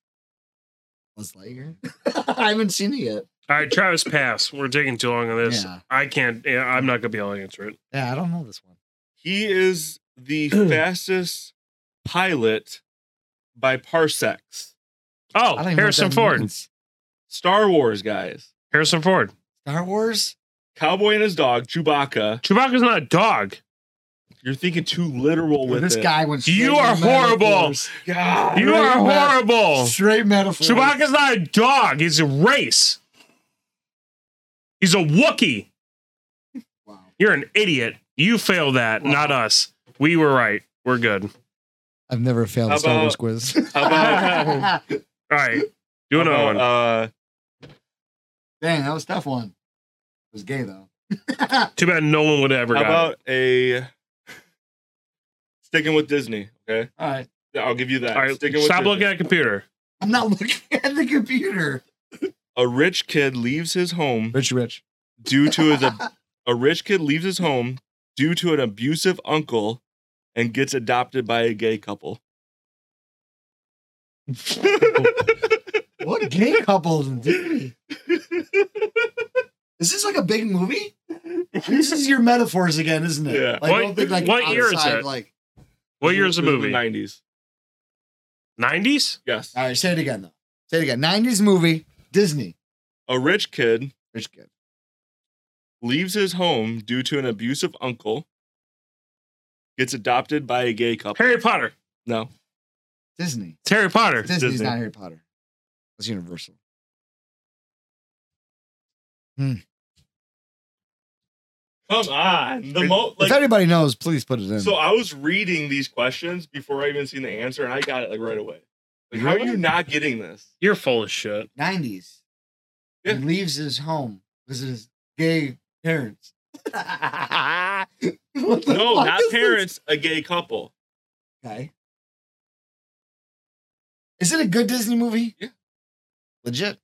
C: Buzz Lightyear. (laughs) I haven't seen it yet.
B: All right, Travis, pass. We're taking too long on this.
C: Yeah.
B: I can't. Yeah, I'm not gonna be able to answer it.
C: Yeah, I don't know this one.
A: He is the fastest pilot by parsecs.
B: Oh,
C: I don't even know what
B: Harrison
C: that
B: Ford.
C: means.
A: Star Wars guys.
B: Harrison Ford.
C: Star Wars.
A: Cowboy and his dog, Chewbacca.
B: Chewbacca's not a dog.
A: You're thinking too literal with
C: this
A: it.
C: guy went.
B: You
C: straight
B: are
C: to
B: horrible.
C: metaphors.
A: God.
B: You
C: Straight
B: are
C: meta-
B: horrible.
C: Straight metaphor.
B: Chewbacca's not a dog. He's a race. He's a Wookiee.
C: Wow.
B: You're an idiot. You failed that,
C: Wow.
B: not us. We were right. We're good. All
C: I've never failed
A: How
C: a Star Wars
A: about-
C: quiz. (laughs)
A: How about, (laughs)
B: right. Do
A: how
B: another
A: about, uh,
B: one.
C: Dang, that was a tough one. It was gay though. (laughs)
B: Too bad no one would ever
A: how
B: got
A: about a sticking with Disney? Okay.
C: All right.
A: I'll give you that.
B: it. All right.
A: Sticking with
B: Stop
A: Disney.
B: looking at a computer.
C: I'm not looking (laughs) at the computer.
A: A rich kid leaves his home
C: Rich, rich.
A: due to his ab-
C: (laughs)
A: a rich kid leaves his home due to an abusive uncle and gets adopted by a gay couple.
C: what gay couples in Disney? Is this like a big movie? this is your metaphors again, isn't it?
A: Yeah.
C: Like, I don't
B: What-
C: think like
B: what year is
C: outside,
B: it?
C: Like,
B: (laughs) What year's the
A: This is
B: movie?
A: Nineties.
B: 90s?
A: Yes.
C: all right, say it again though. Say it again. Nineties movie, Disney.
A: A rich kid
C: Rich kid.
A: leaves his home due to an abusive uncle. Gets adopted by a gay couple.
B: Harry Potter.
A: No.
C: Disney.
B: It's Harry Potter.
C: Disney's
A: Disney.
C: not Harry Potter. It's Universal.
A: Come on. The mo-
C: if anybody knows, please put it in.
A: So I was reading these questions before I even seen the answer, and I got it like right away. Like, how are you not getting this?
C: (laughs)
B: You're full of shit.
C: Nineties.
A: Yeah.
C: He leaves his home because his gay parents. (laughs) What the
A: No,
C: fuck
A: not
C: is this?
A: parents, a gay couple.
C: Okay. Is it a good Disney movie?
A: Yeah.
C: Legit.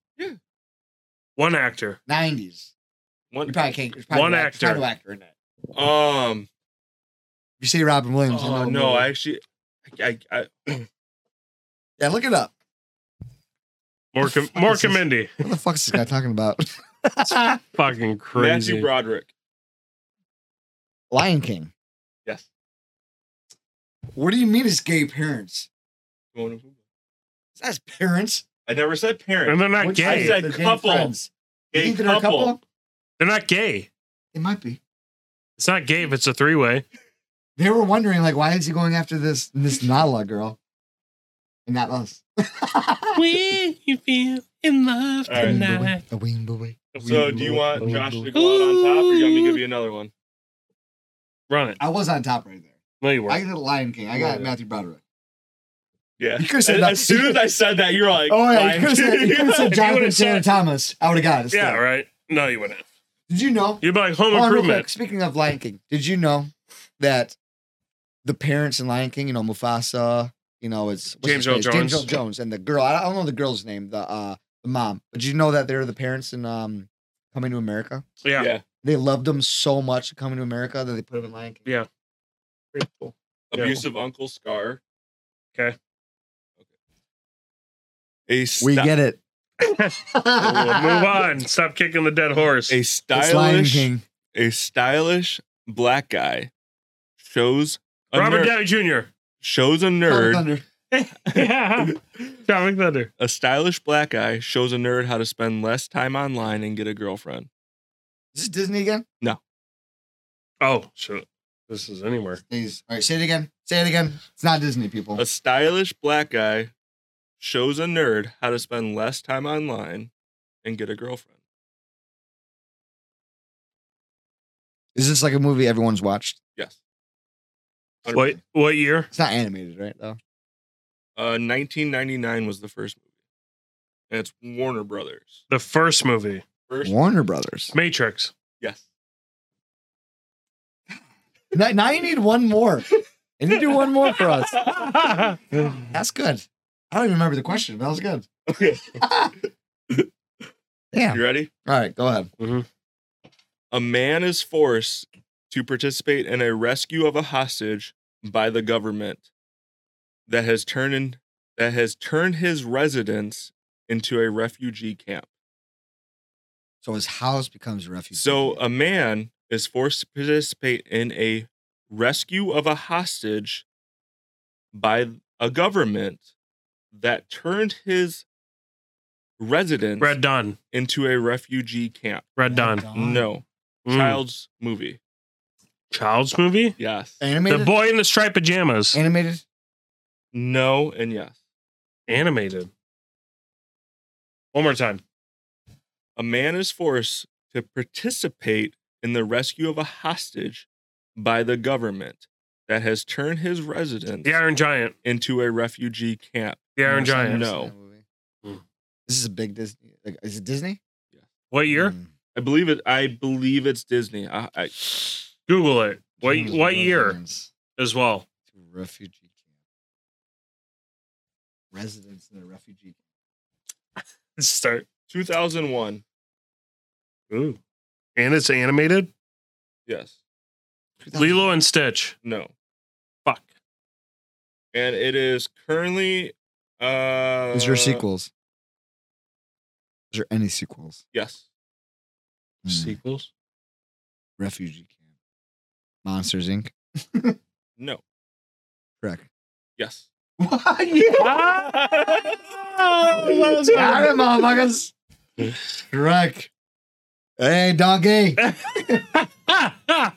B: One actor.
C: Nineties. You
A: One,
C: probably can't. there's Probably
B: One
C: no act-
B: actor.
C: probably no actor in that.
A: um,
C: If you say Robin Williams, I
A: oh,
C: know.
A: no,
C: him.
A: I actually, I, I, I,
C: yeah, look it up.
B: Morcom
C: fuck is this?
B: Morcomindy.
C: What the fuck is this guy
A: (laughs)
C: talking about?
B: (laughs) Fucking crazy.
A: Matthew Broderick.
C: Lion King.
A: Yes.
C: What do you mean it's gay parents? That's parents.
A: I never said
B: and
A: parents.
B: they're not
C: Which-
B: gay.
A: I said
C: They're gay
A: couple.
C: friends. You
A: Gay
C: think they're a
A: couple.
C: couple?
B: They're not gay.
C: It might be.
B: It's not gay if it's a three way.
C: They were wondering, like, why is he going after this this Nala girl and not us?
B: (laughs) When you feel in love
A: All right.
B: tonight.
C: A wing boy.
A: So do you want Josh to go out on top, or you want me to give you another
C: (laughs)
A: one?
B: Run it.
C: I was on top right there.
B: No, you
C: I
B: weren't.
C: got Lion King. I got Matthew Broderick.
A: Yeah.
C: You could've said
A: As-
C: that-
A: As soon as I said that, you're like,
C: (laughs) Oh yeah,
A: Lion
C: you could have said,
A: King. (laughs)
C: you could've said
B: You
C: Jonathan
B: would've said-
C: Taylor Thomas. I would have got it.
B: Yeah,
C: still.
B: right. No, you wouldn't.
C: Did you know?
B: You'd be like home
C: Hold on, real quick.
B: improvement.
C: Speaking of Lion King, did you know that the parents in Lion King, you know, Mufasa, you know, it's what's
B: James
C: his
B: Earl
C: face?
B: Jones.
C: James Earl Jones, and the girl. I don't know the girl's name, the uh, the mom. But did you know that they're the parents in um, Coming to America?
B: Yeah.
A: Yeah.
C: They loved them so much Coming to America that they put them in Lion King.
B: Yeah. Pretty cool. Yeah.
A: Abusive Uncle Scar.
B: Okay.
A: A
C: We
A: sti-
C: get it.
B: We'll move on. Stop kicking the dead horse.
A: a
C: (laughs) It's Lion
A: stylish
C: King.
A: a stylish black guy shows a
B: Robert
A: ner-
B: Downey Jr.
A: shows a
C: Thunder,
A: nerd
C: Thunder.
B: yeah. (laughs) John McThunder.
A: a stylish black guy shows a nerd how to spend less time online and get a girlfriend.
C: Is this Disney again?
B: Oh, shit. This is anywhere.
C: Please. All right, say it again. Say it again. It's not Disney, people.
A: A stylish black guy shows a nerd how to spend less time online and get a girlfriend.
C: Is this like a movie everyone's watched?
A: Yes.
B: What, what year?
C: It's not animated, right? Though.
A: Uh, 1999 was the first movie. And it's Warner Brothers.
B: The first movie.
A: First
C: Warner Brothers.
B: Matrix.
A: Yes. (laughs)
C: Now, now you need one more. And you do one more for (laughs) us.
B: All
C: That's good. I don't even remember the question, but that was good.
A: Okay.
C: (laughs) Yeah.
A: You ready?
C: All right, go ahead.
A: A man is forced to participate in a rescue of a hostage by the government that has turned in, that has turned his residence into a refugee camp.
C: So his house becomes a refuge.
A: So
B: uh,
A: a man is forced to participate in a rescue of a hostage by a government that turned his residence
B: Red Dawn.
A: into a refugee camp.
B: Red Dawn.
C: Ah.
A: No.
B: Mm.
A: Child's movie.
B: Child's movie?
A: Yes.
C: Animated?
B: The Boy in the Striped Pajamas.
C: Animated?
A: No and yes.
B: Animated. One more time.
A: A man is forced to participate in the rescue of a hostage by the government that has turned his residence
B: The Iron Giant.
A: into a refugee camp.
B: The Iron
C: No, I've
B: Giant.
C: never
A: No.
C: seen that movie. This is a big Disney. Like, is it Disney?
B: Hmm. What year?
C: Mm.
A: I believe it. I believe it's Disney. I, I,
B: Google it. What
C: Turns
B: what year
C: residents
B: as well?
C: to Refugee camp. Residents in a refugee camp.
B: Start.
A: 2001.
B: Ooh. And it's animated?
A: Yes.
B: Lilo and Stitch.
A: No.
B: Fuck. (laughs)
A: And it is currently. Uh, uh,
C: Is there sequels? Is there any sequels?
A: Yes.
C: Hmm.
A: Sequels?
C: Refugee camp. Monsters Inc.
A: No.
C: Correct.
A: Yes.
B: (laughs)
C: (laughs) Got it, motherfuckers. Correct. Hey, donkey. I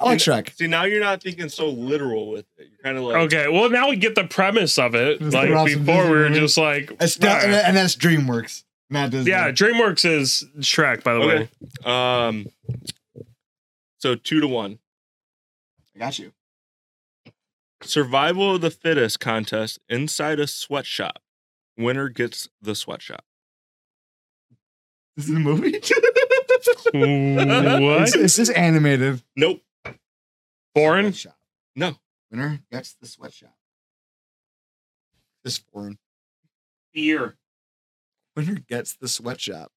C: like Shrek.
A: See, now you're not thinking so literal with it. You're kind of like,
B: okay, well now we get the premise of it.
C: Mr.
B: Like
C: Ross and
B: before, we were
C: Disney.
B: just like,
C: It's not, (laughs)
B: "Ah."
C: and that's DreamWorks, not Disney.
B: yeah. DreamWorks is Shrek, by the
A: Okay.
B: way.
A: um, so two to one.
C: I got you.
A: Survival of the fittest contest inside a sweatshop. Winner gets the sweatshop.
D: This is a
C: (laughs)
D: movie.
C: It's,
A: (laughs)
B: what?
C: it's just animated.
A: Nope.
B: Foreign?
C: Sweatshop.
A: No.
C: Winner gets the sweatshop. This foreign.
B: Year.
C: Winner gets the sweatshop.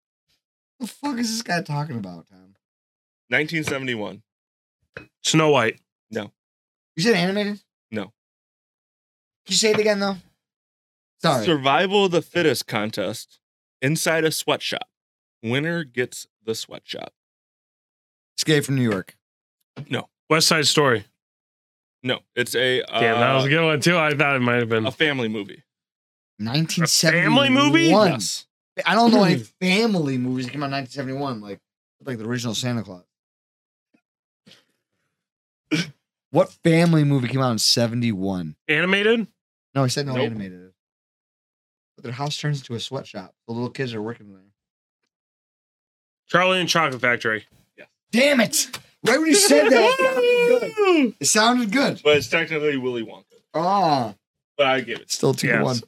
C: What the fuck is this guy talking about, Tom?
A: 1971.
B: Snow White.
C: You said animated?
A: No.
C: Can you say it again though? Sorry.
A: Survival of the fittest contest inside a sweatshop. Winner gets the sweatshop.
C: Escape from New York.
B: West Side Story.
A: No, it's a uh,
B: Damn, that was a good one too. I thought it might have been.
A: a family movie.
C: 1971.
B: movie?
A: Yes.
C: I don't know any family movies that came out in 1971, like like the original Santa Claus.
A: (laughs)
C: what family movie came out in 71?
B: Animated?
C: No, I said no
A: Nope.
C: animated. But their house turns into a sweatshop. The little kids are working there.
B: Charlie and Chocolate Factory.
C: Damn it! Right when you said that, it sounded good. It sounded good.
A: (laughs) But it's technically Willy Wonka.
C: Ah,
A: But I give it.
C: still two
B: Yes.
C: to one.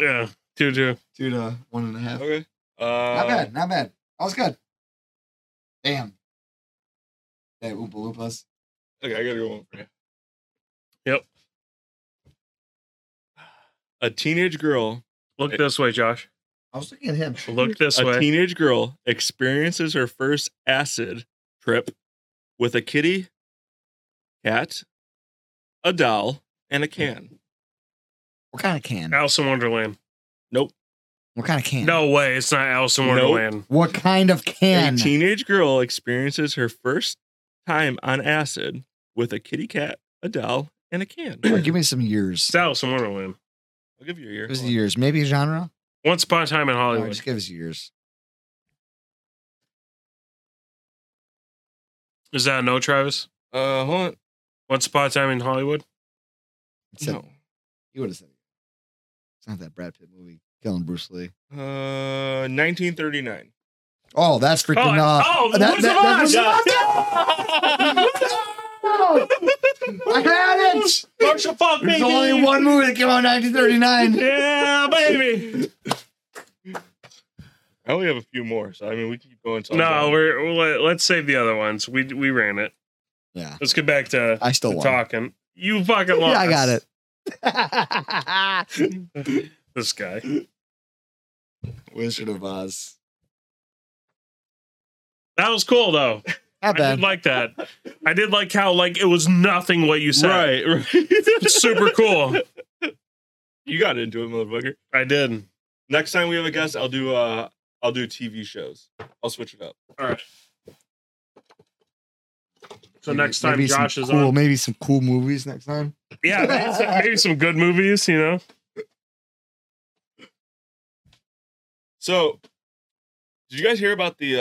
B: Yeah. Two two.
C: Two to one and a half.
A: Okay. Uh,
C: Not bad, not bad. That was good. Damn. That Oompa Loompas.
A: Okay, I gotta go one for you.
B: Yep.
A: A teenage girl,
B: Look this way, Josh.
C: I was looking at him.
B: Look this
A: a
B: way.
A: teenage girl experiences her first acid trip with a kitty, cat, a doll, and a
B: Hmm.
A: can.
C: What kind of can?
B: Alice in Wonderland.
C: What kind of can?
B: No way, it's not Alice in
A: Nope.
B: Wonderland.
C: What kind of
A: A
C: can?
A: teenage girl experiences her first time on acid with a kitty cat, a doll, and a can.
C: All right, (clears throat) give me some years.
B: It's Alice in Wonderland.
A: I'll give you a year.
C: Give us years. Maybe a genre?
B: Once upon a time in
C: All right,
B: Hollywood.
C: just give us years.
B: Is that a no, Travis?
A: Uh, hold on.
B: Once upon a time in Hollywood?
C: It said-
A: No.
C: You would have said it. It's not that Brad Pitt movie. Killing Bruce Lee.
A: Uh, 1939.
C: Oh, that's freaking.
B: Oh,
C: uh,
B: oh, Wizard of Oz!
C: Wizard of Oz. I had it.
B: Marshall Falk,
C: There's
B: baby!
C: only one movie that came out in
A: (laughs)
C: 1939.
B: Yeah, baby!
A: I only have a few more, so I mean, we can keep going. till I'm
B: No,
A: done.
B: we're, we'll let, let's save the other ones. We we ran it.
C: Yeah,
B: Let's get back to,
C: I still
B: to
C: won.
B: talking. You fucking lost.
C: Yeah, I got it. (laughs)
B: This guy.
C: Wizard of Oz.
B: That was cool though.
C: Not
B: I did
C: bad.
B: like that. I did like how like it was nothing what you said.
A: Right, right.
B: (laughs) It's super cool.
A: you got into it, motherfucker.
B: I did.
A: Next time we have a guest, I'll do uh, I'll do TV shows. I'll switch it up.
B: So
C: Maybe-
B: next time
C: maybe some
B: Josh is
C: cool,
B: on.
C: Maybe some cool movies next time.
B: (laughs) Yeah, maybe some, maybe some good movies, you know.
A: So, did you guys hear about the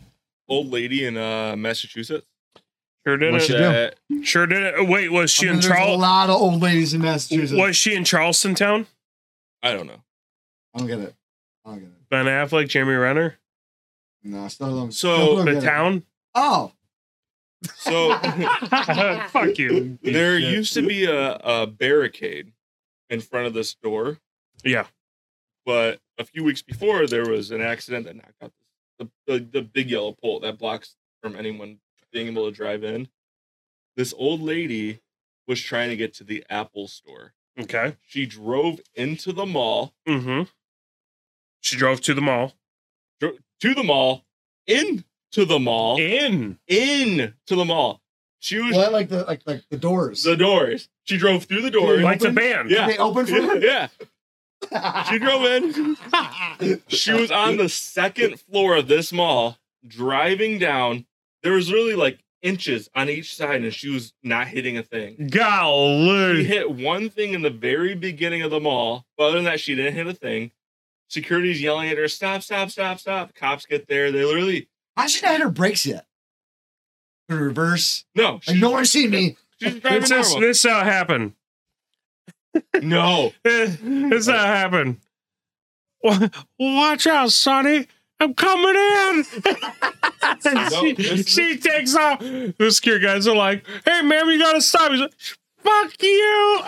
A: uh, old lady in uh, Massachusetts?
B: Sure did
C: What's
B: it.
C: she do?
A: That-
B: Sure did it. Wait, was she
C: I mean,
B: in
C: there's a
B: Charleston?
C: lot of old ladies in Massachusetts.
B: Was she in Charleston town?
A: I don't know.
C: I don't get it. I don't get it.
B: Ben Affleck, Jeremy Renner,
C: No, I still don't.
A: So,
C: still don't
B: the
C: get it.
B: town. (laughs)
C: Oh,
A: So
C: (laughs)
B: Fuck you.
A: there used to be a, a barricade in front of this door,
B: Yeah.
A: but a few weeks before there was an accident that knocked out the, the, the big yellow pole that blocks from anyone being able to drive in this old lady was trying to get to the apple store
B: Okay.
A: she drove into the mall
B: Mm-hmm. She drove to the mall.
A: dro- to the mall into the mall
B: In.
A: in to the mall she was
C: well, like the like like the doors.
A: the doors she drove through the doors
B: Like the
C: open?
B: band.
A: Yeah.
C: They open for her.
A: yeah (laughs) She drove
C: (laughs)
A: in. She was on the second floor of this mall, driving down. There was really like inches on each side, and she was not hitting a thing. She
B: Golly.
A: hit one thing in the very beginning of the mall. But other than that, she didn't hit a thing. Security's yelling at her, stop, stop, stop, stop. Cops get there. They literally,
C: How should I hit her brakes yet? Put her reverse.
A: no,
C: Like,
A: she's,
C: no one's seen me.
A: she's driving
B: This is
A: normal.
B: this how it happened. (laughs)
A: No.
B: Eh,
A: (laughs)
B: This how it happened. Wa- Watch out, Sonny. I'm coming
A: (laughs)
B: in. And
A: No,
B: she,
A: this-
B: she takes off. The secure guys are like, hey, ma'am, you got to stop. He's like, fuck you.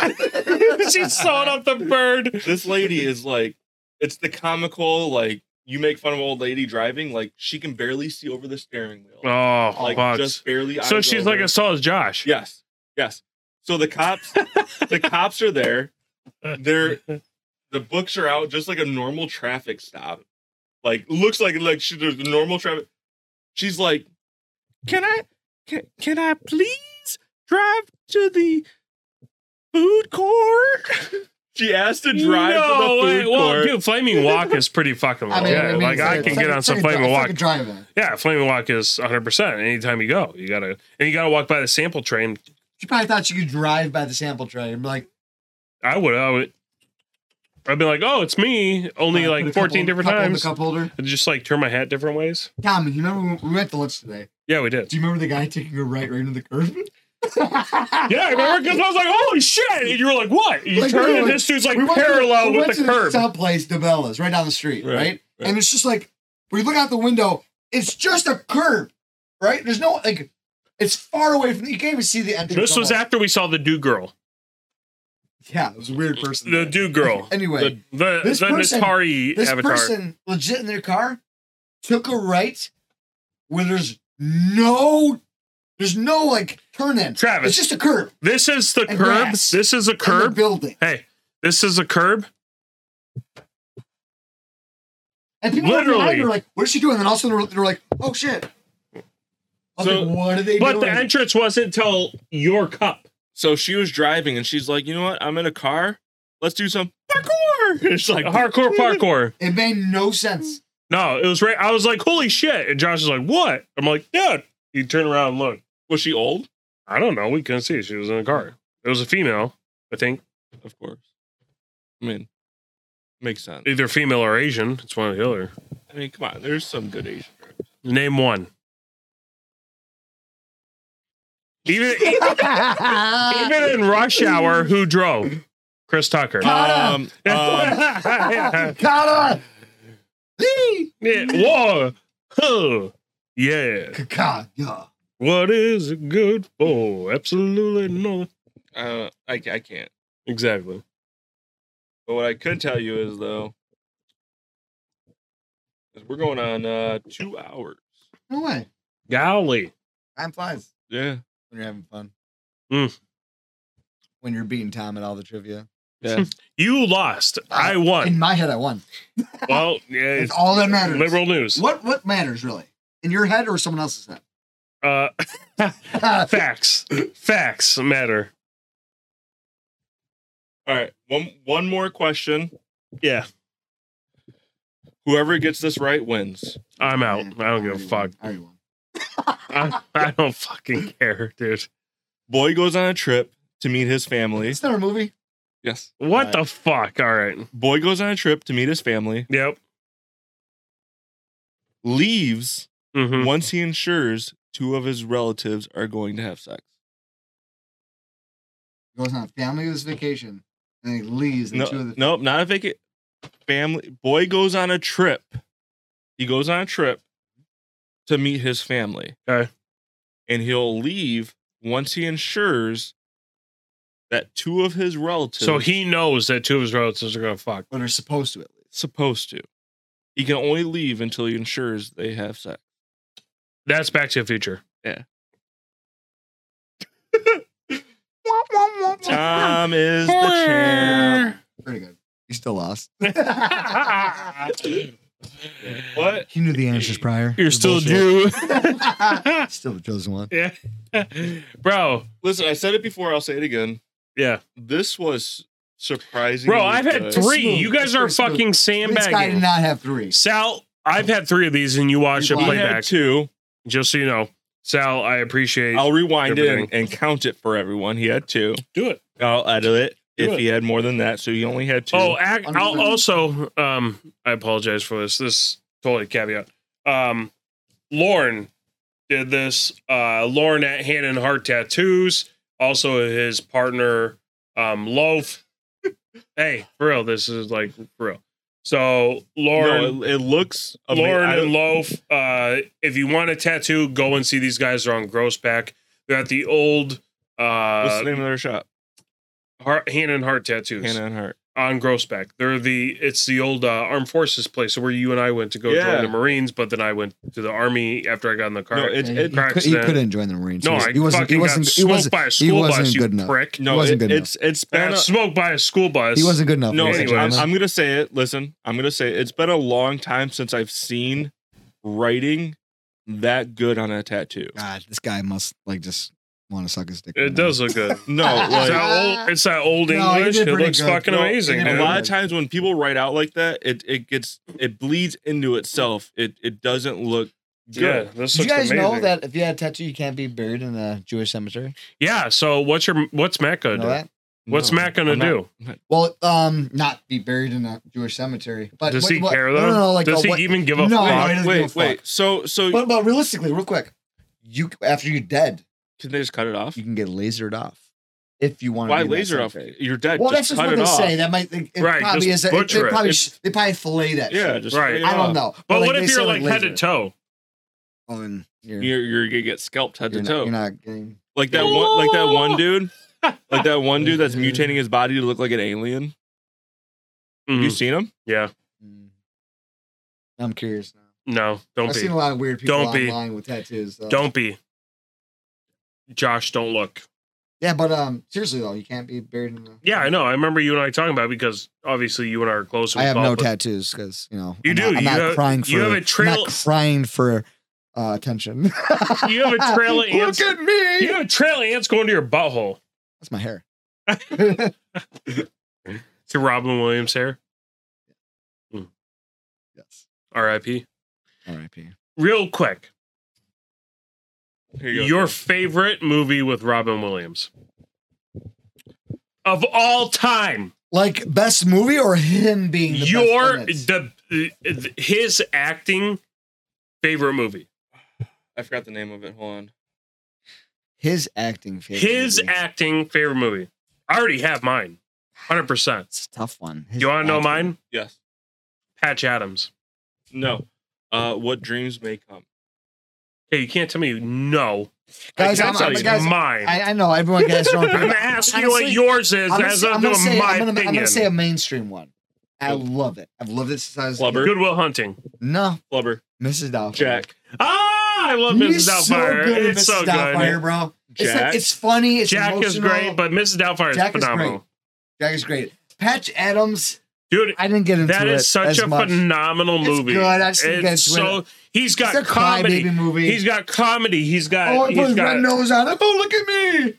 B: (laughs) She's sewing up the bird.
A: This lady is like, it's the comical, like, you make fun of old lady driving. Like, she can barely see over the steering wheel.
B: Oh,
A: like,
B: fucks.
A: just barely.
B: So
A: eyes
B: she's
A: over.
B: like as tall as Josh.
A: Yes. Yes. So the cops the
B: (laughs)
A: cops are there. They're the books are out just like a normal traffic stop. Like looks like like she, there's a normal traffic. She's like, "Can I can, can I please drive to the food court?" she asked to drive
B: no,
A: to the
B: way.
A: food
B: well,
A: court.
B: dude, Flaming Walk is pretty fucking low.
C: (laughs) I mean,
B: yeah,
C: I mean,
B: like
C: it's
B: I
C: a-
B: can
C: it's like
B: get
C: a-
B: on
C: it's
B: some
C: like a dri-
B: Flaming
C: it's
B: Walk.
C: Like a drive-in.
B: yeah, Flaming Walk is 100% anytime you go. You gotta, and you gotta walk by the sample train.
C: She probably thought she could drive by the sample train. and be Like
B: I would, I would, I'd be like, oh, it's me, only
C: uh,
B: like
C: put a couple-
B: 14 different
C: couple in the
B: times.
C: cup holder.
B: I'd just like turn my hat different ways.
C: Tom, you remember when we went to lunch today?
B: Yeah, we
C: (laughs)
B: did.
C: Do you remember the guy taking a right right into the curb?
B: (laughs) Yeah, I remember because I was like, holy shit. And you were like, what? You
C: Like, we
B: turned
C: were
B: and
C: like-
B: this dude's like
C: We went to-
B: parallel
C: we went
B: with the
C: to
B: curb.
C: Subplace DeBella's right down the street, right,
A: Right, right.
C: And it's just like we look out the window. It's just a curb, right? There's no like. It's far away from you can't even see the entrance.
B: this was
C: almost.
B: after we saw the do girl.
C: yeah. It was a weird person.
B: The do girl.
C: (laughs) anyway,
B: The, the,
C: This
B: the
C: person-
B: Natari
C: this
B: avatar.
C: person legit in their car took a right where there's no, there's no like turn in.
B: Travis.
C: it's just a curb.
B: This is the
C: And
B: curb.
C: grass.
B: This is a
C: and a
B: curb.
C: building,
B: Hey, this is a curb.
C: and people were behind
B: Literally.
C: her like, "What is she doing?" And all of a sudden, they're- they're like, "Oh shit!" I was
A: So-
C: like, "What are they
B: But
C: doing?"
B: the entrance wasn't till your
C: (laughs)
B: cup.
A: So she was driving and she's like, "You know what? I'm in a car. Let's do some parkour." (laughs) It's like
C: (laughs)
B: Hardcore parkour.
C: it made
B: (laughs)
C: no sense.
B: No, it was right. I was like, holy shit. And Josh is like, what? I'm like, dude. He turned around and looked.
A: Was she old?
B: I don't know. We couldn't see. She was in a car. It was a female, I think.
A: Of course. I mean, makes sense.
B: Either female or Asian. It's one or the other.
A: I mean, come on. There's some good Asian.
B: Name one. Even, even in rush hour, who drove? Chris Tucker. (laughs)
C: Kata!
A: Um, um,
C: Kata! Lee!
B: Yeah. Whoa. Huh. Yeah.
C: Kaka.
B: What is it good for? Absolutely no.
A: uh, I, I can't.
B: Exactly.
A: But what I could tell you is though, is we're going on uh two hours.
C: No way.
B: Golly.
C: Time flies
A: Yeah.
C: when you're having fun.
B: Mm.
C: When you're beating Tom at all the trivia.
A: Yeah.
B: You lost. I won.
C: In my head, I won.
B: Well, yeah,
C: Uh, It's
B: it's
C: all that matters.
B: liberal news.
C: What what matters really? In your head or someone else's head? (laughs)
B: Uh, facts. Facts matter.
A: All right. One one more question.
B: Yeah.
A: Whoever gets this right wins.
B: I'm out. I don't give a
C: already
B: fuck.
C: won. I already won.
B: I, I don't fucking care, dude.
A: Boy goes on a trip to meet his family.
C: It's not a movie.
A: Yes.
B: What
C: Right.
B: the fuck? All right.
A: Boy goes on a trip to meet his family.
B: Yep.
A: Leaves
B: hmm
A: once he ensures two of his relatives are going to have sex.
C: He goes on a family this vacation and he leaves. And
A: No,
C: two of the
A: nope, not a vacation. Family boy goes on a trip. He goes on a trip to meet his family.
B: Okay.
A: And he'll leave once he ensures that two of his relatives
B: So he knows that two of his relatives are gonna fuck.
C: but are supposed to at least.
A: supposed to. He can only leave until he ensures they have
B: (laughs)
A: sex.
B: That's Back to the Future. (laughs)
A: Tom is the champ.
C: Pretty good. He still lost.
B: (laughs)
A: What?
C: He knew the answers prior.
B: You're
C: It's
B: still a
C: bullshit.
B: Jew.
C: (laughs) Still the chosen one.
B: yeah. Bro.
A: Listen, I said it before, I'll say it again.
B: Yeah.
A: This was surprisingly.
B: Bro, I've had
A: good.
B: three.
C: Smooth.
B: You guys
C: It's
B: are fucking
C: pretty smooth. This guy did
B: sandbagging.
C: not have three.
B: Sal, I've had three of these, and you watch it
C: Rewind.
A: We had
B: playback.
A: two.
B: Just so you know, Sal, I appreciate.
A: I'll rewind it and,
B: Everything.
A: and count it for everyone. He had two.
B: do it.
A: I'll edit it
B: Do
A: if
B: it.
A: he had more than that. So he only had two.
B: Oh, ac-
C: Understood.
B: I'll also um I apologize for this. This totally caveat. Um Lauren did this. Uh Lauren at Hand and Heart Tattoos, also his partner um Loaf. hey, for real, this is like for real. So Lauren
A: no, it, it looks. ama-
B: Lauren
A: I
B: and
A: don't-
B: Loaf, uh if you want a tattoo, go and see these guys. They're on Gross Pack. They're at the old
A: What's
B: uh
A: the name of their shop?
B: heart, hand and heart tattoos
A: Hannah and Hart.
B: on Grossbeck. They're the it's the old uh, armed forces place where you and I went to go
A: Yeah.
B: join the Marines, but then I went to the army after I got in the car.
A: No,
B: No,
A: it,
C: And
A: it,
C: he, cou- he
B: Craxton.
C: couldn't join the Marines. He was-
B: I
C: he wasn't.
B: fucking
C: He wasn't.
B: got
C: He
B: smoked
C: wasn't.
B: by a school
C: wasn't
B: bus, you
C: good enough.
B: prick.
A: no, it-
C: wasn't good enough.
A: it's it's been a,
B: Got smoked by a school bus.
C: He wasn't good enough.
A: no.
C: ladies and
B: anyways,
A: I'm, I'm
C: gentlemen.
A: gonna say it. Listen, I'm gonna say it. it's been a long time since I've seen writing that good on a tattoo.
C: God, this guy must like just want to suck his dick.
B: It does look good. (laughs)
A: No,
B: It's
A: like,
B: that old, it's that old
C: No, he
B: English.
C: did
B: It
C: pretty
B: looks
C: good.
B: fucking
A: No,
B: amazing.
C: and
A: a
B: dude.
A: lot of times when people write out like that, it it gets it bleeds into itself. It it doesn't look good.
B: yeah, this
C: Did you
B: looks
C: guys
B: amazing.
C: know that if you had a tattoo, you can't be buried in a Jewish cemetery?
B: Yeah. So what's your what's Matt
C: You
B: gonna
C: know
B: do?
C: that?
B: What's
A: No,
B: Matt gonna
A: I'm not-
B: do?
C: Well, um, not be buried in a Jewish cemetery. But
B: Does
C: what-
B: he
C: what-
B: care
C: no,
B: though?
C: No, no, like
B: Does
C: uh,
B: he
C: what-
B: even give a
C: No,
B: fuck?
C: he doesn't give
A: wait,
C: a
A: wait.
C: fuck.
A: So so
C: But, but realistically, real quick, you after you're dead,
A: can they just cut it off?
C: you can get lasered off if you want.
A: Why
C: to be in that
A: laser off?
C: cemetery.
A: You're dead.
C: Well, that's
A: just
C: just
A: cut
C: what
A: it
C: they
A: off.
C: say. That might it, it
B: Right,
C: probably
B: just
C: is. It,
B: butcher
C: they
B: it.
C: probably
A: It's-
C: sh- they probably fillet that.
A: Yeah,
C: shit.
A: just
B: Right.
A: cut it
C: I
A: off.
C: don't know.
B: But
C: like,
B: what
C: they
B: if you're
C: say,
B: like head
C: laser.
B: to toe?
C: Oh, and you're,
A: You're you're gonna get scalped head
C: you're
A: to
C: not-
A: toe.
C: You're not getting.
A: like that one. Like that one dude. like that one dude
C: (laughs)
A: that's mutating his body to look like an alien.
B: Mhm.
A: You seen him?
B: Yeah.
C: Mm. I'm curious now.
B: No. Don't
C: I've
B: be.
C: seen a lot of weird people
B: Don't be.
C: online with tattoos. Though.
B: Don't be. Josh, don't look.
C: Yeah, but um, seriously though, you can't be buried in. The-
B: Yeah, I know. I remember you and I talking about it because obviously you and I are close. and
C: I
B: we
C: have
B: thought,
C: no
B: but-
C: tattoos because you know
B: You
C: I'm
B: do.
C: Not, I'm
B: You
C: not
B: have-
C: crying for.
B: you have a
C: I'm
B: trail-
C: not crying for uh, attention.
B: You have
C: (laughs)
B: a trail of ants.
C: Look at me.
B: You have trail ants going to your butthole.
C: That's my hair.
B: To Robin Williams hair.
C: yes.
B: R.I.P.
C: R.I.P.
B: Real quick,
A: Here you go.
B: your favorite movie with Robin Williams of all time.
C: Like best movie or him being the
B: Your
C: best in it?
B: the the- his acting favorite movie.
A: I forgot the name of it. Hold on.
C: his acting favorite
B: His
C: movie.
B: acting favorite movie. I already have mine. Hundred percent.
C: It's a tough one. His
B: You want to know
C: acting.
B: mine?
A: Yes.
B: Patch Adams.
A: No. Uh, what dreams may come.
B: Hey, you can't tell me no.
C: Guys,
B: I
A: I'm-
B: can't tell
A: I'm-
B: you
C: guys,
B: mine. I,
C: I, I know everyone has
B: (laughs)
C: their own.
B: am gonna
C: opinion.
B: ask you what
C: Honestly,
B: yours is
C: I'm gonna
B: as
C: say-
B: I'm
C: I'm gonna
B: doing
C: say-
B: my
C: I'm gonna- I'm
B: opinion.
C: gonna say a mainstream one. I love it. I've loved it since I was a
A: Flubber.
C: kid.
B: Goodwill Hunting.
C: No,
A: Flubber.
C: Mrs. Doubtfire.
A: Jack.
B: Ah, I love
C: You're
B: Mrs.
C: so
B: Doubtfire.
C: good at
B: it's
C: Mrs.
B: so
C: Doubtfire,
B: good.
C: bro. It's,
A: Jack.
C: like, it's funny. It's
B: Jack is
C: emotional.
B: great, but Mrs. Doubtfire is
C: Jack is
B: phenomenal.
C: Jack is great. Patch Adams.
B: Dude,
C: I didn't get into
B: that
C: it
B: is such
C: as
B: a
C: much.
B: phenomenal
C: It's
B: movie.
C: good. I just didn't get
B: It's
C: into
B: so he's
C: It's a
B: got comedy.
C: crybaby movie.
B: He's got comedy. He's got
C: oh, I put
B: he's
C: his
B: got
C: red nose on. it. Oh, look at me!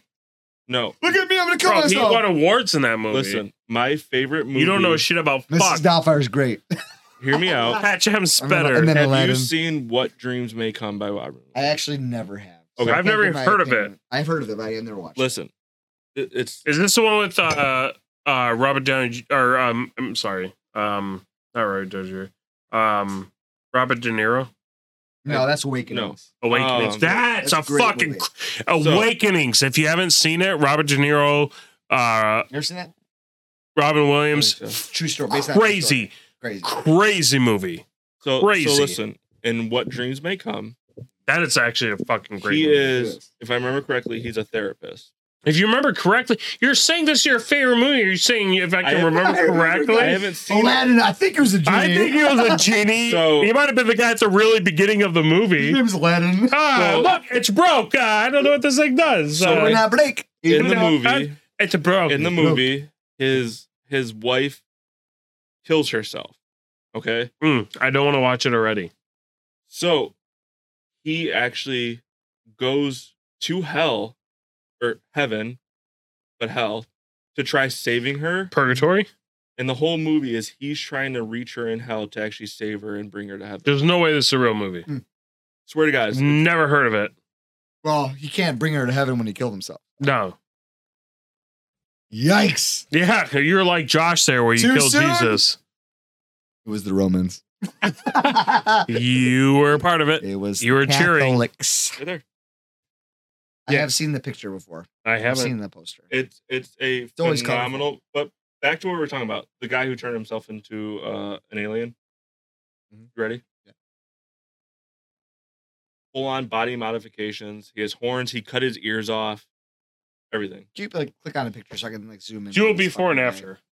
A: No.
C: Look at me! I'm gonna kill
B: Bro, he
C: myself.
B: won awards in that movie.
A: Listen, my favorite movie.
B: you don't know shit about fuck.
C: Mrs. Doubtfire is great.
A: Hear me
C: (laughs)
A: out.
B: Patch Adams
C: I'm gonna-
B: better.
C: I'm gonna-
A: Have you
C: Aladdin.
A: seen What Dreams May Come by Robin? Williams?
C: I actually never have.
A: Okay.
C: I
B: I've
C: can't
B: never
C: give
B: even
C: my
B: heard of
C: opinion. I've heard of it, but I've never watched.
A: Listen, it, it's
B: Is this the one with uh uh Robert Downey J- or um I'm sorry. Um not Robert Downey Jr. Um Robert De Niro
C: it. No, that's Awakenings.
B: Awakenings.
A: Um,
B: that's,
C: that's a
B: a
C: great
B: fucking
C: movie.
B: cr- Awakenings. If you haven't seen it, Robert De Niro uh
C: You ever seen that?
B: Robin Williams
A: Let me
C: True story. Based on a true story.
B: crazy
C: Crazy.
B: crazy movie.
A: so
B: Crazy.
A: So listen, in What Dreams May Come,
B: That is actually a fucking great
A: he
B: movie.
A: is, if I remember correctly, he's a therapist.
B: If you remember correctly, you're saying this is your favorite movie. You're saying if I
A: I
B: can
A: have-
B: remember
C: I remember
B: correctly.
A: I haven't seen. it.
C: Aladdin. I think it was a genie.
B: I think he
C: (laughs)
B: was a genie.
A: So-
B: he might have been the guy at the really beginning of the movie.
C: His name is Aladdin.
B: Ah,
A: So-
B: look, it's broke. Uh, I don't know what this thing does.
A: So
B: Uh,
C: We're not Blake.
A: in the
B: No,
A: movie,
B: I- it's broke.
A: in the movie, his his wife kills herself. Okay,
B: Mm, I don't want to watch it already.
A: so he actually goes to hell or heaven, but hell to try saving her.
B: Purgatory?
A: And the whole movie is he's trying to reach her in hell to actually save her and bring her to heaven.
B: There's no way this is a real movie.
A: Swear to God,
C: Mm.
A: it's- it's-
B: Never heard of it.
C: Well, he can't bring her to heaven when he killed himself.
B: No.
C: Yikes!
B: Yeah, you're like Josh there where you
C: Too
B: killed
C: soon?
B: Jesus.
C: It was
B: (laughs)
C: the Romans.
B: You were a part of it.
C: it was
B: You were cheering.
C: Catholics.
A: right there.
C: I
B: Yeah.
C: have seen the picture before.
B: I
C: I've
B: haven't.
C: seen the poster.
A: It's it's a
C: always colorful.
A: phenomenal. But back to what we were talking about, the guy who turned himself into uh, an alien. You ready?
C: Mm-hmm. Yeah.
A: Full on body modifications. He has horns. He cut his ears off. Everything.
C: Can you like click on a picture so I can like zoom in?
B: Do
C: on
B: a
C: this
B: before and
C: fucking
B: after.
C: thing?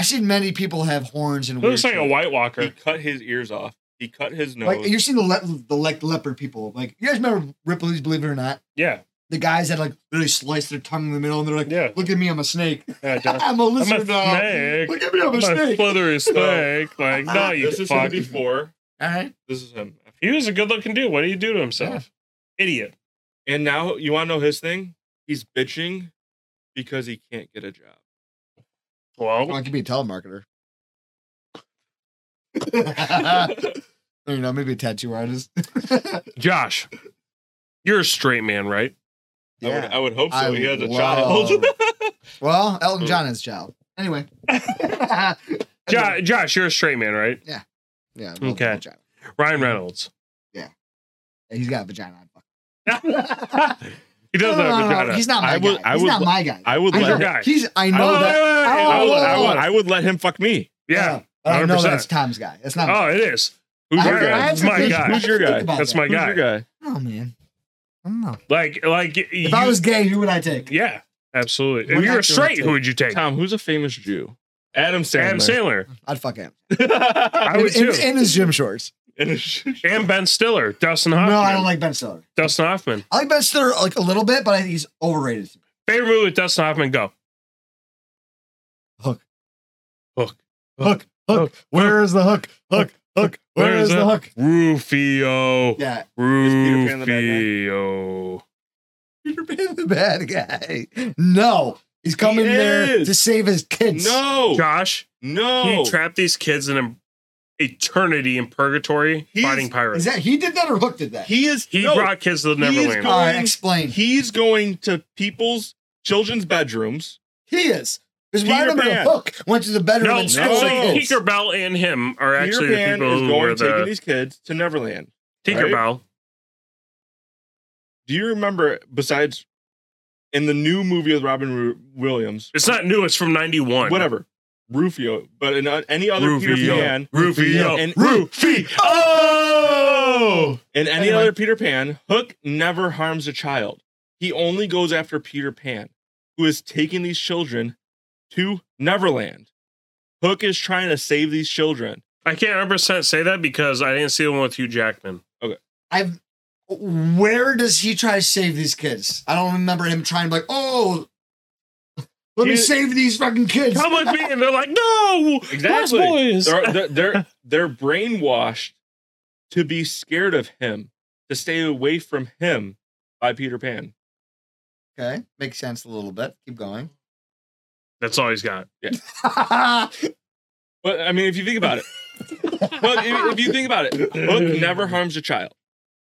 C: I've seen many people have horns and
B: It looks
C: weird
B: like a
C: shit.
B: White
A: He
B: Walker.
A: cut his ears off. He cut his nose.
C: Like you've seen the le- the like leopard people. Like you guys remember Ripley's Believe It or Not?
B: Yeah.
C: The guys that like literally slice their tongue in the middle and they're like,
B: Yeah.
C: "Look at me, I'm a snake.
B: yeah Josh.
C: (laughs) I'm a
B: I'm a
C: lizard now.
B: snake. Oh.
C: Look at me, I'm a
B: I'm a
C: snake." All
B: slithery snake. Like, no, you
A: this is him
B: fuck.
A: before.
C: right.
A: This is him.
B: He was a good looking dude. What did he do to himself? Idiot.
A: And now you want to know his thing? He's bitching because he can't get a job. (laughs)
C: (laughs) Well,
B: Well,
C: I could be a telemarketer. (laughs) Or, you know, maybe a tattoo artist. (laughs)
B: Josh, you're a straight man, right?
A: I, would, I would hope so.
C: I
A: he has a
C: love-
A: child. (laughs)
C: Well, Elton John is child.
B: (laughs)
C: Anyway. (laughs) yeah.
B: Jo- Josh, you're a straight man, right?
C: well, Elton
B: Okay.
C: John.
B: Ryan Reynolds.
C: He's got a vagina.
B: (laughs) he
C: Oh,
B: doesn't have a vagina.
C: He's not my
A: I would-
C: guy.
A: I
C: He's
A: would
C: not
A: li-
C: my guy.
A: I would
C: I
A: let
B: He's your
A: him,
C: know-
B: guy.
C: He's. I know
B: Oh,
C: that.
B: wait, wait, wait.
A: I, would, I, would,
B: Oh.
A: I would let him fuck me.
B: Yeah.
C: I know
B: 100%.
C: that's Tom's guy. That's not.
B: Oh, it is.
A: Who's
C: I-
A: your
C: I
A: guy?
C: have
B: That's
C: to
B: my
C: think-
B: guy.
C: I have to
A: Who's your
C: think
A: guy?
C: about
B: That's
C: that.
B: my
A: Who's
B: guy.
A: your guy?
C: Oh man. I don't know.
B: Like, like you,
C: If I was gay, who would I take?
B: yeah, absolutely. If
C: What
B: you were
C: actor
B: straight,
C: would
B: who would you take?
A: Tom, who's a famous Jew? Adam Sandler. (laughs)
B: Adam Sandler.
C: I'd fuck him.
B: I would
C: in,
B: too.
C: in his gym shorts.
B: And Ben Stiller, Dustin Hoffman.
C: No, I don't like Ben Stiller.
B: Dustin Hoffman.
C: I like Ben Stiller like a little bit, but I think he's overrated.
B: Favorite movie with Dustin Hoffman? Go.
C: Hook.
B: Hook.
C: Hook. Hook. Where is the hook? Hook. Hook. Where is the hook?
B: Rufio.
C: Yeah, (laughs)
A: Peter Pan the bad guy?
B: Rufio.
C: Peter Pan's the bad guy. No, he's coming
A: He
C: there
A: is.
C: to save his kids.
A: no,
B: Josh,
A: no.
B: he trapped these kids in an eternity in purgatory
A: He's-
B: fighting
C: Is
B: pirates.
C: that he did that or Hook did that?
A: He is.
B: he
A: no,
B: brought kids to the
A: he is
B: Neverland.
A: going-
C: All right, explain. He,
A: He's going to people's children's bedrooms.
C: is. Because
A: Peter
C: right under
A: Pan.
C: Hook went to the bedroom
B: No,
C: and
B: so
C: stole
A: no.
C: the kids.
B: Tinkerbell and him are
A: Peter
B: actually the
A: Pan
B: people
A: is
B: who
A: going
B: were
A: taking
B: the
A: these kids to Neverland.
B: Tinkerbell.
A: Do you remember? Besides, in the new movie with Robin Ru- Williams,
B: It's not new. It's from '91.
A: whatever Rufio, but in uh, any other Peter
B: Rufio.
A: Pan,
B: Rufio.
A: And-
B: Rufio. Oh.
A: in any
C: Anyway.
A: other Peter Pan, Hook never harms a child. He only goes after Peter Pan, who is taking these children to Neverland. Hook is trying to save these children.
B: I can't 100 percent say that because I didn't see the one with Hugh Jackman.
C: I've. Where does he try to save these kids? I don't remember him trying to be like, oh, let me
A: He-
C: save these fucking kids.
B: Come with me, and they're like, "No, Lost
A: Exactly.
B: boys."
A: They're, they're, they're, they're brainwashed to be scared of him, to stay away from him by Peter Pan.
C: Okay, makes sense a little bit. Keep going. (laughs)
B: That's all he's got.
A: But I mean, if you think about it, but if, if you think about it, Hook never harms a child,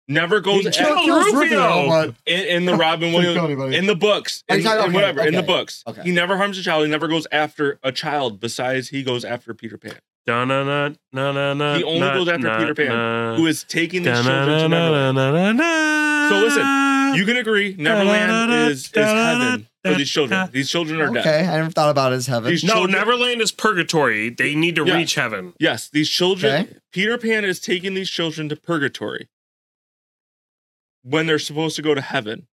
A: never goes
B: He
A: after,
B: killed- Rufio.
C: but-
A: in, in the Robin
C: Didn't
A: Williams.
C: kill anybody.
A: in the books
C: Are
A: in,
C: you talking-
A: in
C: okay,
A: whatever in the
C: okay,
A: books
C: okay.
A: he never harms a child he never goes after a child besides he goes after peter pan
B: Na na na na na na.
A: He only goes after Peter Pan, who is taking these children to neverland
B: So
A: So listen, you can agree neverland is, is heaven for these children these children are dead
C: okay, I never thought about it as heaven.
A: These
B: no,
A: children-
B: Neverland is purgatory. They need to
A: Yeah.
B: reach heaven.
A: yes these children
C: Okay.
A: peter pan is taking these children to purgatory when they're supposed to go to heaven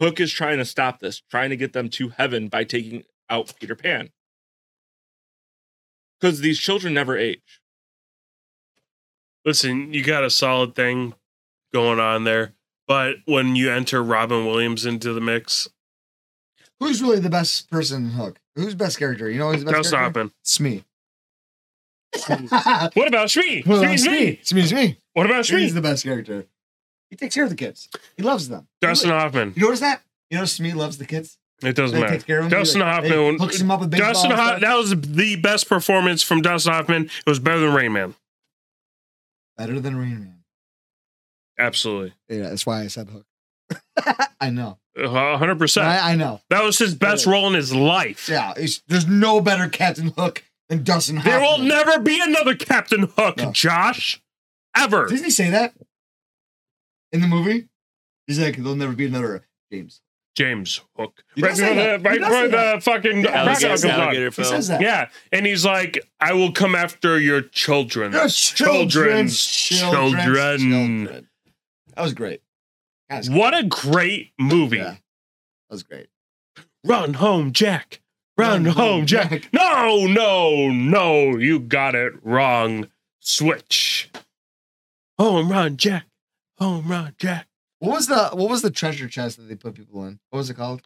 A: hook is trying to stop this trying to get them to heaven by taking out peter pan because these children never age
B: Listen, you got a solid thing going on there, but when you enter Robin Williams into the mix,
C: Who's really the best person in Hook? Who's best character? You know who's Oh, the best
B: no
C: character?
B: stopping.
C: It's me.
B: What about Shmi?
C: (laughs) Well,
B: Shmi's
C: it's
B: me.
C: It's me. It's me.
B: What about
C: He's
B: Shmi?
C: the best character. He takes care of the kids. He loves them.
B: Dustin
C: You
B: Hoffman.
C: notice that? You notice Smee loves the kids?
B: It doesn't
C: They
B: matter.
C: take care of him.
B: Dustin
C: They, like, they
B: Hoffman-
C: hooks him up with baseball.
B: Dustin
C: and
B: Hoff,
C: stuff.
B: that was the best performance from Dustin Hoffman. It was better than Rain Man.
C: better than Rain Man.
B: Absolutely.
C: Yeah, that's why I said hook. (laughs) I know.
B: Uh, 100%.
C: I, I know.
B: that was his best role in his life.
C: Yeah, it's, there's no better Captain Hook than Dustin Hoffman.
B: There will never be another Captain Hook,
C: No.
B: Josh. Ever.
C: Didn't he say that in the movie? He's like, there'll never be another James.
B: James Hook.
C: He
B: Right
C: does
B: before
C: say
B: the,
C: that. He
B: right
C: does
B: before
C: say
B: the fucking
C: Yeah,
B: Rock Out
C: alligator-
E: Alligator,
B: comes on.
E: alligator
C: He
E: film.
C: says that.
B: Yeah. And he's like, I will come after your children.
C: Yes,
B: Children's
C: children's,
B: children.
C: children. That was great. That was,
B: What a great movie.
C: Yeah. that was great.
B: Run home, Jack. Run, home, Jack. No, no, no. You got it wrong. Switch. Home run, Jack. Home run, Jack.
C: What was the what was the treasure chest that they put people in? What was it called?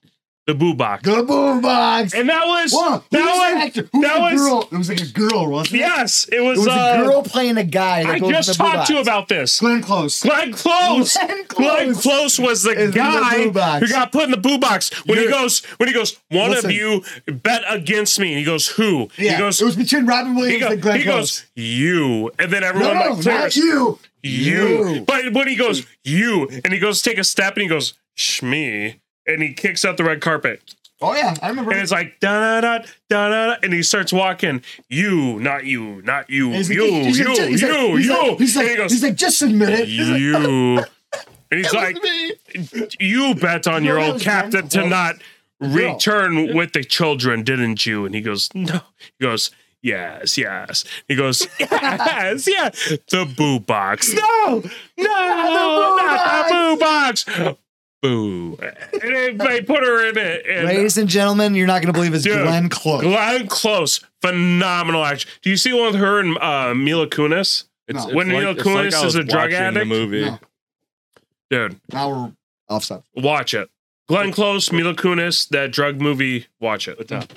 B: The boo box.
C: The boom box.
B: And that was
C: Whoa, who
B: that
C: was
B: was-
C: the actor? Who was
B: that
C: the
B: was-
C: girl? It was like a girl, wasn't it?
B: yes. It
C: It
B: was.
C: was
B: uh,
C: a girl playing a guy. That
B: I
C: goes
B: just
C: in the blue
B: talked to you
C: box.
B: about this.
C: Glenn Close.
B: Glenn Close.
C: Glenn
B: Glenn Close was
C: is in
B: the
C: the
B: guy
C: boo box.
B: who got put in the boo box when he
C: You're-
B: goes when he goes. One
C: Listen.
B: of you bet against me, and he goes, "Who?"
C: Yeah,
B: He goes.
C: it was between Robin
B: He,
C: Williams
B: go-
C: and Glenn
B: he
C: Close.
B: goes, you, and then
C: No,
B: everyone
C: no,
B: like
C: not
B: clears.
C: you.
B: you.
C: You.
B: But when he goes, you, and he goes to take a step and he goes, shmee, and he kicks out the red carpet.
C: Oh yeah, I remember.
B: And it's like, da da da, da da, and he starts walking, you, not you, not you,
C: He's like-
B: you, you,
C: he's like- he's like-
B: you,
C: he's
B: you.
C: like- He's like,
B: and he
C: he's
B: goes,
C: like, just admit it. He's like, (laughs)
B: you. And he's
C: "That was
B: like,
C: me."
B: you bet on
C: You
B: your
C: know that
B: old
C: was
B: captain
C: Glenn
B: to
C: Close.
B: not
C: No.
B: return with the children, didn't you? And he goes, no. He goes, yes, yes. He goes, (laughs) yes, yeah. The boo box. No, no, not the boo box. Boo. And they, they put her in it. And uh,
C: Ladies and gentlemen, you're not gonna believe it's
B: Dude,
C: Glenn Close.
B: Glenn Close, phenomenal action. Do you see one with her and uh, Mila Kunis?
C: No.
B: when Mila
E: it's
B: Kunis
E: I
B: is
E: was
B: a drug
E: watching
B: addict?
E: The movie.
C: No.
B: Dude,
C: Now we're off subject.
B: Watch it. Glenn Close, Mila Kunis, that drug movie. Watch it.
A: But
C: Mm.
A: no.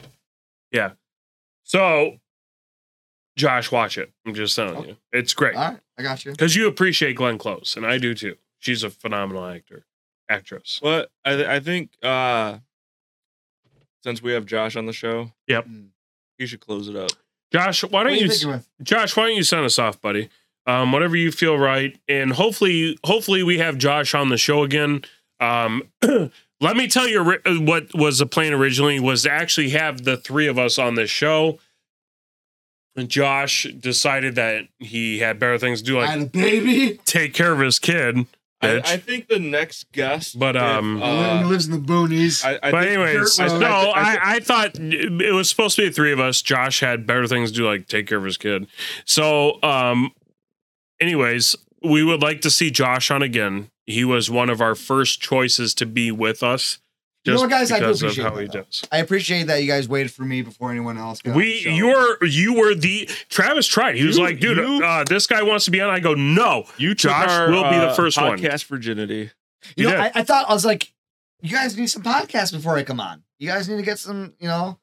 B: Yeah. So, Josh, watch it. I'm just telling you, it's great
C: All right, I got you.
B: because you appreciate Glenn Close, and I do too. She's a phenomenal actor, actress.
A: But I, th- I think uh, since we have Josh on the show,
B: Yep.
C: Hmm.
A: he should close it up.
B: Josh, why don't
C: What are
B: you,
C: you thinking with?
B: Josh, why don't you send us off, buddy? Um, whatever you feel right, and hopefully, hopefully we have Josh on the show again. Um, (clears throat) let me tell you ri- uh, what was the plan originally was to actually have the three of us on this show. And Josh decided that he had better things to do,
C: I
B: like
C: had a baby.
B: take care of his kid.
A: I,
B: Bitch.
A: I think the next guest,
B: But,
A: if,
B: um,
C: He
A: uh,
C: lives in the boonies.
A: I, I
B: but
A: think
B: anyways,
A: Kurt was-
B: no,
A: thi-
B: I,
A: thi-
B: I thought it was supposed to be the three of us. Josh had better things to do, like take care of his kid. So, um, anyways, we would like to see Josh on again. He was one of our first choices to be with us.
C: You know what, guys? I do
B: because of
C: appreciate
B: how
C: that,
B: he
C: though.
B: does.
C: I appreciate that you guys waited for me before anyone else. got on
B: We,
C: the show.
B: you were, you were the Travis tried. He was
A: You-
B: like, dude,
A: you-
B: uh, this guy wants to be on. I go, no.
A: you took
B: Josh
A: our,
B: will be the
A: uh,
B: first one.
A: Podcast virginity.
C: You know,
B: did.
C: I, I thought I was like, you guys need some podcasts before I come on. You guys need to get some, you know,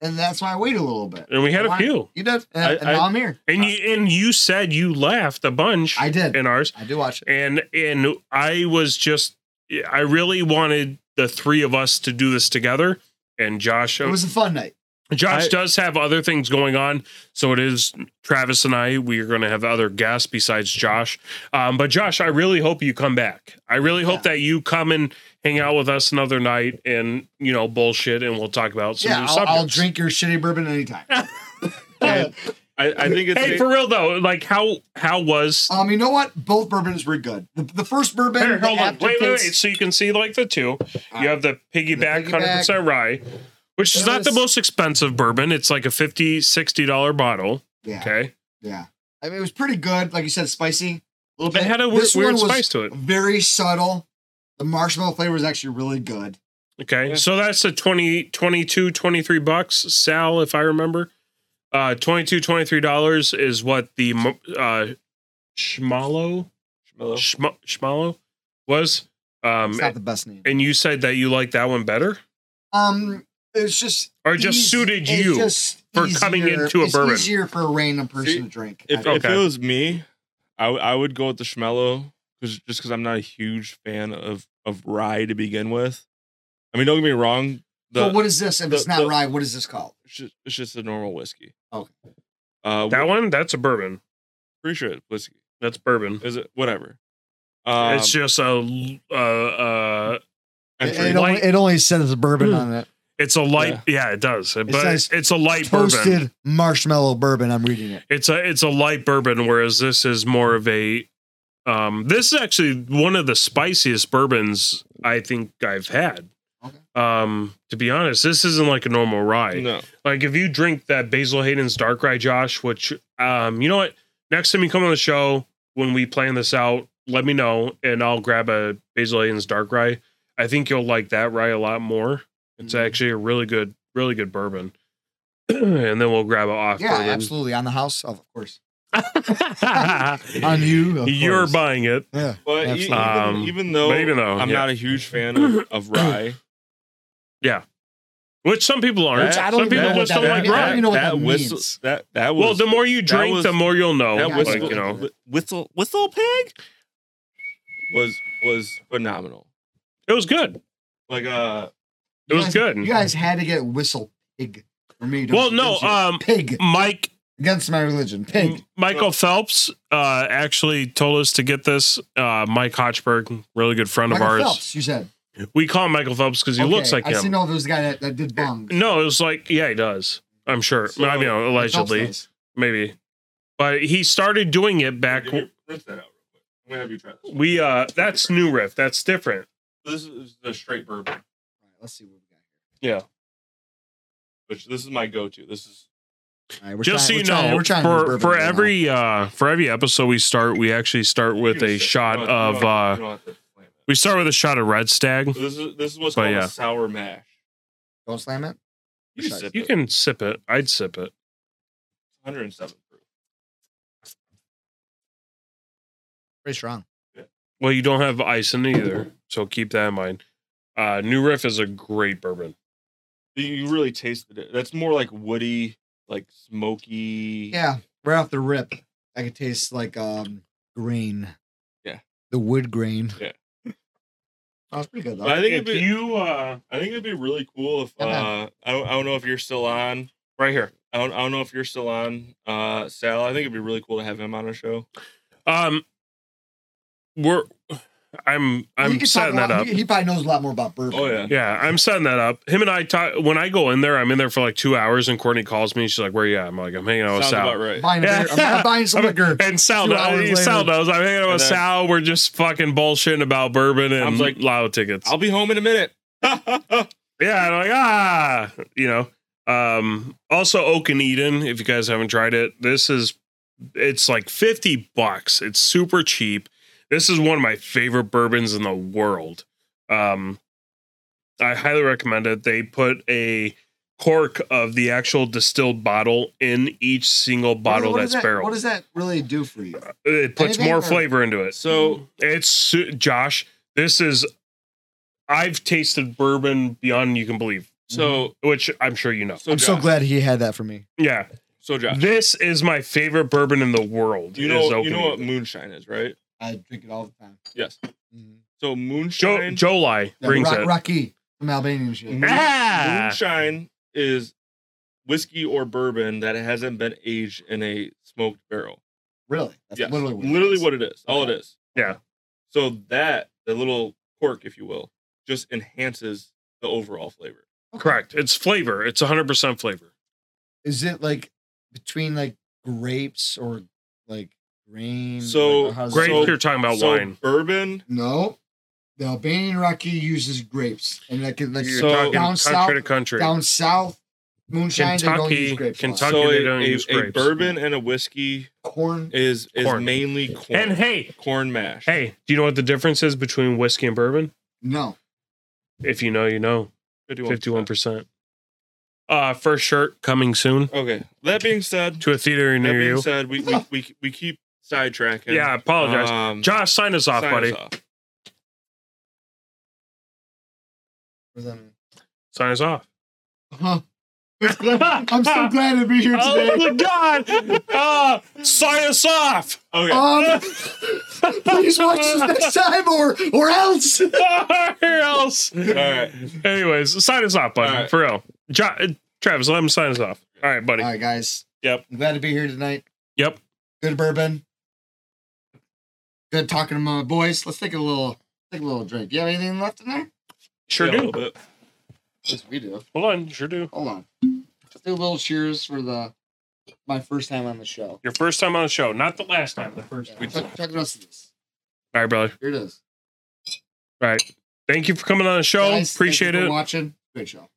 C: and that's why I waited a little bit.
B: And we had a
C: Why-
B: few.
C: You did, and,
A: I-
C: and
A: I-
C: now I'm here.
B: And you, and you said you laughed a bunch
C: I did.
B: in ours.
C: I do watch it.
B: and and I was just I really wanted the three of us to do this together. And Josh,
C: It was a fun night.
B: Josh
A: I-
B: does have other things going on, so it is Travis and I. We are going to have other guests besides Josh. Um, but Josh, I really hope you come back. I really hope that you come and hang out with us another night, and you know bullshit, and we'll talk about some
C: yeah,
B: new
C: I'll, I'll
B: subjects.
C: drink your shitty
B: (laughs)
C: bourbon anytime.
A: I, I think it's
B: Hey, for real though, like how how was?
C: um, you know what? Both bourbons were good. The, the first bourbon, Uh,
B: Here,
C: the
B: hold on, wait, wait, wait.
C: aftertaste-
B: So you can see like the two. You have the piggyback,
C: The piggyback.
B: hundred percent rye, which is
C: It
B: not the
C: was-
B: most expensive bourbon. It's like a 50 60 dollar bottle.
C: yeah,
B: Okay,
C: yeah. I mean, it was pretty good. Like you said, spicy. A little
B: it
C: bit.
B: had a weird,
C: This
B: weird
C: one was
B: spice to it.
C: Very subtle. The marshmallow flavor is actually really good.
B: Okay,
A: Yeah.
B: so that's a 20, 22, 23 bucks. Sal, if I remember, uh, 22 23 dollars is what the mo- uh, schmalo
A: Shmelo.
B: Schmo- schmalo was.
C: It's
B: Um,
C: not the best name.
B: and you said that you liked that one better,
C: Um, it's just
B: or it just
C: eas-
B: suited
C: it's
B: you.
C: just
B: for coming into a
C: it's
B: bourbon.
C: easier for a random person
A: See,
C: to drink.
A: If,
C: I-
A: if
B: Okay.
A: it was me, I, w- I would go with the Shmello because just because I'm not a huge fan of of rye to begin with. I mean, don't get me wrong. The-
C: so what is this? If
A: the-
C: it's not
A: the-
C: rye, what is this called?
A: it's, just, it's just a normal whiskey.
C: Okay.
A: Uh,
B: That one, that's a bourbon.
A: pretty sure it's whiskey.
B: That's bourbon.
A: Is it whatever? Um,
B: it's just a l- uh, uh,
C: It,
A: entry
C: it only,
B: light.
C: it only says bourbon
A: Hmm.
C: on it.
B: it's a light. Yeah, it does. But
C: says
B: it's a light
C: Toasted
B: bourbon.
C: marshmallow bourbon. I'm reading it.
B: It's a it's a light bourbon, whereas this is more of a. Um, this is actually one of the spiciest bourbons I think I've had.
C: Okay.
B: Um, to be honest, this isn't like a normal rye.
A: no.
B: Like if you drink that Basil Hayden's Dark Rye, Josh, which um, you know what? Next time you come on the show, when we plan this out, let me know and I'll grab a Basil Hayden's Dark Rye. I think you'll like that rye a lot more. It's
C: Mhm.
B: actually a really good, really good bourbon. (clears throat) and then we'll grab it off.
C: Yeah,
B: bourbon.
C: absolutely. On the house, of course. (laughs) On you. of
B: You're
C: course.
B: buying it.
C: Yeah.
A: But e- even,
C: Absolutely.
B: Um,
A: even though
B: but even though,
A: I'm
B: yeah.
A: not a huge fan
B: (coughs)
A: of, of rye,
B: Which some people aren't.
A: That-
C: I don't
B: some
C: even
B: people
C: know
B: just
C: what that
B: don't like
C: means. I don't
B: rye.
C: even know what that
A: whistle
C: means.
A: that that was
B: Well, the more you
A: that
B: drink,
A: was-
B: the more you'll know.
A: that
C: Yeah,
A: whistle,
B: like, you know,
A: whistle whistle pig was was phenomenal.
B: it was good.
A: Like uh,
B: It
C: You
B: was
C: guys-
B: good.
C: You guys had to get whistle pig for me. to-
B: Well, no,
C: against you.
B: um,
C: pig
B: Mike
C: against my religion. Pig.
B: M- Michael Phelps uh, actually told us to get this. Uh, Mike Hotchberg, really good friend
C: Michael
B: of ours.
C: Phelps, you said.
B: We call him Michael Phelps because he
C: Okay,
B: looks like
C: I I
B: him.
C: know there was the guy that, that did bong.
B: No, it was like, yeah, he does. I'm sure.
A: So-
B: I mean, allegedly, maybe. But he started doing it back.
A: give me- rinse that out real quick. I'm gonna have you try this.
B: We uh, that's new riff. That's different.
A: This is the straight bourbon,
C: Let's see what we
A: which this is my go-to. This is
C: got. All right, we're
B: Just
C: trying,
B: so you
C: we're
B: know,
C: trying, we're trying this
B: for
C: bourbon
B: for
C: right now.
B: every uh, for every episode we start, we actually start with
A: Give me
B: a
A: sec.
B: shot
A: You don't- you
B: of.
A: don't- you
B: Uh,
A: don't have to explain it.
B: we start with a shot of Red Stag.
A: This is this is what's
B: But
A: called
B: yeah.
A: a sour mash.
C: don't slam it.
A: You
C: Sure.
A: sip
B: You
A: it.
B: can sip it. I'd sip it.
A: 107 proof.
C: Pretty strong.
B: Well, you don't have ice in it either, so keep that in mind. Uh, New Riff is a great bourbon.
A: You- You really tasted it. That's more like woody, like smoky.
C: Yeah, right off the rip, I could taste like um grain.
A: Yeah.
C: the wood grain. (laughs)
A: Yeah.
C: that was pretty good though.
A: But I think it'd be,
B: you uh,
A: I think it'd be really cool if
C: Yeah,
A: uh,
C: man.
A: I don't, I don't know if you're still on.
B: right here,
A: I don't, I don't know if you're still on, uh, Sal. I think it'd be really cool to have him on a show.
B: um, we're I'm
C: He
B: I'm
C: could
B: setting
C: talk
B: that
C: a lot-
B: up.
C: He, he probably knows a lot more about bourbon.
A: Oh yeah,
B: Yeah, I'm setting that up. Him and I talk when I go in there. I'm in there for like two hours, and Courtney calls me. She's like, "Where you at?" I'm like, "I'm hanging out with
A: sounds
B: Sal."
A: about right.
C: Buying, a
B: Yeah.
C: beer, I'm, I'm buying some
B: I'm-
C: liquor.
B: And Sal,
C: Two hours
B: knows, Sal
C: later.
B: knows I'm hanging out
A: And
B: with
A: then-
B: Sal. We're just fucking bullshitting about bourbon
A: I
B: and
A: was
B: like
A: like,
B: loud tickets.
A: I'll be home in a minute.
B: Yeah, and I'm like ah, you know. Um, also, Oak and Eden. If you guys haven't tried it, this is it's like fifty bucks. It's super cheap. This is one of my favorite bourbons in the world. Um, I highly recommend it. They put a cork of the actual distilled bottle in each single bottle
C: What does
B: that's
C: that-
B: barrel.
C: What does that really do for you?
B: it puts
C: anything
B: more
C: or-
B: flavor into it.
A: so
B: It's su- Josh. This is. I've tasted bourbon beyond you can believe,
A: (laughs) so
B: which I'm sure you know.
A: so
C: I'm so
A: Josh,
C: glad he had that for me.
B: Yeah,
A: So Josh,
B: this is my favorite bourbon in the world.
A: you
B: is
A: know you
B: Oakland.
A: know what moonshine is, right?
C: I drink it all the time.
A: Yes.
C: Mhm.
A: So
B: Jo-
A: moonshine
B: Jolie
C: Yeah,
B: brings
C: Rock-
B: it.
C: Rocky from Albanian shit.
A: Mhm.
B: Ah!
A: Moonshine is whiskey or bourbon that hasn't been aged in a smoked barrel.
C: Really? That's
A: Yes.
C: literally what it is.
A: it is. All it
C: Okay.
A: is.
B: Yeah.
A: So that the little cork, if you will, just enhances the overall flavor.
B: Correct. It's flavor. It's 100 percent flavor.
C: Is it like between like grapes or like grain?
A: So-
C: Like, how's it-
B: Grape.
A: So-
B: you're talking about
A: so
B: wine.
A: bourbon.
C: no, the Albanian Rocky uses grapes, and like, like
B: You're
A: So-
B: talking
C: down
B: country
C: south,
B: to country.
C: down south, moonshine they don't use
B: Kentucky-
C: grapes. a lot.
B: Kentucky-
A: so
B: they
A: a,
B: don't
A: a-
B: use
A: a
B: grapes.
A: bourbon and a whiskey
C: corn.
A: is is
B: Corn.
A: mainly corn.
B: and hey,
A: corn mash.
B: hey, do you know what the difference is between whiskey and bourbon?
C: No,
B: If you know, you know.
A: 51%.
B: 51 percent. Uh, first shirt coming soon
A: Okay. That being said,
B: to a theater
A: that
B: near
A: being
B: you.
A: said, we we, we, we keep sidetracking.
B: yeah, I apologize.
A: Um,
B: Josh, sign us off,
A: sign us
B: buddy.
A: off.
C: What does that mean?
B: Sign us off.
C: huh? Uh-huh. (laughs) I'm so glad to be here
B: Oh
C: today.
B: my god! Uh, sign us off! (laughs)
A: Okay.
C: Um, (laughs) please watch this next time or or else.
B: Or else.
A: All right.
B: Anyways, sign us off, buddy.
A: All right.
B: For real. Jo- uh, Travis, let him sign us off. All right, buddy.
C: All right, guys.
B: Yep.
C: I'm glad to be here tonight.
B: Yep.
C: Good bourbon. Good talking to my boys. Let's take a little take a little drink. You have anything left in there?
B: Sure
A: Yeah, a
B: do.
A: little bit.
C: Yes, we do.
B: Hold on. Sure do.
C: Hold on. Let's do a little cheers for the my first time on the show.
B: Your first time on the show, not the last time, the first time.
C: Yeah, Chuck, Chuck Russ is this.
B: All right, brother.
C: Here it is.
B: All right. Thank you for coming on the show.
C: Guys, thank you
B: Appreciate
C: for
B: it.
C: Watching. Great show.